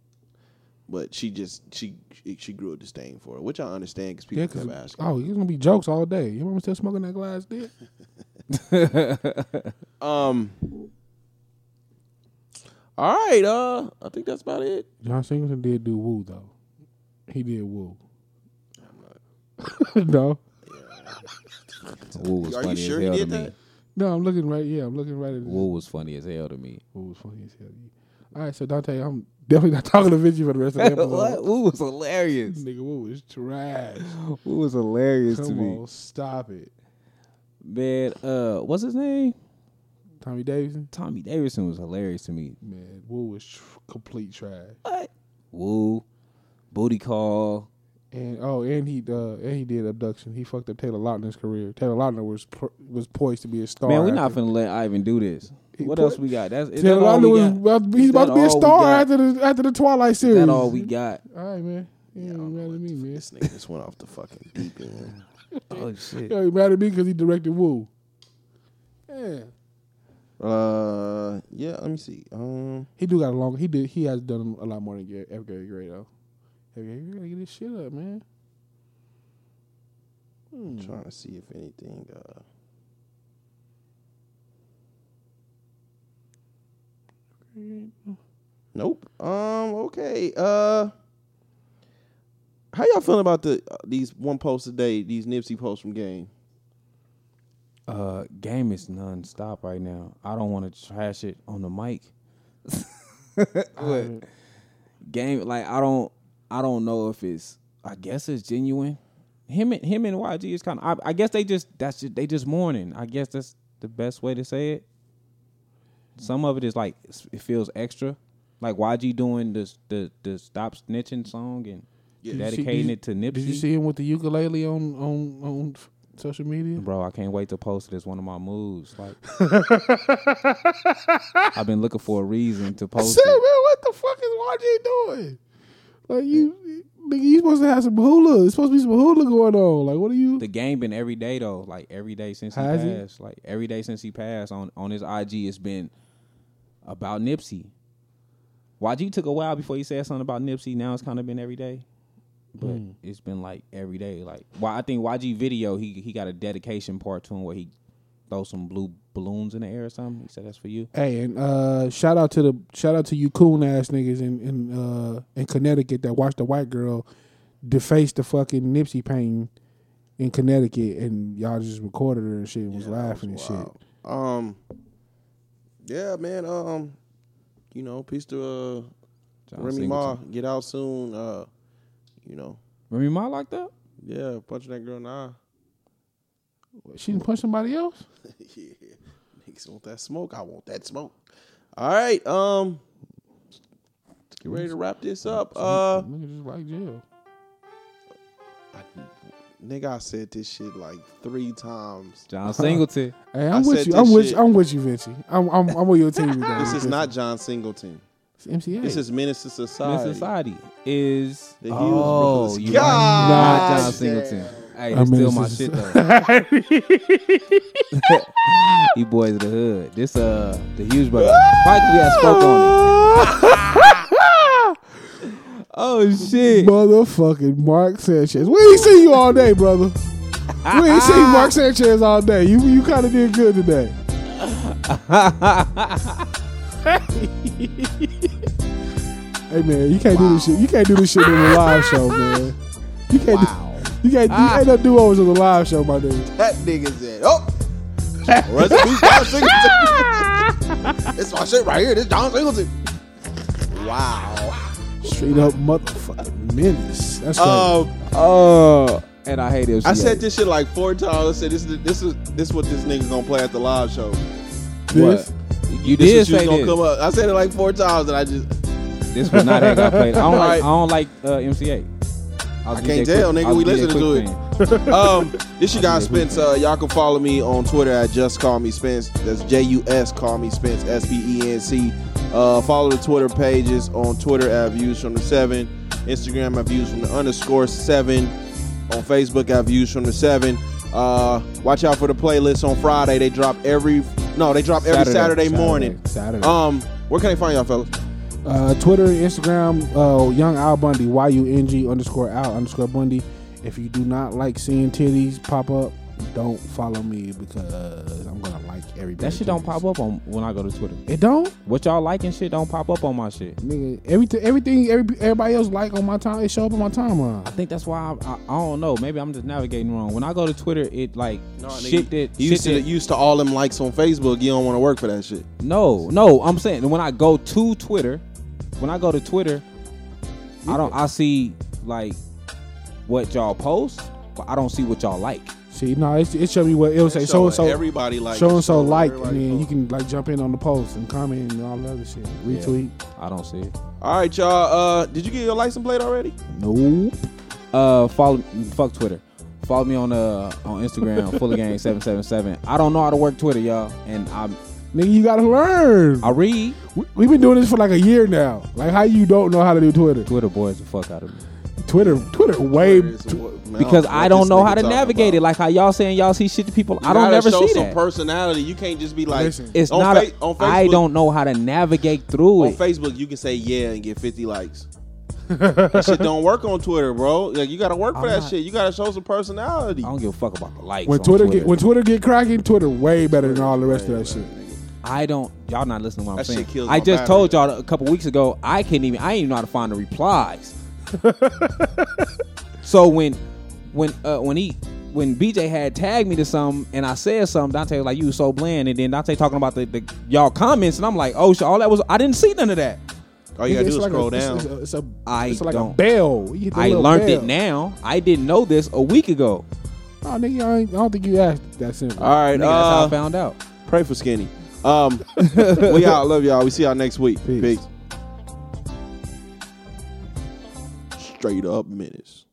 Speaker 1: But she just she she grew a disdain for it, which I understand because people
Speaker 3: Yeah,
Speaker 1: kept
Speaker 3: cause
Speaker 1: asking.
Speaker 3: oh, you're gonna be jokes all day. Your mama still smoking that glass dick.
Speaker 1: Um. All right. Uh, I think that's about it.
Speaker 3: John Singleton did do woo though. He did woo. no,
Speaker 4: Woo was
Speaker 1: Are you
Speaker 4: funny
Speaker 1: sure
Speaker 4: as
Speaker 1: he
Speaker 4: hell
Speaker 1: did
Speaker 4: to me.
Speaker 1: that?
Speaker 3: no, I'm looking right. Yeah, I'm looking right at this.
Speaker 4: Woo was funny as hell to me.
Speaker 3: Woo was funny as hell. All right, so Dante, I'm definitely not talking to Vinci for the rest of the episode.
Speaker 4: Woo was hilarious.
Speaker 3: Nigga, woo is trash.
Speaker 4: Woo was hilarious to
Speaker 3: Come
Speaker 4: me.
Speaker 3: on, stop it.
Speaker 4: Man, uh, what's his name?
Speaker 3: Tommy Davidson.
Speaker 4: Tommy Davidson was hilarious to me.
Speaker 3: Man, Woo was tr- complete trash.
Speaker 4: Woo, booty call.
Speaker 3: And oh, and he uh, and he did abduction. He fucked up Taylor Lautner's career. Taylor Lautner was pro- was poised to be a star.
Speaker 4: Man, we're not
Speaker 3: after-
Speaker 4: finna let Ivan do this.
Speaker 3: He
Speaker 4: What
Speaker 3: put-
Speaker 4: else we got? That's is that
Speaker 3: Taylor
Speaker 4: all
Speaker 3: Lautner
Speaker 4: we
Speaker 3: was
Speaker 4: got.
Speaker 3: about to be,
Speaker 4: Is
Speaker 3: he's about
Speaker 4: that
Speaker 3: to be a
Speaker 4: all we
Speaker 3: star
Speaker 4: got?
Speaker 3: after the after the Twilight
Speaker 4: Is
Speaker 3: series.
Speaker 4: that all we got?
Speaker 3: All right, man. Mm, You ain't mad at me, man.
Speaker 1: This nigga just went off the fucking deep end.
Speaker 4: Oh shit.
Speaker 3: You ain't mad at me because he directed Woo. Yeah,
Speaker 1: Uh, yeah. Let me see. Um,
Speaker 3: he do got a long. He did. He has done a lot more than Gary, F. Gary Gray though. F. Gary Gray, gotta get this shit up, man. Hmm.
Speaker 1: trying to see if anything. Uh, nope. Um. Okay. Uh. How y'all feeling about the uh, these one posts a day, these Nipsey posts from Game?
Speaker 4: Uh, game is nonstop right now. I don't want to trash it on the mic. but game, like I don't, I don't know if it's. I guess it's genuine. Him and him and YG is kind of. I, I guess they just that's just, they just mourning. I guess that's the best way to say it. Some of it is like it feels extra, like YG doing this the the stop snitching song and
Speaker 3: Did you see-
Speaker 4: dedicating
Speaker 3: did-
Speaker 4: it to Nipsey.
Speaker 3: Did you see him with the ukulele on on on f- social media?
Speaker 4: Bro, I can't wait to post it as one of my moves. Like, I've been looking for a reason to
Speaker 3: Shit,
Speaker 4: post
Speaker 3: man,
Speaker 4: it.
Speaker 3: what the fuck is YG doing? Like you, nigga, you supposed to have some hula. It's supposed to be some hula going on. Like, what are you?
Speaker 4: The game been every day though, like every day since he
Speaker 3: Has it?
Speaker 4: passed. Like every day since he passed on on his IG, it's been about Nipsey. YG took a while before he said something about Nipsey. Now it's kind of been every day, but it's been like every day. Like, why I think YG video he he got a dedication part to him where he throws some blue balloons in the air or something. He said that's for you.
Speaker 3: Hey, and uh, shout out to the shout out to you coon ass niggas in in uh, in Connecticut that watched the white girl deface the fucking Nipsey painting in Connecticut, and y'all just recorded her and shit and was laughing and shit.
Speaker 1: Um, yeah, man. Um, you know, peace to uh,
Speaker 4: John
Speaker 1: Remy Ma.
Speaker 4: Singleton.
Speaker 1: Get out soon. Uh, you know,
Speaker 4: Remy Ma like that?
Speaker 1: yeah, punching that girl in the eye.
Speaker 3: She didn't punch somebody else.
Speaker 1: yeah, niggas want that smoke. I want that smoke. All right. Um, get ready to wrap this up. Uh,
Speaker 3: Nigga just like jail.
Speaker 1: nigga, I said this shit like three times.
Speaker 4: John Singleton.
Speaker 3: Hey, I'm
Speaker 1: I
Speaker 3: with
Speaker 1: said
Speaker 3: you.
Speaker 1: this
Speaker 3: I'm with
Speaker 1: shit.
Speaker 3: you. I'm with you, Vinci. I'm I'm, I'm on your team. today,
Speaker 1: This is
Speaker 3: Vinci.
Speaker 1: not John Singleton.
Speaker 3: It's MCA.
Speaker 1: This is Menace to Society.
Speaker 4: Miss Society is
Speaker 1: The Hughes
Speaker 4: oh,
Speaker 1: Brothers.
Speaker 4: you
Speaker 1: God
Speaker 4: right. not John
Speaker 1: damn.
Speaker 4: Singleton. Hey,
Speaker 3: I
Speaker 4: that's
Speaker 3: mean, this
Speaker 4: still my
Speaker 3: is-
Speaker 4: shit though. you boys of the hood. This uh the Hughes brother. Finally, I spoke on it. Oh shit!
Speaker 3: motherfucking Mark Sanchez. We ain't seen you all day, brother. We ain't seen Mark Sanchez all day. You you kind of did good today. hey man, you can't do this shit. You can't do this shit in a live show, man. You can't. Do, you can't. You ain't no do overs on the live show, my nigga.
Speaker 1: That nigga said, oh. Rest in peace, John Singleton. this my shit right here. This John Singleton. Wow.
Speaker 3: Straight up motherfucking menace. That's right.
Speaker 1: Um,
Speaker 4: Oh, and I hate it.
Speaker 1: I said this shit like four times. I said this is this is this what this nigga gonna play at the live show.
Speaker 3: this.
Speaker 4: You
Speaker 1: This
Speaker 4: did
Speaker 1: is what's
Speaker 4: say
Speaker 1: gonna
Speaker 4: this.
Speaker 1: come up. I said it like four times, and I just
Speaker 4: This was not that guy played. I don't
Speaker 1: Alright.
Speaker 4: like. I don't like uh, MCA. was
Speaker 1: I
Speaker 4: DJ
Speaker 1: can't tell,
Speaker 4: Quick-
Speaker 1: nigga.
Speaker 4: I was
Speaker 1: We
Speaker 4: DJ
Speaker 1: listening to
Speaker 4: Quick
Speaker 1: it.
Speaker 4: fan.
Speaker 1: um, this your guy Spence. Uh, y'all can follow me on Twitter at just call me Spence. That's J U S call me Spence S B E N C. Uh, follow the Twitter pages on Twitter at views from the seven, Instagram at views from the underscore seven, on Facebook at views from the seven. Uh, watch out for the playlist on Friday. They drop every no, they drop every Saturday,
Speaker 4: Saturday,
Speaker 1: morning.
Speaker 3: Saturday.
Speaker 1: Um, where can they find y'all, fellas?
Speaker 3: Uh, Twitter, Instagram, uh, Young Al Bundy, Y U N G underscore Al underscore Bundy. If you do not like seeing titties pop up, don't follow me because I'm gonna like everybody.
Speaker 4: That shit don't pop up on when I go to Twitter.
Speaker 3: It don't,
Speaker 4: What y'all like and shit don't pop up on my shit.
Speaker 3: nigga. Everything, everything, every, everybody else like on my time. It show up on my timeline.
Speaker 4: I think that's why I, I, I don't know. Maybe I'm just navigating wrong. When I go to Twitter, it like shit that
Speaker 1: you
Speaker 4: shit
Speaker 1: used to
Speaker 4: that-
Speaker 1: used to all them likes on Facebook. You don't want to work for that shit.
Speaker 4: no no. I'm saying when I go to Twitter, when I go to Twitter, I don't I see like what y'all post, but I don't see what y'all like.
Speaker 3: See, no, it, it show me what it'll say. So and so,
Speaker 1: everybody like
Speaker 3: so and so like, and then you can like jump in on the post and comment and all the other shit. Retweet.
Speaker 4: I don't see it.
Speaker 1: All right, y'all. Uh, did you get your license plate already?
Speaker 4: Nope. Uh, follow fuck Twitter. Follow me on uh on Instagram, full gang seven seven seven. I don't know how to work Twitter, y'all, and I
Speaker 3: Nigga, you gotta learn.
Speaker 4: I read
Speaker 3: We, we've been doing this for like a year now. Like, how you don't know how to do Twitter?
Speaker 4: Twitter boys the fuck out of me.
Speaker 3: Twitter, Twitter, way.
Speaker 4: because I don't know how to navigate it. Like how y'all saying y'all see shit to people. I don't never
Speaker 1: show
Speaker 4: see
Speaker 1: some
Speaker 4: that.
Speaker 1: personality. You can't just be like.
Speaker 3: Listen.
Speaker 4: it's
Speaker 1: on
Speaker 4: not.
Speaker 1: Fa-
Speaker 4: a,
Speaker 1: on Facebook,
Speaker 4: I don't know how to navigate through
Speaker 1: On
Speaker 4: it.
Speaker 1: Facebook, you can say yeah and get fifty likes. that shit don't work on Twitter, bro. Like you gotta work for
Speaker 4: I'm
Speaker 1: that
Speaker 4: not-
Speaker 1: shit. You gotta show some personality.
Speaker 4: I don't give a fuck about the likes.
Speaker 3: when
Speaker 4: on
Speaker 3: Twitter,
Speaker 4: Twitter,
Speaker 3: get when Twitter get cracking, Twitter way better than all the rest of that shit.
Speaker 4: I don't. Y'all not listening to what I'm
Speaker 1: That shit
Speaker 4: saying.
Speaker 1: kills my
Speaker 4: I just
Speaker 1: battery.
Speaker 4: told y'all a couple weeks ago. I can't even. I ain't know how to find the replies. So when when uh when he when BJ had tagged me to something and I said something, Dante was like, "You was so bland," and then Dante talking about the, the y'all comments, and I'm like, "Oh, so all that was I didn't see none of that."
Speaker 1: All you gotta
Speaker 3: It's
Speaker 1: do is
Speaker 3: like a-
Speaker 1: scroll
Speaker 3: it's-
Speaker 1: down.
Speaker 3: It's, a, it's a-
Speaker 4: I
Speaker 3: it's like a
Speaker 4: don't.
Speaker 3: bell. You hit the
Speaker 4: I
Speaker 3: little
Speaker 4: learned it
Speaker 3: bell.
Speaker 4: now. I didn't know this a week ago.
Speaker 3: Oh, nigga, I, ain't, I don't think you asked that simple.
Speaker 1: All right,
Speaker 4: Nigga, that's how
Speaker 1: uh,
Speaker 4: I found out.
Speaker 1: pray for Skinny. Um, we out. Love y'all. We see y'all next week.
Speaker 3: Peace.
Speaker 1: Peace. Straight up menace.